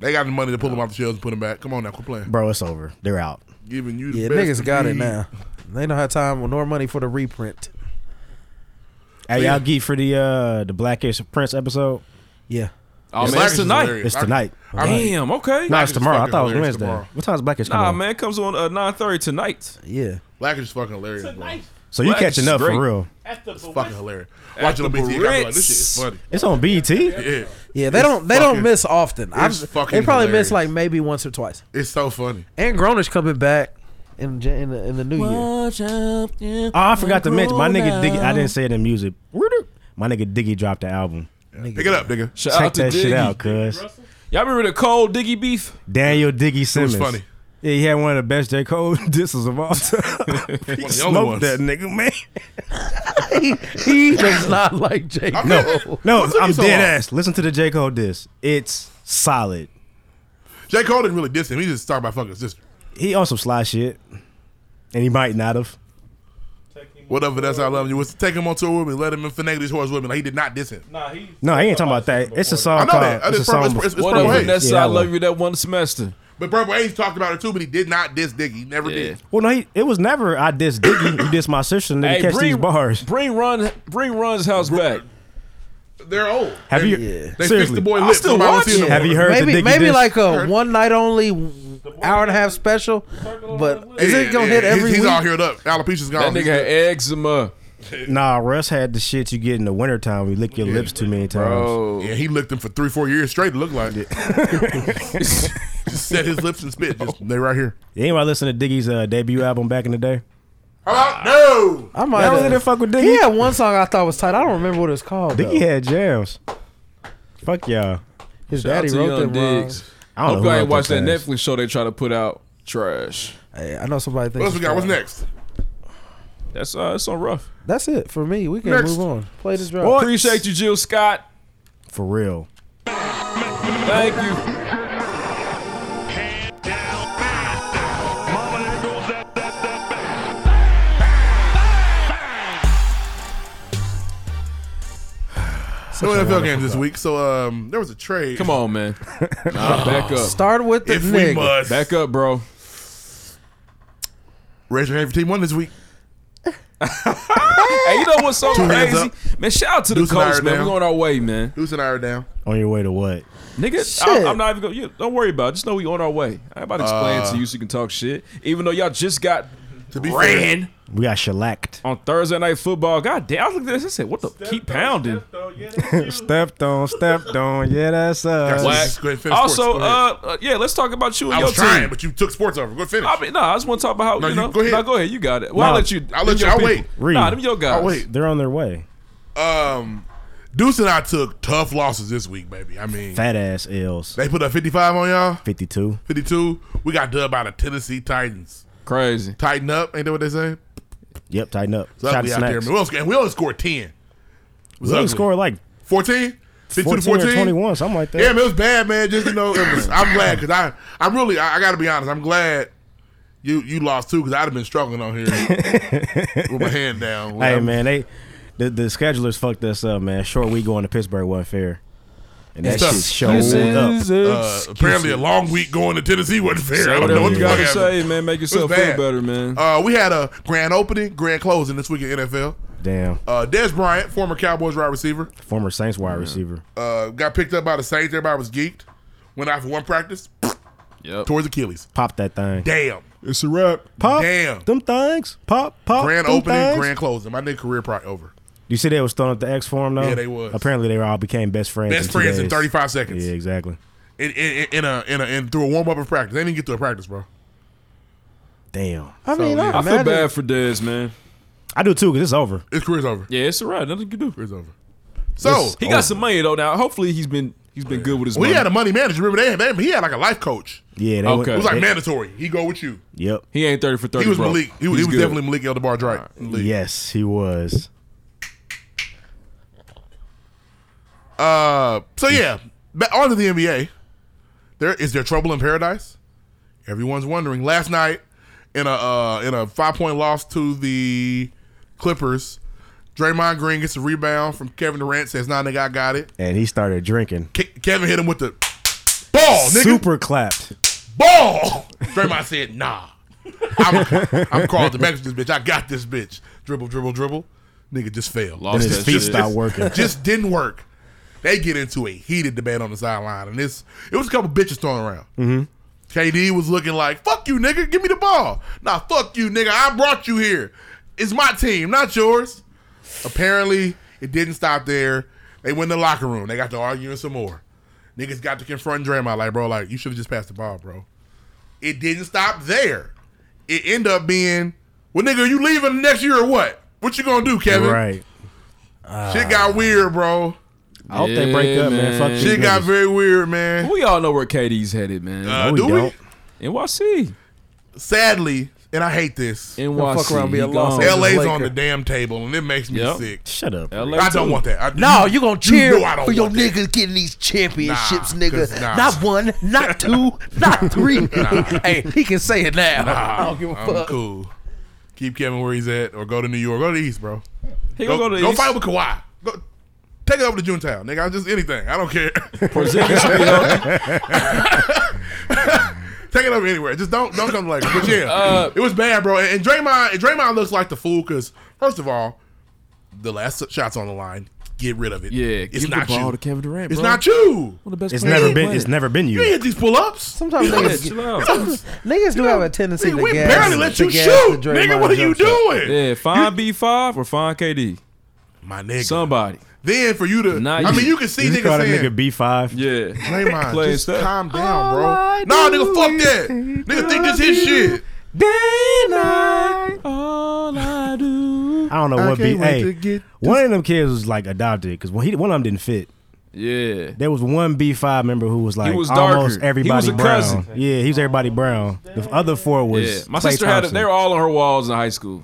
Speaker 5: They got the money to pull them off the shelves and put them back. Come on now, quit playing.
Speaker 6: Bro, it's over. They're out.
Speaker 5: Giving you the
Speaker 9: yeah,
Speaker 5: best
Speaker 9: niggas
Speaker 5: of
Speaker 9: got it
Speaker 5: me.
Speaker 9: now. They don't have time nor money for the reprint.
Speaker 6: Hey, y'all geek for the uh the Blackish Prince episode?
Speaker 9: Yeah,
Speaker 1: Oh man,
Speaker 5: Black
Speaker 1: it's
Speaker 5: is
Speaker 1: tonight.
Speaker 5: hilarious.
Speaker 6: It's tonight.
Speaker 5: I-
Speaker 1: Damn. Okay.
Speaker 6: No, it's
Speaker 5: is
Speaker 6: tomorrow. I
Speaker 5: fucking
Speaker 6: thought it was
Speaker 5: hilarious
Speaker 6: Wednesday.
Speaker 5: tomorrow.
Speaker 6: What time is Blackish come
Speaker 1: Nah,
Speaker 6: on?
Speaker 1: man, it comes on uh, nine thirty tonight.
Speaker 9: yeah.
Speaker 5: Black is fucking hilarious. Bro.
Speaker 8: Tonight
Speaker 6: So you
Speaker 1: Blackish
Speaker 6: catching
Speaker 1: is
Speaker 6: up
Speaker 1: great.
Speaker 6: for real?
Speaker 8: at the
Speaker 5: Fucking
Speaker 8: fucking
Speaker 5: hilarious. Watch it on
Speaker 1: the
Speaker 5: BT. I be like, this shit
Speaker 1: Brits.
Speaker 5: is funny.
Speaker 6: It's on E BET.
Speaker 5: Yeah,
Speaker 9: Yeah, they
Speaker 5: It's
Speaker 9: don't they
Speaker 5: fucking-
Speaker 9: don't miss often. I've,
Speaker 5: it's
Speaker 9: they
Speaker 5: fucking
Speaker 9: probably
Speaker 5: hilarious.
Speaker 9: miss like maybe once or twice.
Speaker 5: it's so funny.
Speaker 9: And Groner's coming back in Jan- in the, in the new year.
Speaker 6: Oh, I forgot to mention my nigga Diggy. I didn't say it in music. Where the- My nigga Diggy dropped the album.
Speaker 5: Pick it up, nigga.
Speaker 1: Shout
Speaker 6: Check
Speaker 1: out to
Speaker 6: that
Speaker 1: Diggy.
Speaker 6: shit out, cuz.
Speaker 1: Y'all remember the cold Diggy beef?
Speaker 6: Daniel Diggy
Speaker 5: It
Speaker 6: Simmons.
Speaker 5: was funny.
Speaker 6: Yeah, he had one of the best J. Cole disses of all time. he
Speaker 5: only ones.
Speaker 6: smoked that nigga, man.
Speaker 9: he, he does not like Jake.
Speaker 5: I feel-
Speaker 6: No,
Speaker 5: What took you
Speaker 6: I'm
Speaker 5: so
Speaker 6: dead
Speaker 5: long?
Speaker 6: ass. Listen to the J. Cole diss. It's solid.
Speaker 5: J. Cole didn't really diss him. He just talked about fucking his sister.
Speaker 6: He on some sly shit. And he might not have.
Speaker 5: Whatever, that's how I love you. Was to take him on tour with me, let him infinite these horse with me. Like he did not diss him.
Speaker 8: Nah, he.
Speaker 6: No, he ain't talking about that. It's a
Speaker 5: I
Speaker 6: song
Speaker 5: know
Speaker 6: called.
Speaker 5: that.
Speaker 6: It's a
Speaker 5: It's, purple,
Speaker 6: song.
Speaker 5: it's, it's
Speaker 1: What
Speaker 5: purple
Speaker 1: up,
Speaker 5: haze.
Speaker 1: Vanessa?
Speaker 6: Yeah, I
Speaker 1: I love
Speaker 6: love
Speaker 1: you that one semester.
Speaker 5: But purple haze talked about it too, but he did not diss Diggy. He never did.
Speaker 6: Well, no, he, it was never. I diss Diggy. you diss my sister, and then
Speaker 1: Hey,
Speaker 6: catch these
Speaker 1: bring,
Speaker 6: bars.
Speaker 1: bring Run, bring Run's house back.
Speaker 5: They're old.
Speaker 6: Have
Speaker 5: they,
Speaker 6: you?
Speaker 5: They fixed
Speaker 6: seriously,
Speaker 5: the boy
Speaker 1: I
Speaker 5: lips.
Speaker 1: still
Speaker 5: Nobody
Speaker 1: watch
Speaker 5: see
Speaker 1: it.
Speaker 5: no
Speaker 6: Have
Speaker 5: more.
Speaker 6: you heard the
Speaker 9: maybe
Speaker 6: Diggy
Speaker 9: maybe
Speaker 6: diss?
Speaker 9: like a one night only hour and a half special, but is
Speaker 5: Yeah,
Speaker 9: it gonna
Speaker 5: yeah,
Speaker 9: hit
Speaker 5: he's-
Speaker 9: every
Speaker 5: He's
Speaker 9: week?
Speaker 5: all healed up. Alopecia's
Speaker 1: That
Speaker 5: gone.
Speaker 1: nigga had eczema,
Speaker 6: Nah, Russ had the shit you get in the wintertime when you lick your lips too many
Speaker 1: Oh.
Speaker 6: times.
Speaker 1: bro.
Speaker 5: yeah, he licked him for three, four years straight. It looked like just set his lips and spit. Just they right here.
Speaker 6: Did anybody listen to Diggy's uh, debut album back in the day?
Speaker 5: How about no?
Speaker 9: I might.
Speaker 6: Y'all
Speaker 9: have-
Speaker 6: really didn't fuck with Diggy?
Speaker 9: He had one song I thought was tight. I don't remember what it's called.
Speaker 6: Diggy
Speaker 9: though.
Speaker 6: had jams. Fuck y'all.
Speaker 9: His
Speaker 1: Shout out
Speaker 9: daddy
Speaker 1: to
Speaker 9: wrote
Speaker 1: Young
Speaker 9: them
Speaker 1: Diggs.
Speaker 9: wrongs.
Speaker 6: I don't
Speaker 1: Hope you
Speaker 6: know. who
Speaker 1: ain't
Speaker 6: wrote
Speaker 1: watched that
Speaker 6: them songs.
Speaker 1: Netflix show they try to put out. Trash.
Speaker 9: Hey, I know somebody thinks.
Speaker 5: What else we
Speaker 9: it's
Speaker 5: got? What's
Speaker 9: tight.
Speaker 5: next?
Speaker 1: That's uh, it's on rough.
Speaker 9: That's it for me. We can
Speaker 5: Next.
Speaker 9: move on. Play this drop.
Speaker 1: Appreciate you, Jill Scott.
Speaker 6: For real.
Speaker 1: Thank you.
Speaker 5: No NFL games this week, so um, there was a trade.
Speaker 1: Come on, man. Nah, back up.
Speaker 9: Start with the
Speaker 5: if we
Speaker 9: nigga.
Speaker 5: must
Speaker 1: Back up, bro.
Speaker 5: raise your hand if your team won this week.
Speaker 1: Hey, you know what's so
Speaker 5: hands
Speaker 1: crazy? Man, shout out to the
Speaker 5: Deuce and I
Speaker 1: coach,
Speaker 5: are
Speaker 1: man.
Speaker 5: down.
Speaker 1: We're on our way, man.
Speaker 5: Who's an hour down?
Speaker 6: On your way to what?
Speaker 1: Nigga,
Speaker 9: Shit.
Speaker 1: I, I'm not even going. to Don't worry about it. Just know we on our way. I ain't about to explain
Speaker 5: Uh,
Speaker 1: to you so you can talk shit. Even though y'all just got
Speaker 5: To be fair,
Speaker 1: ran
Speaker 6: We got shellacked.
Speaker 1: on Thursday night football. God damn! I looked at this. I said, "What the? keep pounding."
Speaker 6: stepped on, stepped on. Yeah, that's us.
Speaker 5: That's-
Speaker 1: Whack.
Speaker 5: Just go ahead and finish
Speaker 1: Also,
Speaker 5: sports. Go
Speaker 1: uh, uh, yeah, let's talk about you and
Speaker 5: I
Speaker 1: your
Speaker 5: was trying,
Speaker 1: team.
Speaker 5: but you took sports over. Go finish.
Speaker 1: I mean, no, I just want to talk about how
Speaker 5: No,
Speaker 1: you
Speaker 5: you-
Speaker 1: know.
Speaker 5: go ahead.
Speaker 1: No, go ahead. You got it. Well,
Speaker 6: No,
Speaker 1: I'll let you.
Speaker 5: I'll
Speaker 1: them
Speaker 5: let you-
Speaker 1: your
Speaker 5: I'll
Speaker 1: people.
Speaker 5: wait.
Speaker 6: Read.
Speaker 1: Nah, them your guys.
Speaker 5: I'll wait.
Speaker 6: They're on their way.
Speaker 5: Um, Deuce and I took tough losses this week, baby. I mean,
Speaker 6: Fat ass L's.
Speaker 5: they put up 55 on y'all,
Speaker 6: 52.
Speaker 5: 52. We got dubbed by the Tennessee Titans.
Speaker 1: Crazy.
Speaker 5: Tighten up, ain't that what they say?
Speaker 6: Yep, tighten up.
Speaker 5: So
Speaker 6: Shout
Speaker 5: we
Speaker 6: to
Speaker 5: out there.
Speaker 6: Snacks.
Speaker 5: man. We only, and we only scored 10. It was
Speaker 6: We
Speaker 5: ugly.
Speaker 6: scored like
Speaker 5: 14?
Speaker 6: 14
Speaker 5: 52 to 14?
Speaker 6: or 21, something like that.
Speaker 5: Yeah, man, it was bad, man. Just, you know, it was, I'm glad because I, I'm really, I, I got to be honest, I'm glad. You, you lost too because I'd have been struggling on here with my hand down.
Speaker 6: Hey man, they the, the schedulers fucked us up, man. Short week going to Pittsburgh wasn't fair. and that
Speaker 5: Tough.
Speaker 6: shit showed up.
Speaker 5: Uh, apparently, a long week going to Tennessee wasn't fair. I don't know
Speaker 1: Whatever
Speaker 5: what
Speaker 1: you
Speaker 5: the fuck
Speaker 1: gotta
Speaker 5: happened.
Speaker 1: say, man. Make yourself
Speaker 5: was
Speaker 1: feel
Speaker 5: bad.
Speaker 1: better, man.
Speaker 5: Uh, we had a grand opening, grand closing this week in NFL.
Speaker 6: Damn,
Speaker 5: Uh, Des Bryant, former Cowboys wide receiver,
Speaker 6: former Saints wide receiver.
Speaker 5: uh, got picked up by the Saints. Everybody was geeked. Went out for one practice,
Speaker 1: Yep.
Speaker 5: towards Achilles.
Speaker 6: Pop that thing.
Speaker 5: Damn.
Speaker 6: It's a wrap. Pop.
Speaker 5: Damn.
Speaker 6: Them things. Pop. Pop.
Speaker 5: Grand
Speaker 6: them
Speaker 5: opening,
Speaker 6: things.
Speaker 5: grand closing. My nigga career probably over.
Speaker 6: You see, they was throwing up the X for him though.
Speaker 5: Yeah, they was.
Speaker 6: Apparently, they all became best friends.
Speaker 5: Best
Speaker 6: in two
Speaker 5: friends in
Speaker 6: days.
Speaker 5: 35 seconds.
Speaker 6: Yeah, exactly.
Speaker 5: In, in, in a in a in through a warm up of practice. They didn't get through a practice, bro.
Speaker 6: Damn,
Speaker 9: I mean,
Speaker 1: I
Speaker 9: I,
Speaker 1: feel bad for Dez, man.
Speaker 6: I do too because it's over.
Speaker 5: His career's over.
Speaker 1: Yeah, oh, it's alright. Nothing you can do.
Speaker 5: Career's over. So
Speaker 6: This-
Speaker 1: He got some money though. Now, hopefully, he's been he's been good with his
Speaker 5: we
Speaker 1: money.
Speaker 5: Oh. had a money manager. Remember they had they- he had like a life coach.
Speaker 6: Yeah, they
Speaker 1: Okay.
Speaker 6: Went,
Speaker 5: It was like
Speaker 6: they-
Speaker 5: mandatory. He go with you.
Speaker 6: Yep.
Speaker 1: he ain't thirty for thirty.
Speaker 5: He was
Speaker 1: bro.
Speaker 5: Malik. He was, he
Speaker 1: He's
Speaker 5: was
Speaker 1: good.
Speaker 5: definitely Malik Elderbar right.
Speaker 6: Yes, he was.
Speaker 5: Uh, so yeah, back on to the NBA. There is there trouble in paradise? Everyone's wondering. Last night, in a uh, in a five point loss to the Clippers, Draymond Green gets a rebound from Kevin Durant. Says, "Nah, nigga, I got it."
Speaker 6: And he started drinking.
Speaker 5: Ke- Kevin hit him with the ball, Oh, nigga,
Speaker 6: Super clapped.
Speaker 5: ball. Draymond said, "Nah, I'm, I'm Carl the Max. This bitch, I got this bitch." Dribble, dribble, dribble. Nigga just failed.
Speaker 1: Lost
Speaker 6: his
Speaker 1: that
Speaker 6: feet
Speaker 1: shit.
Speaker 6: stopped working.
Speaker 5: just didn't work. They get into a heated debate on the sideline, and this it was a couple bitches thrown around. Mm-hmm. KD was looking like "fuck you, nigga, give me the ball." Nah, fuck you, nigga, I brought you here. It's my team, not yours. Apparently, it didn't stop there. They went in the locker room. They got to arguing some more. Niggas got to confront Draymond like, bro, like you should have just passed the ball, bro. It didn't stop there. It ended up being, well, nigga, you leaving next year or what? What you gonna do, Kevin?
Speaker 6: Right.
Speaker 5: Shit got weird, bro.
Speaker 6: I hope they break
Speaker 1: Yeah,
Speaker 6: up, man. Fuck
Speaker 1: man.
Speaker 6: these
Speaker 5: Shit got
Speaker 6: niggas.
Speaker 5: very weird, man.
Speaker 1: We all know where KD's headed, man.
Speaker 5: Uh,
Speaker 6: No, we
Speaker 5: do we?
Speaker 6: don't.
Speaker 1: NYC,
Speaker 5: Sadly, and I hate this.
Speaker 1: NYC.
Speaker 9: fuck around, be a
Speaker 1: He
Speaker 9: Los
Speaker 1: gone.
Speaker 9: Angeles.
Speaker 5: LA's
Speaker 9: Laker.
Speaker 5: on the damn table, and it makes me
Speaker 1: Yep.
Speaker 5: sick.
Speaker 6: Shut up.
Speaker 1: LA
Speaker 5: I don't
Speaker 1: too.
Speaker 5: want that. I,
Speaker 9: no, you gonna cheer
Speaker 5: know I don't
Speaker 9: for your
Speaker 5: want that.
Speaker 9: niggas getting these championships,
Speaker 5: Nah,
Speaker 9: nigga.
Speaker 5: 'cause nah.
Speaker 9: Not one, not two, not three. hey, he can say it now.
Speaker 5: Nah,
Speaker 9: I don't give a
Speaker 5: I'm
Speaker 9: fuck.
Speaker 5: cool. Keep Kevin where he's at, or go to New York, go to the East, bro.
Speaker 1: He
Speaker 5: Go,
Speaker 1: gonna go to the
Speaker 5: go
Speaker 1: East.
Speaker 5: fight with Kawhi. Go, take it over to Junetown, nigga. I just anything. I don't care.
Speaker 1: Porzingis, you know?
Speaker 5: take it over anywhere. Just don't don't come like. But yeah,
Speaker 1: Uh,
Speaker 5: it was bad, bro. And, and Draymond, and Draymond looks like the fool because first of all, the last shot's on the line. Get rid of it.
Speaker 1: Yeah,
Speaker 5: it's
Speaker 1: give
Speaker 5: not
Speaker 1: the ball
Speaker 5: you.
Speaker 1: to Kevin Durant.
Speaker 5: it's
Speaker 1: bro.
Speaker 5: not you.
Speaker 1: One of the best
Speaker 6: It's
Speaker 1: players
Speaker 6: never
Speaker 1: on
Speaker 6: been.
Speaker 1: the
Speaker 6: It's
Speaker 1: planet.
Speaker 6: never been
Speaker 5: You ain't
Speaker 6: you.
Speaker 5: hit these pull ups.
Speaker 9: Sometimes
Speaker 1: Yeah,
Speaker 9: niggas,
Speaker 1: chill out.
Speaker 9: niggas do have a tendency
Speaker 5: We,
Speaker 9: to
Speaker 5: we
Speaker 9: gas.
Speaker 5: barely let
Speaker 9: to
Speaker 5: you
Speaker 9: gas
Speaker 5: shoot,
Speaker 9: the
Speaker 5: nigga.
Speaker 9: Draymond
Speaker 5: What are you
Speaker 9: jump shot.
Speaker 5: doing?
Speaker 1: Yeah, find B five or find KD.
Speaker 5: My nigga.
Speaker 1: Somebody.
Speaker 5: Then for you to,
Speaker 1: Nah,
Speaker 5: I
Speaker 1: you-
Speaker 5: mean, you can see
Speaker 6: He
Speaker 5: niggas
Speaker 6: called a
Speaker 5: saying,
Speaker 6: nigga B five.
Speaker 1: Yeah.
Speaker 5: Draymond,
Speaker 1: Play
Speaker 5: just
Speaker 1: stuff.
Speaker 5: calm down, bro. Nah, nigga, fuck that. Nigga, think this his shit.
Speaker 1: All I do.
Speaker 6: I don't know what B. Hey, one of them kids was like adopted because when he one of them didn't fit.
Speaker 1: Yeah.
Speaker 6: There was one B five member who was like
Speaker 1: was darker.
Speaker 6: almost
Speaker 1: He
Speaker 6: everybody
Speaker 1: was a
Speaker 6: brown.
Speaker 1: cousin.
Speaker 6: Yeah, he was everybody brown. The other four
Speaker 1: Yeah.
Speaker 6: was
Speaker 1: My
Speaker 6: Klay
Speaker 1: sister had. A,
Speaker 6: Thompson.
Speaker 1: they were all on her walls in high school.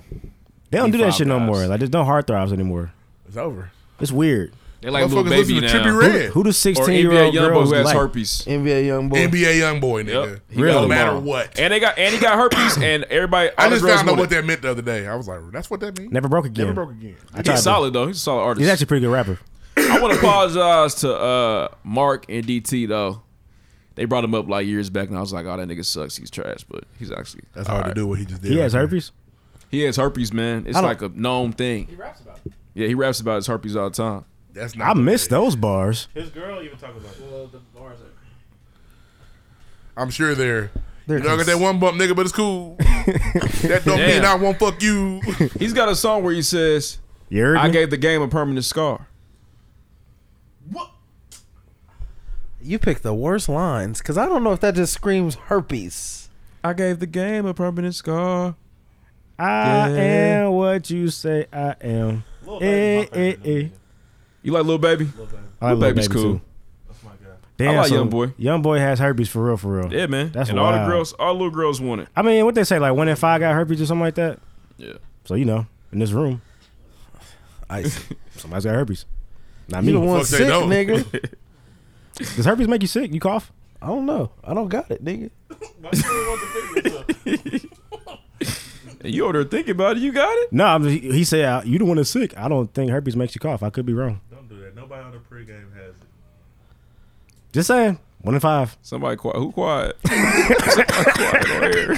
Speaker 6: They don't do that
Speaker 1: B5
Speaker 6: shit no
Speaker 1: guys.
Speaker 6: more. Like there's no hard throbs anymore.
Speaker 5: It's over.
Speaker 6: It's weird.
Speaker 1: They like little
Speaker 5: Motherfuckers
Speaker 1: baby
Speaker 5: listen to
Speaker 1: now.
Speaker 5: Trippy
Speaker 1: Or
Speaker 6: Who,
Speaker 5: Red.
Speaker 6: who do sixteen year
Speaker 1: NBA
Speaker 6: old
Speaker 1: young boy
Speaker 6: girls
Speaker 1: who has
Speaker 6: like?
Speaker 1: herpes.
Speaker 9: NBA young boy.
Speaker 5: NBA young boy, nigga.
Speaker 1: Yep.
Speaker 5: No
Speaker 6: Really?
Speaker 5: matter what.
Speaker 1: And they got and he got herpes and everybody.
Speaker 5: I
Speaker 1: all the
Speaker 5: just
Speaker 1: girls
Speaker 5: found out
Speaker 1: wanted-
Speaker 5: what that meant the other day. I was like, that's what that means.
Speaker 6: Never broke again.
Speaker 5: Never broke again.
Speaker 6: I tried
Speaker 1: He's
Speaker 6: to-
Speaker 1: solid though. He's a solid artist.
Speaker 6: He's actually a pretty good rapper.
Speaker 1: I want to apologize to uh, Mark and DT though. They brought him up like years back, and I was like, "Oh, that nigga sucks. He's trash." But he's actually
Speaker 5: That's hard to do what he just did.
Speaker 6: He has
Speaker 5: right
Speaker 6: herpes.
Speaker 1: he has herpes, man. It's
Speaker 6: don't-
Speaker 1: like a known thing. He raps about it. Yeah, he raps about his herpes all the time.
Speaker 5: there. That's not
Speaker 6: I miss those bars.
Speaker 8: His girl even talking about Well, the bars are.
Speaker 5: I'm sure they're.
Speaker 9: They're
Speaker 5: you know, I got
Speaker 9: cons-
Speaker 5: that one bump, nigga, but it's cool. that don't mean
Speaker 1: Damn.
Speaker 5: I won't fuck you.
Speaker 1: He's got a song where he says,
Speaker 6: You heard
Speaker 1: "I
Speaker 6: me?
Speaker 1: gave the game a permanent scar."
Speaker 9: You pick the worst lines because I don't know if that just screams herpes.
Speaker 1: I gave the game a permanent scar.
Speaker 6: I
Speaker 1: Yeah.
Speaker 6: am what you say I am. Eh, eh, eh.
Speaker 1: You like little baby?
Speaker 6: I like Lil
Speaker 1: Baby's
Speaker 6: Baby,
Speaker 1: cool.
Speaker 6: too. Damn,
Speaker 1: like
Speaker 6: so
Speaker 1: Young Boy.
Speaker 6: Young boy has herpes for real, for real.
Speaker 1: Yeah, man.
Speaker 6: That's
Speaker 1: and all
Speaker 6: wild.
Speaker 1: the girls, all little girls want it.
Speaker 6: I mean, what they say, like one in five got herpes or something like that.
Speaker 1: Yeah.
Speaker 6: So you know, in this room,
Speaker 9: Ice.
Speaker 6: somebody's got herpes. Not
Speaker 9: You the
Speaker 6: me.
Speaker 9: one
Speaker 5: Fuck they
Speaker 9: sick,
Speaker 5: don't.
Speaker 9: nigga.
Speaker 6: Does herpes make you sick? You cough?
Speaker 9: I don't know. I don't got it, nigga.
Speaker 1: And you over there thinking about it? You got it?
Speaker 6: No, I'm, he, he said "I- you the one that's sick. I don't think herpes makes you cough. I could be wrong.
Speaker 8: Don't do that. Nobody on the pregame has it.
Speaker 6: Just saying. One in five.
Speaker 1: Somebody quiet. Who quiet? Somebody quiet on here.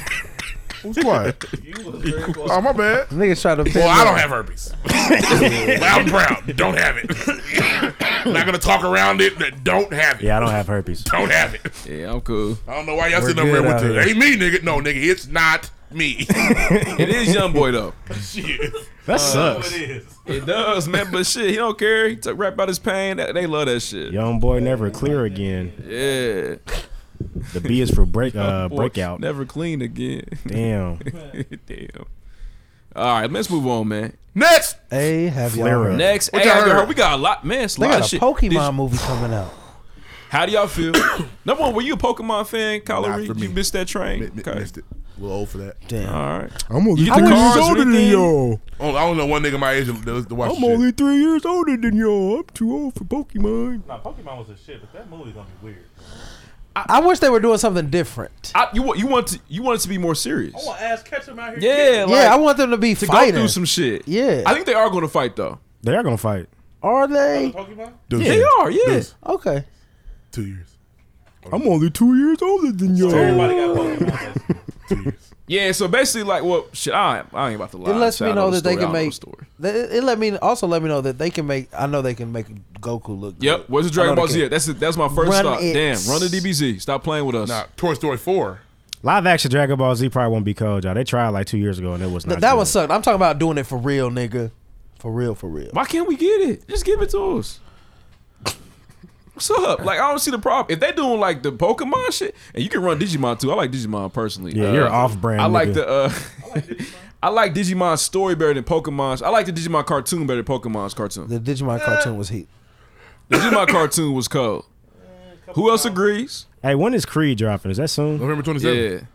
Speaker 5: Who's quiet? oh, my bad.
Speaker 9: Niggas try to.
Speaker 5: Well, I don't have herpes. Loud and proud. Don't have it. Not gonna talk around it. Don't have it.
Speaker 6: Yeah, I don't have herpes.
Speaker 5: Don't have it.
Speaker 1: Yeah, I'm cool.
Speaker 5: I don't know why y'all
Speaker 9: We're
Speaker 5: sitting up there
Speaker 9: good
Speaker 5: with
Speaker 9: out
Speaker 5: the
Speaker 9: here.
Speaker 5: ain't me, nigga. No, nigga, it's not me.
Speaker 1: It is young boy though.
Speaker 5: Shit.
Speaker 6: That sucks.
Speaker 1: It does, man. But shit, he don't care. He took rap about his pain. That- They love that shit.
Speaker 6: Young boy never clear again.
Speaker 1: Yeah.
Speaker 6: The B is for break uh,
Speaker 1: Boy,
Speaker 6: breakout.
Speaker 1: Never clean again.
Speaker 6: Damn.
Speaker 1: Damn. All right, let's move on, man.
Speaker 5: Next.
Speaker 9: A have y'all
Speaker 6: Flare
Speaker 9: heard?
Speaker 6: up.
Speaker 1: Next,
Speaker 5: What
Speaker 1: hey,
Speaker 5: y'all
Speaker 1: I
Speaker 5: heard?
Speaker 1: heard- we got a lot, man. It's a
Speaker 9: They
Speaker 1: lot of
Speaker 9: got a
Speaker 1: shit. Did-
Speaker 9: Pokemon movie coming out.
Speaker 1: How do y'all feel? Number one, were you a Pokemon fan,
Speaker 5: Not
Speaker 1: Kyler Reed?
Speaker 5: for me.
Speaker 1: You missed that train.
Speaker 5: Mi- mi-
Speaker 1: Okay.
Speaker 5: Missed it. A little old for that.
Speaker 9: Damn.
Speaker 1: All right.
Speaker 6: I'm only
Speaker 1: You get the three years cards or older than anything?
Speaker 6: y'all.
Speaker 5: I only, Oh, I only know one nigga my age that that watch shit.
Speaker 6: three years older than y'all. I'm too old for Pokemon.
Speaker 8: Nah, Pokemon was a shit, but that movie's gonna be weird.
Speaker 9: I wish they were doing something different.
Speaker 1: I, you want you want to you want it to be more serious.
Speaker 8: I want ass catcher out here.
Speaker 1: Yeah, like,
Speaker 9: yeah, I want them to be
Speaker 1: to
Speaker 9: fighting.
Speaker 1: go through some shit.
Speaker 9: Yeah.
Speaker 1: I think they are going to fight though.
Speaker 6: They are gonna fight.
Speaker 9: Are they?
Speaker 8: Pokemon?
Speaker 5: Dude,
Speaker 1: They are. Yeah.
Speaker 9: Okay.
Speaker 5: Two years.
Speaker 6: I'm only two years older than y'all.
Speaker 8: Everybody got Pokemon.
Speaker 5: Two years.
Speaker 1: Yeah. So basically, like, well, shit. I I ain't about to lie.
Speaker 9: It lets
Speaker 1: Shit,
Speaker 9: me
Speaker 1: I
Speaker 9: know
Speaker 1: the
Speaker 9: that they
Speaker 1: story, I
Speaker 9: can
Speaker 1: know the
Speaker 9: make.
Speaker 1: story.
Speaker 9: It, it let me also let me know that they can make. I know they can make Goku look.
Speaker 1: Yep.
Speaker 9: Good.
Speaker 1: Where's the Dragon
Speaker 9: I know
Speaker 1: Ball
Speaker 9: they
Speaker 1: Z?
Speaker 9: can.
Speaker 1: At? That's it. That's my first
Speaker 9: Run
Speaker 1: stop.
Speaker 9: it.
Speaker 1: Damn. Run the DBZ. Stop playing with us.
Speaker 5: Nah, Toy Story four.
Speaker 6: Live action Dragon Ball Z probably won't be cold, y'all. They tried like two years ago and it was not.
Speaker 9: Th- that
Speaker 6: good.
Speaker 9: one sucked. I'm talking about doing it for real, nigga. For real, for real.
Speaker 1: Why can't we get it? Just give it to us. What's up? Like I don't see the problem. If they doing like the Pokemon shit, and you can run Digimon too. I like Digimon personally. Uh,
Speaker 6: Yeah, you're off-brand,
Speaker 1: I like
Speaker 6: nigga.
Speaker 1: the. uh I like Digimon's story better than Pokemon's. I like the Digimon cartoon better than Pokemon's cartoon.
Speaker 9: The Digimon cartoon was heat.
Speaker 1: The Digimon cartoon was cold. Who else agrees?
Speaker 6: Hey, when is Creed dropping? Is that soon?
Speaker 5: November twenty seventh.
Speaker 1: Yeah,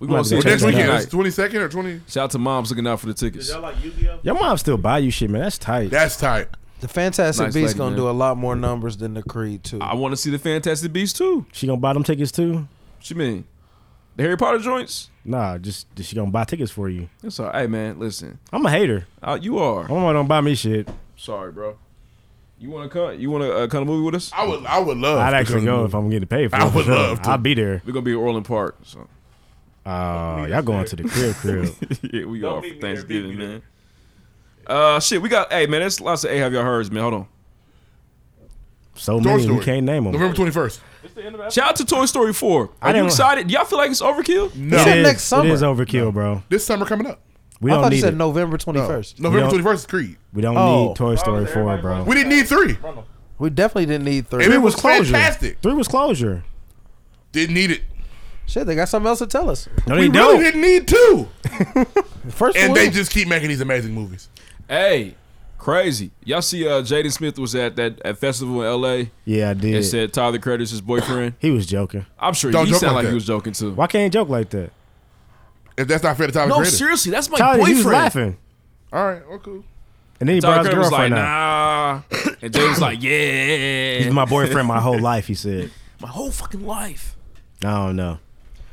Speaker 1: we gonna
Speaker 6: Might
Speaker 1: see
Speaker 6: be
Speaker 1: it
Speaker 6: Check
Speaker 5: Next
Speaker 6: that
Speaker 5: weekend.
Speaker 6: out.
Speaker 5: That's twenty second or twenty.
Speaker 1: Shout out to moms looking out for the tickets.
Speaker 8: Y'all like Yu-Gi-Oh?
Speaker 6: Your mom still buy you shit, man. That's tight.
Speaker 5: That's tight.
Speaker 9: The Fantastic
Speaker 1: Nice
Speaker 9: Beast
Speaker 1: lady,
Speaker 9: gonna
Speaker 1: man.
Speaker 9: do a lot more numbers than the Creed too.
Speaker 1: I want to see the Fantastic Beasts too.
Speaker 6: she gonna buy them tickets too?
Speaker 1: What you mean? The Harry Potter joints?
Speaker 6: Nah, just she gonna buy tickets for you.
Speaker 1: That's all. Hey man, listen.
Speaker 6: I'm a hater.
Speaker 1: Uh, you are.
Speaker 6: My mom don't buy me shit.
Speaker 1: Sorry, bro. You want to come? You want to uh, come to the movie with us?
Speaker 5: I would. I would love.
Speaker 6: I'd
Speaker 5: to
Speaker 6: actually
Speaker 5: go to
Speaker 6: go
Speaker 5: the
Speaker 6: if I'm getting paid for it.
Speaker 5: I would
Speaker 6: for sure.
Speaker 5: love to.
Speaker 6: I'll be there.
Speaker 1: We're gonna be at Orland Park, so
Speaker 6: Uh, y'all going to the crib, crib.
Speaker 1: yeah, we
Speaker 8: Don't
Speaker 1: are
Speaker 8: meet
Speaker 1: for
Speaker 8: me there,
Speaker 1: Thanksgiving,
Speaker 8: meet me
Speaker 1: man. Uh, shit, we got. Hey, man, there's lots of. Hey, have y'all heard, man? Hold on.
Speaker 6: So
Speaker 5: Toy
Speaker 6: many,
Speaker 5: Story.
Speaker 6: we can't name them.
Speaker 5: November twenty first.
Speaker 8: It's the end of that.
Speaker 1: Shout out to Toy Story 4.
Speaker 6: I
Speaker 1: Are you
Speaker 6: didn't-
Speaker 1: excited? Do y'all feel like it's overkill?
Speaker 5: No,
Speaker 9: It
Speaker 6: It
Speaker 9: next
Speaker 6: is-
Speaker 9: summer.
Speaker 6: It is overkill, bro.
Speaker 5: this summer coming up.
Speaker 6: We
Speaker 9: I
Speaker 6: don't
Speaker 9: thought you
Speaker 6: need
Speaker 9: said
Speaker 6: it.
Speaker 9: November 21st.
Speaker 5: November
Speaker 6: don't-
Speaker 5: twenty first is Creed.
Speaker 6: We don't
Speaker 9: Oh.
Speaker 6: need Toy Story
Speaker 8: everybody
Speaker 6: 4,
Speaker 8: wants
Speaker 6: bro.
Speaker 5: We didn't need three,
Speaker 8: Run 'em.
Speaker 9: We definitely didn't need three.
Speaker 5: and it was
Speaker 6: closure.
Speaker 5: fantastic.
Speaker 6: Three was closure.
Speaker 5: Didn't need it.
Speaker 9: Shit, they got something else to tell us.
Speaker 6: No, they
Speaker 5: We really
Speaker 6: don't.
Speaker 5: didn't need two.
Speaker 9: The First
Speaker 5: And
Speaker 9: one.
Speaker 5: they just keep making these amazing movies.
Speaker 1: Hey, crazy. Y'all see, uh, Jaden Smith was at that at festival in L.A.
Speaker 6: Yeah, I
Speaker 1: and
Speaker 6: did.
Speaker 1: said Tyler Credit's his boyfriend.
Speaker 6: He was joking.
Speaker 1: I'm sure
Speaker 5: Don't
Speaker 1: he
Speaker 5: joke
Speaker 1: sounded
Speaker 5: like
Speaker 1: like,
Speaker 5: that.
Speaker 1: he was joking too.
Speaker 6: Why can't he joke like that?
Speaker 5: If that's not fair to Tyler
Speaker 1: No,
Speaker 5: Creator.
Speaker 1: seriously, that's my
Speaker 6: Tyler, he
Speaker 1: boyfriend.
Speaker 6: was laughing.
Speaker 5: All right, well, cool.
Speaker 6: And then he
Speaker 1: Tyler
Speaker 6: brought his
Speaker 1: Credit was like,
Speaker 6: girlfriend out.
Speaker 1: nah, and Jaden was like, yeah,
Speaker 6: He's my boyfriend my whole life, he said.
Speaker 1: my whole fucking life.
Speaker 6: I don't know.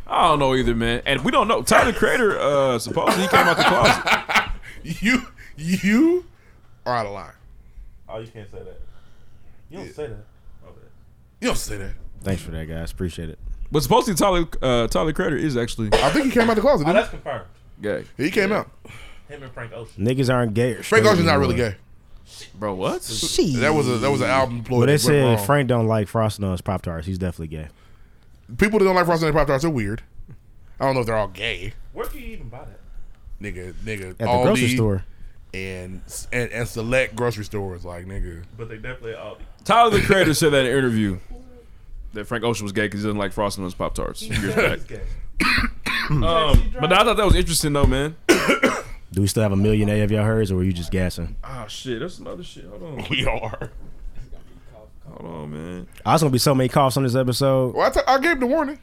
Speaker 1: I don't know either, man. And we don't know. Tyler the Creator, uh, supposedly he came out the closet.
Speaker 5: You you are out of line.
Speaker 8: Oh, you can't say that. You don't say that. Okay.
Speaker 5: You don't say that.
Speaker 6: Thanks for that, guys. Appreciate it.
Speaker 1: But supposedly Tyler uh, Tyler the Creator is actually
Speaker 5: I think he came out the closet.
Speaker 8: Oh,
Speaker 5: Didn't
Speaker 8: that's confirmed.
Speaker 1: gay.
Speaker 5: he? He came out.
Speaker 8: Him and Frank Ocean.
Speaker 6: Niggas aren't gay. or
Speaker 5: Frank
Speaker 6: straight
Speaker 5: Ocean's not really
Speaker 6: anymore.
Speaker 5: gay.
Speaker 1: Bro, what?
Speaker 9: She.
Speaker 5: That was a that was an album employee.
Speaker 6: But they
Speaker 5: that went
Speaker 6: said
Speaker 5: wrong.
Speaker 6: Frank don't like Frosting on his Pop Tarts. He's definitely gay.
Speaker 5: people that don't like Frosted and Pop Tarts are weird. I don't know if they're all gay,
Speaker 8: Where can you even buy that?
Speaker 5: nigga, nigga.
Speaker 6: At the
Speaker 5: Aldi
Speaker 6: grocery store.
Speaker 5: and, and and select grocery stores, like nigga.
Speaker 8: But they definitely uh, all.
Speaker 1: Tyler the Creator said that in an interview that Frank Ocean was gay because he doesn't like frosting on his Pop Tarts. Years back.
Speaker 8: It's gay.
Speaker 1: Um, but I thought that was interesting though, man.
Speaker 6: Do we still have a million A of y'all herds, or were you just gassing?
Speaker 1: Ah, shit, that's some other shit. Hold on,
Speaker 5: We are.
Speaker 1: hold on, man.
Speaker 6: I was gonna be so many coughs on this episode.
Speaker 5: Well, I, t- I gave the warning.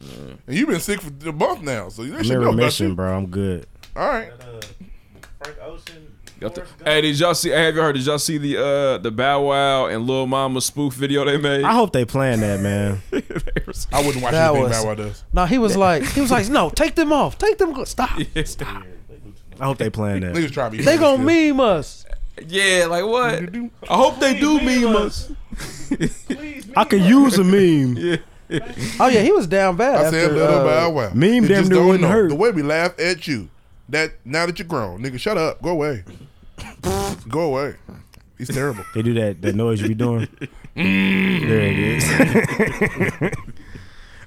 Speaker 5: And you've been sick for a month now, so they
Speaker 6: I'm
Speaker 5: should
Speaker 6: in
Speaker 5: know about
Speaker 6: remission,
Speaker 5: you.
Speaker 6: bro. I'm good.
Speaker 5: All right,
Speaker 8: Uh, Frank Ocean.
Speaker 1: Got the-
Speaker 8: Forrest Gump.
Speaker 1: hey, did y'all see? Have y'all heard? Did y'all see the uh the Bow Wow and Lil Mama spoof video they made?
Speaker 6: I hope they plan that, man.
Speaker 1: They were-
Speaker 5: I wouldn't watch
Speaker 9: That
Speaker 5: anything
Speaker 9: was-
Speaker 5: Bow Wow does.
Speaker 9: No, he was like, he was like, no, take them off, take them, stop.
Speaker 1: Stop.
Speaker 6: I hope they plan that.
Speaker 5: Niggas try to be.
Speaker 9: They
Speaker 5: funny
Speaker 9: gonna
Speaker 5: still.
Speaker 9: meme us.
Speaker 11: Yeah, like what?
Speaker 5: I hope they do meme us.
Speaker 6: I could use a meme.
Speaker 9: Oh yeah, he was down bad.
Speaker 5: I
Speaker 9: after,
Speaker 5: said that
Speaker 9: uh,
Speaker 5: about Bow Wow.
Speaker 6: meme damn
Speaker 5: They just
Speaker 6: near
Speaker 5: don't
Speaker 6: wouldn't
Speaker 5: know.
Speaker 6: hurt.
Speaker 5: The way we laugh at you, that now that you're grown, nigga, shut up, go away, go away. He's terrible.
Speaker 6: They do that that noise you be doing.
Speaker 1: Mm.
Speaker 6: there it is.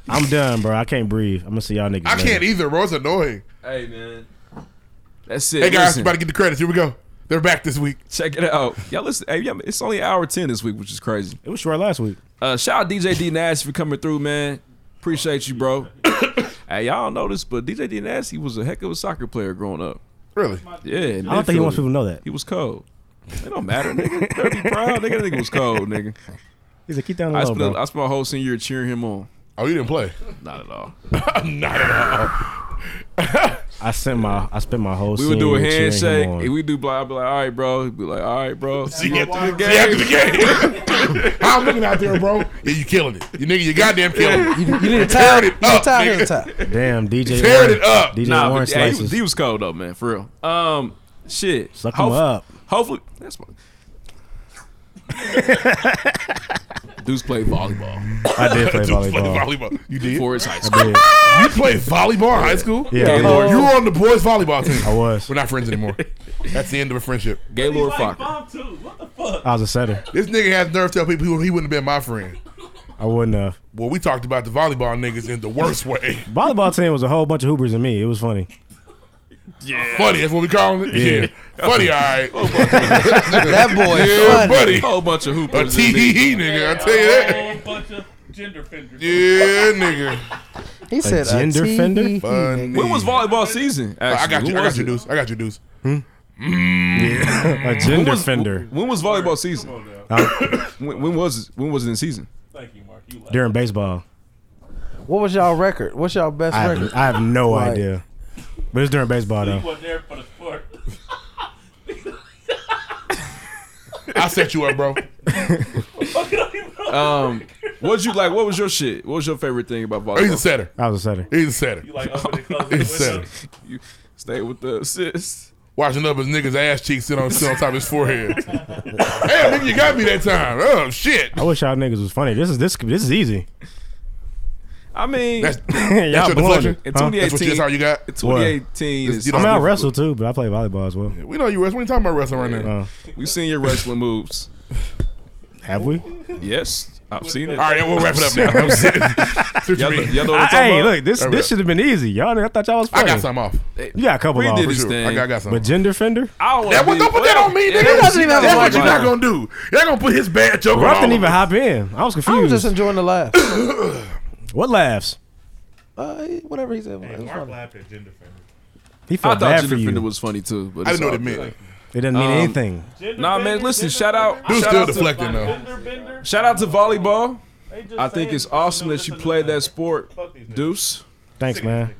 Speaker 6: I'm done, bro. I can't breathe. I'm gonna see y'all niggas.
Speaker 5: I
Speaker 6: later.
Speaker 5: can't
Speaker 1: e-
Speaker 5: either, bro. It's annoying.
Speaker 11: Hey man, that's it.
Speaker 5: Hey guys,
Speaker 11: Listen,
Speaker 5: about to get the credits. Here we go. They're back this week.
Speaker 1: Check it out. Y'all listen. Hey, yeah, it's only hour 10 this week, which is crazy.
Speaker 6: It was short last week.
Speaker 1: Uh, shout out DJ D Nasty for coming through, man. Appreciate you, bro. hey, y'all don't know this, but DJ D Nasty was a heck of a soccer player growing up.
Speaker 5: Really?
Speaker 1: Yeah.
Speaker 6: I don't think he wants people to know that.
Speaker 1: He was cold. It don't matter, nigga. Better be proud, nigga. That nigga was cold, nigga.
Speaker 6: He's like, keep down the
Speaker 1: I
Speaker 6: low,
Speaker 1: spent,
Speaker 6: bro.
Speaker 1: I spent my whole senior year cheering him on.
Speaker 5: Oh, you didn't play.
Speaker 1: Not at all.
Speaker 6: I sent my I spent my whole.
Speaker 1: We would do a
Speaker 6: senior year cheering
Speaker 1: handshake.
Speaker 6: him on.
Speaker 1: And we do blah. I'd be like, all right, bro. He'd be like, all right, bro.
Speaker 5: See you after the game. How I'm looking out there, bro? Yeah, you killing it. You nigga, you goddamn killing it.
Speaker 9: You need a
Speaker 5: Tearing
Speaker 9: tie.
Speaker 5: it
Speaker 9: You need a
Speaker 5: up,
Speaker 9: tie
Speaker 5: nigga.
Speaker 9: here and tie.
Speaker 6: Damn, DJ.
Speaker 5: Tearing
Speaker 6: Warren-
Speaker 5: it up.
Speaker 6: DJ
Speaker 1: Nah,
Speaker 6: Warren
Speaker 1: but, yeah, he,
Speaker 6: slices.
Speaker 1: was, he was cold though, man, for real. Um, shit.
Speaker 6: Suck him up.
Speaker 1: Hopefully, that's my. Dudes played volleyball
Speaker 6: I did play
Speaker 5: Dude, play
Speaker 6: volleyball.
Speaker 5: volleyball. You did.
Speaker 1: for his high school.
Speaker 6: I did.
Speaker 5: You played volleyball in high school?
Speaker 6: Yeah,
Speaker 1: Gaylord,
Speaker 5: You were on the boys volleyball team.
Speaker 6: I was.
Speaker 5: We're not friends anymore. That's the end of a friendship.
Speaker 1: Gaylord
Speaker 8: Like,
Speaker 1: Fokker.
Speaker 8: bomb too. What the fuck?
Speaker 6: I was a setter.
Speaker 5: This nigga has nerve to tell people he wouldn't have been my friend.
Speaker 6: I wouldn't have.
Speaker 5: Well, we talked about the volleyball niggas in the worst way.
Speaker 6: Volleyball team was a whole bunch of hoopers and me. It was funny.
Speaker 5: Funny, that's what we call it. Yeah. Oh, Funny, all right.
Speaker 9: That boy.
Speaker 5: yeah,
Speaker 9: funny.
Speaker 5: buddy.
Speaker 1: Whole bunch of
Speaker 5: A E.
Speaker 1: hoopers. in there.
Speaker 5: TEE nigga, I tell you that.
Speaker 8: Whole bunch of gender fenders.
Speaker 5: Yeah, nigga.
Speaker 9: He said uh, a
Speaker 6: gender
Speaker 9: TV.
Speaker 6: fender?
Speaker 5: Funny.
Speaker 1: When was volleyball season? Actually,
Speaker 5: I got you.
Speaker 1: When
Speaker 5: I got
Speaker 1: was
Speaker 5: you,
Speaker 1: it?
Speaker 5: Deuce. I got you, Deuce.
Speaker 6: a gender fender
Speaker 1: When was volleyball season?
Speaker 6: Uh,
Speaker 1: When, when was when was it in season?
Speaker 8: Thank you, Mark. You like
Speaker 6: during baseball.
Speaker 9: What was y'all record? What's y'all best
Speaker 6: I
Speaker 9: record?
Speaker 6: have, I have no
Speaker 9: Right.
Speaker 6: idea. But it's during baseball
Speaker 8: he
Speaker 6: though.
Speaker 8: wasn't there for the sport.
Speaker 5: I set you up, bro.
Speaker 1: Um, what'd you like? What was your shit? What was your favorite thing about
Speaker 5: He's a
Speaker 1: volleyball?
Speaker 5: setter.
Speaker 6: I was a setter.
Speaker 5: He's a setter.
Speaker 8: You like open and close the
Speaker 5: He's a
Speaker 8: window.
Speaker 5: setter.
Speaker 1: You stay with the assist.
Speaker 5: Watching up his niggas' ass cheeks sit on, sit on top of his forehead. Damn, nigga, you got me that time. Oh, shit.
Speaker 6: I wish y'all niggas was funny. This is this this is easy.
Speaker 1: I mean,
Speaker 5: That's,
Speaker 6: y'all blowing
Speaker 5: your deflection?
Speaker 6: it.
Speaker 1: in
Speaker 6: Huh?
Speaker 5: that's,
Speaker 9: E
Speaker 5: what you,
Speaker 1: 2018,
Speaker 5: that's all you got?
Speaker 1: in 2018
Speaker 5: Just
Speaker 1: is
Speaker 5: get
Speaker 6: I
Speaker 5: off
Speaker 6: mean, I
Speaker 5: the-
Speaker 6: wrestle too, but I play volleyball as well.
Speaker 5: We know you wrestling. We ain't talking about wrestling right now.
Speaker 6: Uh,
Speaker 1: We've seen your wrestling moves.
Speaker 6: have we?
Speaker 1: Yes, I've seen it.
Speaker 5: All right, we'll wrap it up now. I'm sitting. Sit
Speaker 1: Y'all,
Speaker 5: for
Speaker 1: know-
Speaker 5: me.
Speaker 1: y'all know what I'm talking
Speaker 6: hey,
Speaker 1: about?
Speaker 6: look, this
Speaker 5: There we
Speaker 6: this
Speaker 5: go.
Speaker 6: should have been easy. Y'all, nigga, I thought y'all was funny.
Speaker 5: I got something off.
Speaker 6: You got a couple
Speaker 1: Bree
Speaker 6: off.
Speaker 1: did
Speaker 5: For
Speaker 1: his
Speaker 5: sure.
Speaker 1: thing.
Speaker 5: I got, I got
Speaker 6: But
Speaker 5: something.
Speaker 6: gender fender?
Speaker 1: I don't wanna
Speaker 5: That one,
Speaker 1: be-
Speaker 5: don't put that on me,
Speaker 1: Yeah,
Speaker 5: nigga.
Speaker 1: that's-
Speaker 9: doesn't even have a
Speaker 5: That's what you're
Speaker 1: line.
Speaker 5: not gonna do. Y'all gonna put his bad joke
Speaker 6: Bro, I
Speaker 5: on.
Speaker 6: didn't
Speaker 5: all
Speaker 6: even
Speaker 5: of us.
Speaker 6: hop in. I was
Speaker 9: I was
Speaker 6: confused.
Speaker 9: just enjoying the laugh.
Speaker 6: what laughs?
Speaker 9: Uh, whatever he said. it was
Speaker 8: Mark
Speaker 9: funny.
Speaker 8: laughed at gender fenders.
Speaker 6: He
Speaker 1: I
Speaker 6: felt
Speaker 1: thought
Speaker 6: bad for
Speaker 1: Gender
Speaker 6: you.
Speaker 1: Fender was funny too. But
Speaker 5: I
Speaker 1: it's
Speaker 5: didn't know what
Speaker 1: all
Speaker 5: it
Speaker 1: good.
Speaker 5: meant.
Speaker 6: it doesn't
Speaker 1: Um,
Speaker 6: mean anything.
Speaker 8: Gender
Speaker 1: Nah, man,
Speaker 8: fenders,
Speaker 1: listen.
Speaker 8: gender
Speaker 1: Shout out,
Speaker 8: fenders,
Speaker 5: Dude's
Speaker 1: shout
Speaker 5: still
Speaker 1: out, to,
Speaker 5: deflecting though.
Speaker 8: Gender benders.
Speaker 1: shout out to volleyball.
Speaker 8: They just
Speaker 1: I think
Speaker 8: saying
Speaker 1: it's
Speaker 8: this,
Speaker 1: awesome
Speaker 8: no,
Speaker 1: that you
Speaker 8: listen to
Speaker 1: played
Speaker 8: nothing.
Speaker 1: that sport,
Speaker 8: Fuck these niggas.
Speaker 1: Deuce.
Speaker 6: Thanks, man.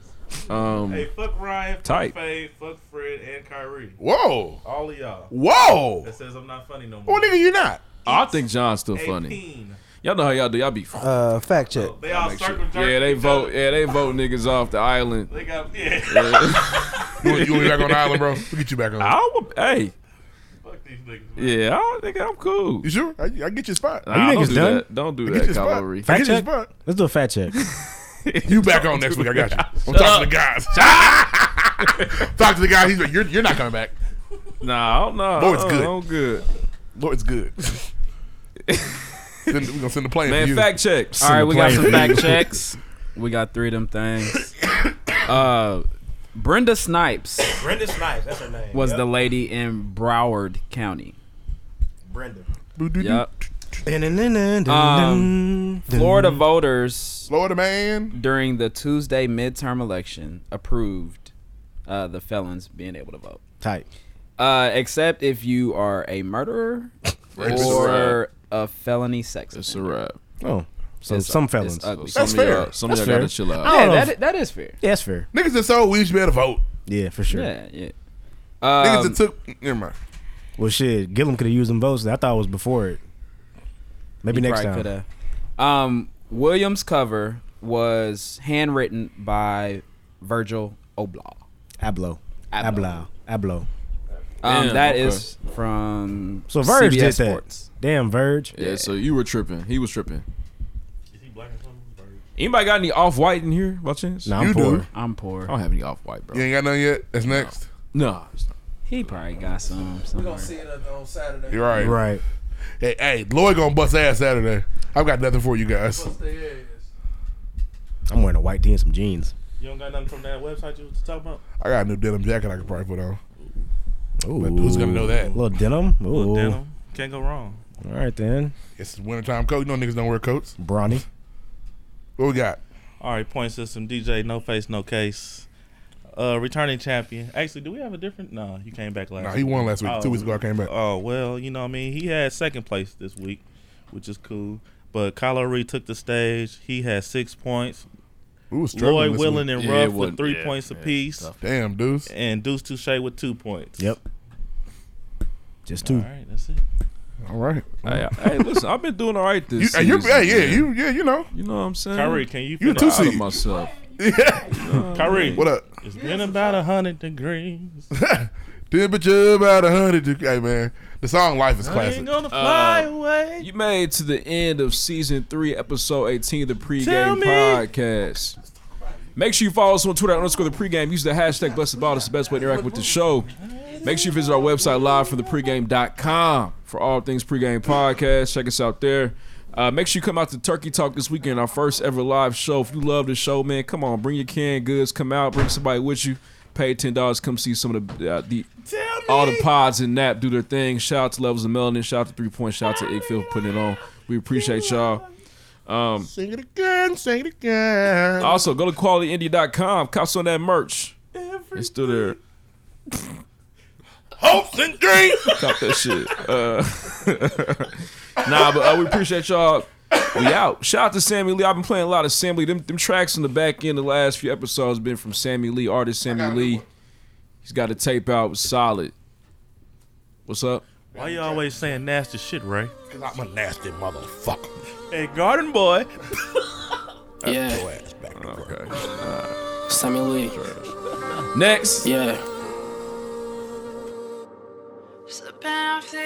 Speaker 1: Um,
Speaker 8: Hey, fuck Ryan, fuck
Speaker 1: Tight.
Speaker 8: Faye, fuck Fred, and Kyrie.
Speaker 5: Whoa,
Speaker 8: All of y'all.
Speaker 5: whoa.
Speaker 8: That says I'm not funny no more.
Speaker 5: Well, nigga, you're not.
Speaker 1: I think John's still funny.
Speaker 8: 18.
Speaker 1: Y'all know how y'all do. Y'all be.
Speaker 9: Uh, fact check.
Speaker 8: They all circle jerk.
Speaker 1: Yeah, they
Speaker 8: each
Speaker 1: vote.
Speaker 8: other.
Speaker 1: Yeah, they vote niggas off the island.
Speaker 8: They got yeah.
Speaker 5: You you ain't back on the island, bro. We'll get you back on.
Speaker 1: I would, hey,
Speaker 8: fuck these niggas. Man.
Speaker 1: yeah, I think I'm cool.
Speaker 5: You sure? I, I get your spot. I
Speaker 1: Nah,
Speaker 6: you
Speaker 1: don't
Speaker 6: niggas
Speaker 1: do
Speaker 6: done?
Speaker 1: that. Don't do
Speaker 5: get
Speaker 1: that,
Speaker 5: your spot.
Speaker 1: Calorie.
Speaker 5: I
Speaker 6: Fact
Speaker 5: get your
Speaker 6: check.
Speaker 5: spot.
Speaker 6: Let's do a fat check.
Speaker 5: You back on next week. I got you. I'm talking to the guys. Talk to the guys. He's like, you're, you're not coming back.
Speaker 1: Nah, I don't know.
Speaker 5: Lord's
Speaker 1: Uh-uh,
Speaker 5: good.
Speaker 1: I'm good.
Speaker 5: Lord, it's good. Send- We're gonna send the plane for
Speaker 1: Man,
Speaker 5: you.
Speaker 1: fact check.
Speaker 11: All right, we got some
Speaker 6: Player.
Speaker 11: fact checks. We got three of them things. Uh, Brenda Snipes
Speaker 6: Brenda Snipes, that's her name.
Speaker 11: was the lady in Broward County.
Speaker 6: Brenda.
Speaker 11: Yep. Um, Florida voters
Speaker 5: Florida man.
Speaker 11: during the Tuesday midterm election approved uh, the felons being able to vote.
Speaker 6: Tight.
Speaker 11: Uh, except if you are a murderer
Speaker 5: Rapist.
Speaker 11: or a felony sex
Speaker 1: It's a
Speaker 11: offender.
Speaker 1: wrap.
Speaker 6: Oh, so
Speaker 11: It's-
Speaker 6: some
Speaker 11: it's
Speaker 6: felons. Yeah,
Speaker 11: ugly.
Speaker 5: That's
Speaker 1: some of
Speaker 5: fair.
Speaker 1: y'all- Some
Speaker 6: That's
Speaker 1: of y'all
Speaker 6: fair.
Speaker 1: gotta chill out.
Speaker 6: I
Speaker 11: Yeah,
Speaker 6: don't know
Speaker 11: that,
Speaker 6: if-
Speaker 11: i- that is fair.
Speaker 6: that's fair.
Speaker 5: Niggas that sold weed should be able to vote.
Speaker 6: Yeah, for sure.
Speaker 11: Yeah, yeah.
Speaker 5: Niggas
Speaker 11: Um,
Speaker 5: that took. Never mind.
Speaker 6: Well, shit, Gillum could have used them votes. I thought it was before it. Maybe
Speaker 11: You
Speaker 6: next time.
Speaker 11: probably coulda. Um, Williams' cover was handwritten by Virgil Obloh.
Speaker 6: Ablo.
Speaker 11: Abloh.
Speaker 6: Ablo. Ablo.
Speaker 10: Um,
Speaker 1: Damn,
Speaker 10: that
Speaker 1: okay.
Speaker 10: is from
Speaker 6: So Verge
Speaker 10: CBS
Speaker 6: did that.
Speaker 10: Sports.
Speaker 6: Damn, Verge.
Speaker 5: Oh.
Speaker 1: Yeah, so you were tripping. He was tripping.
Speaker 8: Is he black or something? Bird.
Speaker 1: Anybody got any off white in here by chance?
Speaker 6: Nah, I'm
Speaker 5: You do.
Speaker 6: poor.
Speaker 10: I'm
Speaker 1: I
Speaker 10: poor.
Speaker 6: Oh.
Speaker 1: don't have any off white, bro.
Speaker 5: You ain't got none yet. That's next.
Speaker 1: No.
Speaker 10: He probably got some somewhere.
Speaker 9: it on Saturday.
Speaker 5: You're right.
Speaker 6: Right.
Speaker 5: Hey, hey, Lloyd gonna bust ass Saturday. I've got nothing for you guys.
Speaker 6: I'm wearing a white tee and some jeans.
Speaker 8: You don't got nothing from that website you was talking about?
Speaker 5: I got a new denim jacket I could probably put on.
Speaker 6: Ooh.
Speaker 5: But who's gonna know that?
Speaker 6: Little denim. Ooh.
Speaker 8: Little denim. Can't go wrong.
Speaker 6: All right then,
Speaker 5: It's wintertime coat. You know niggas don't wear coats.
Speaker 6: Bronny.
Speaker 5: What we got?
Speaker 8: All right, point system. DJ, no face, no case. Uh, returning champion. Actually, do we have a different? No, he came back last.
Speaker 5: Nah, he
Speaker 8: week.
Speaker 5: won last week. Two weeks ago I came back.
Speaker 8: Oh well, you know what I mean he had second place this week, which is cool. But Kylo Ree took the stage. He had six points.
Speaker 5: We was struggling
Speaker 8: Lloyd
Speaker 5: this
Speaker 8: Willing
Speaker 5: week.
Speaker 8: and
Speaker 1: Yeah, it
Speaker 8: Ruff with
Speaker 1: wasn't-
Speaker 8: three
Speaker 1: yeah,
Speaker 8: points apiece,
Speaker 5: Damn, dudes.
Speaker 8: and Deuce Touche with two points.
Speaker 6: Yep. Just two.
Speaker 8: All right, that's it.
Speaker 5: All right.
Speaker 1: Hey, hey, listen, I've been doing all right
Speaker 5: You,
Speaker 1: this
Speaker 5: hey, you,
Speaker 1: season,
Speaker 5: hey, yeah,
Speaker 1: man.
Speaker 5: you, yeah, you know.
Speaker 1: You know what I'm saying?
Speaker 8: Kyrie, can you?
Speaker 5: You a
Speaker 8: finish?
Speaker 5: two
Speaker 1: Proud of
Speaker 5: seed.
Speaker 1: myself.
Speaker 8: Kyrie,
Speaker 5: What up?
Speaker 8: It's been about hundred degrees.
Speaker 5: Temperature about a hundred degrees. Hey man, the song "Life" is
Speaker 8: I ain't
Speaker 5: classic.
Speaker 8: gonna fly
Speaker 1: Uh,
Speaker 8: away.
Speaker 1: You made it to the end of season three, episode 18 of the
Speaker 8: Tell
Speaker 1: pregame
Speaker 8: me.
Speaker 1: podcast. Make sure you follow us on Twitter at underscore the pregame. Use the hashtag blessed ball. That's the best way to interact with the show. Make sure you visit our website live from thepregame.com for all things pregame podcast. Check us out there. Uh, make sure you come out to Turkey Talk this weekend, our first ever live show. If you love the show, man, come on, bring your canned goods, come out, bring somebody with you, pay ten dollars, come see some of the uh, the all the pods and nap do their thing. Shout out to Levels of Melanin, shout out to Three Point, shout out to Igfield for putting it on. We appreciate y'all.
Speaker 5: Sing it again, sing it again.
Speaker 1: Also, go to qualityindia.com, cops on that merch. It's still there.
Speaker 5: Hopes and dreams.
Speaker 1: Cop that shit. Uh, nah, but uh, we appreciate y'all. We out. Shout out to Sammy Lee. I've been playing a lot of Sammy Lee. Them, them tracks in the back end the last few episodes been from Sammy Lee, artist Sammy Lee. He's got a tape out. It's solid. What's up?
Speaker 8: Why you always saying nasty shit, Ray?
Speaker 5: Cause I'm a nasty motherfucker.
Speaker 8: Hey, garden boy.
Speaker 11: Yeah,
Speaker 5: Your ass back to work.
Speaker 1: Okay.
Speaker 11: Sammy Lee.
Speaker 1: Next.
Speaker 11: Yeah.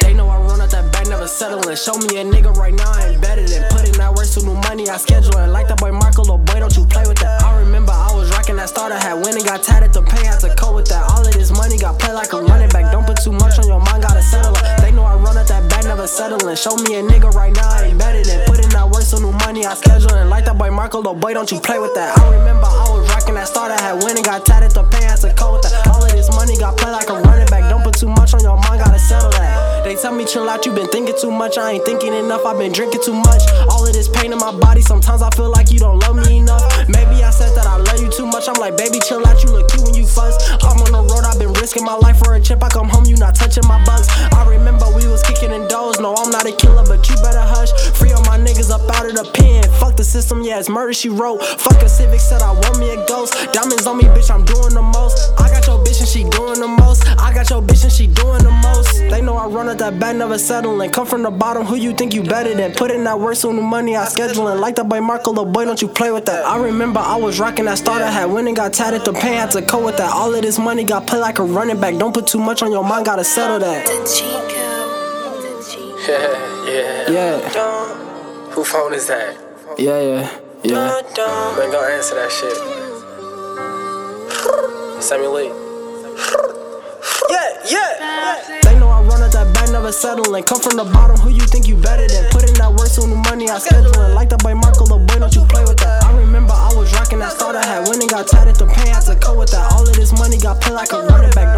Speaker 4: They know I run up that bag, never settling. Show me a nigga right now, I ain't better than putting out work to new money. I schedule it like that boy Michael, oh boy, don't you play with that. I remember I was rocking that starter hat, winning, got tired at the pay, had to cope with that. All of this money got played like a running back. Don't put too much on your mind, gotta settle it. They know I run up that bag, never settling. Show me a nigga right now, I ain't better than putting out work to new money. I schedule it like that boy Michael, oh boy, don't you play with that. I remember I was rocking that starter hat, winning, got tired at the pay, had to cope with that. All of this money got played like a running back. Don't put too much on your mind, gotta settle that. They tell me chill out, you been thinking too much. I ain't thinking enough, I've been drinking too much. All of this pain in my body, sometimes I feel like you don't love me enough. Maybe I said that I love you too much. I'm like, baby, chill out, you look cute when you fuss. I'm on the road, I've been risking my life for a chip. I come home, you not touching my bucks. I remember we was kicking in doors. No, I'm not a killer, but you better hush. Free all my niggas up out of the pen. Fuck the system, yeah, it's murder she wrote. Fuck a civic said I want me a ghost. Diamonds on me, bitch, I'm doing the most. I got your bitch and she doing the most. I got your bitch and she doing the most. They know I run at that bad, never settling. Come from the bottom, who you think you better than? Put in that work, soon the money I scheduling. Like that boy Marco, the boy, don't you play with that. I remember I was rocking that starter hat. Winning got tied at the pain, had to cope with that. All of this money got put like a running back. Don't put too much on your mind, gotta settle that. Yeah,
Speaker 11: Who phone is that?
Speaker 4: yeah, yeah.
Speaker 11: Yeah. Man, go answer that shit. Sammy Lee.
Speaker 4: Yeah, yeah. They know I run at that bag, never settling. Come from the bottom, who you think you better than? Put in that work, soon the money I scheduling. Like that boy Marco, the boy, don't you play with that. I remember I was rocking that starter hat. Winning got tired at the pain, had to cope with that. All of this money got put like a running back.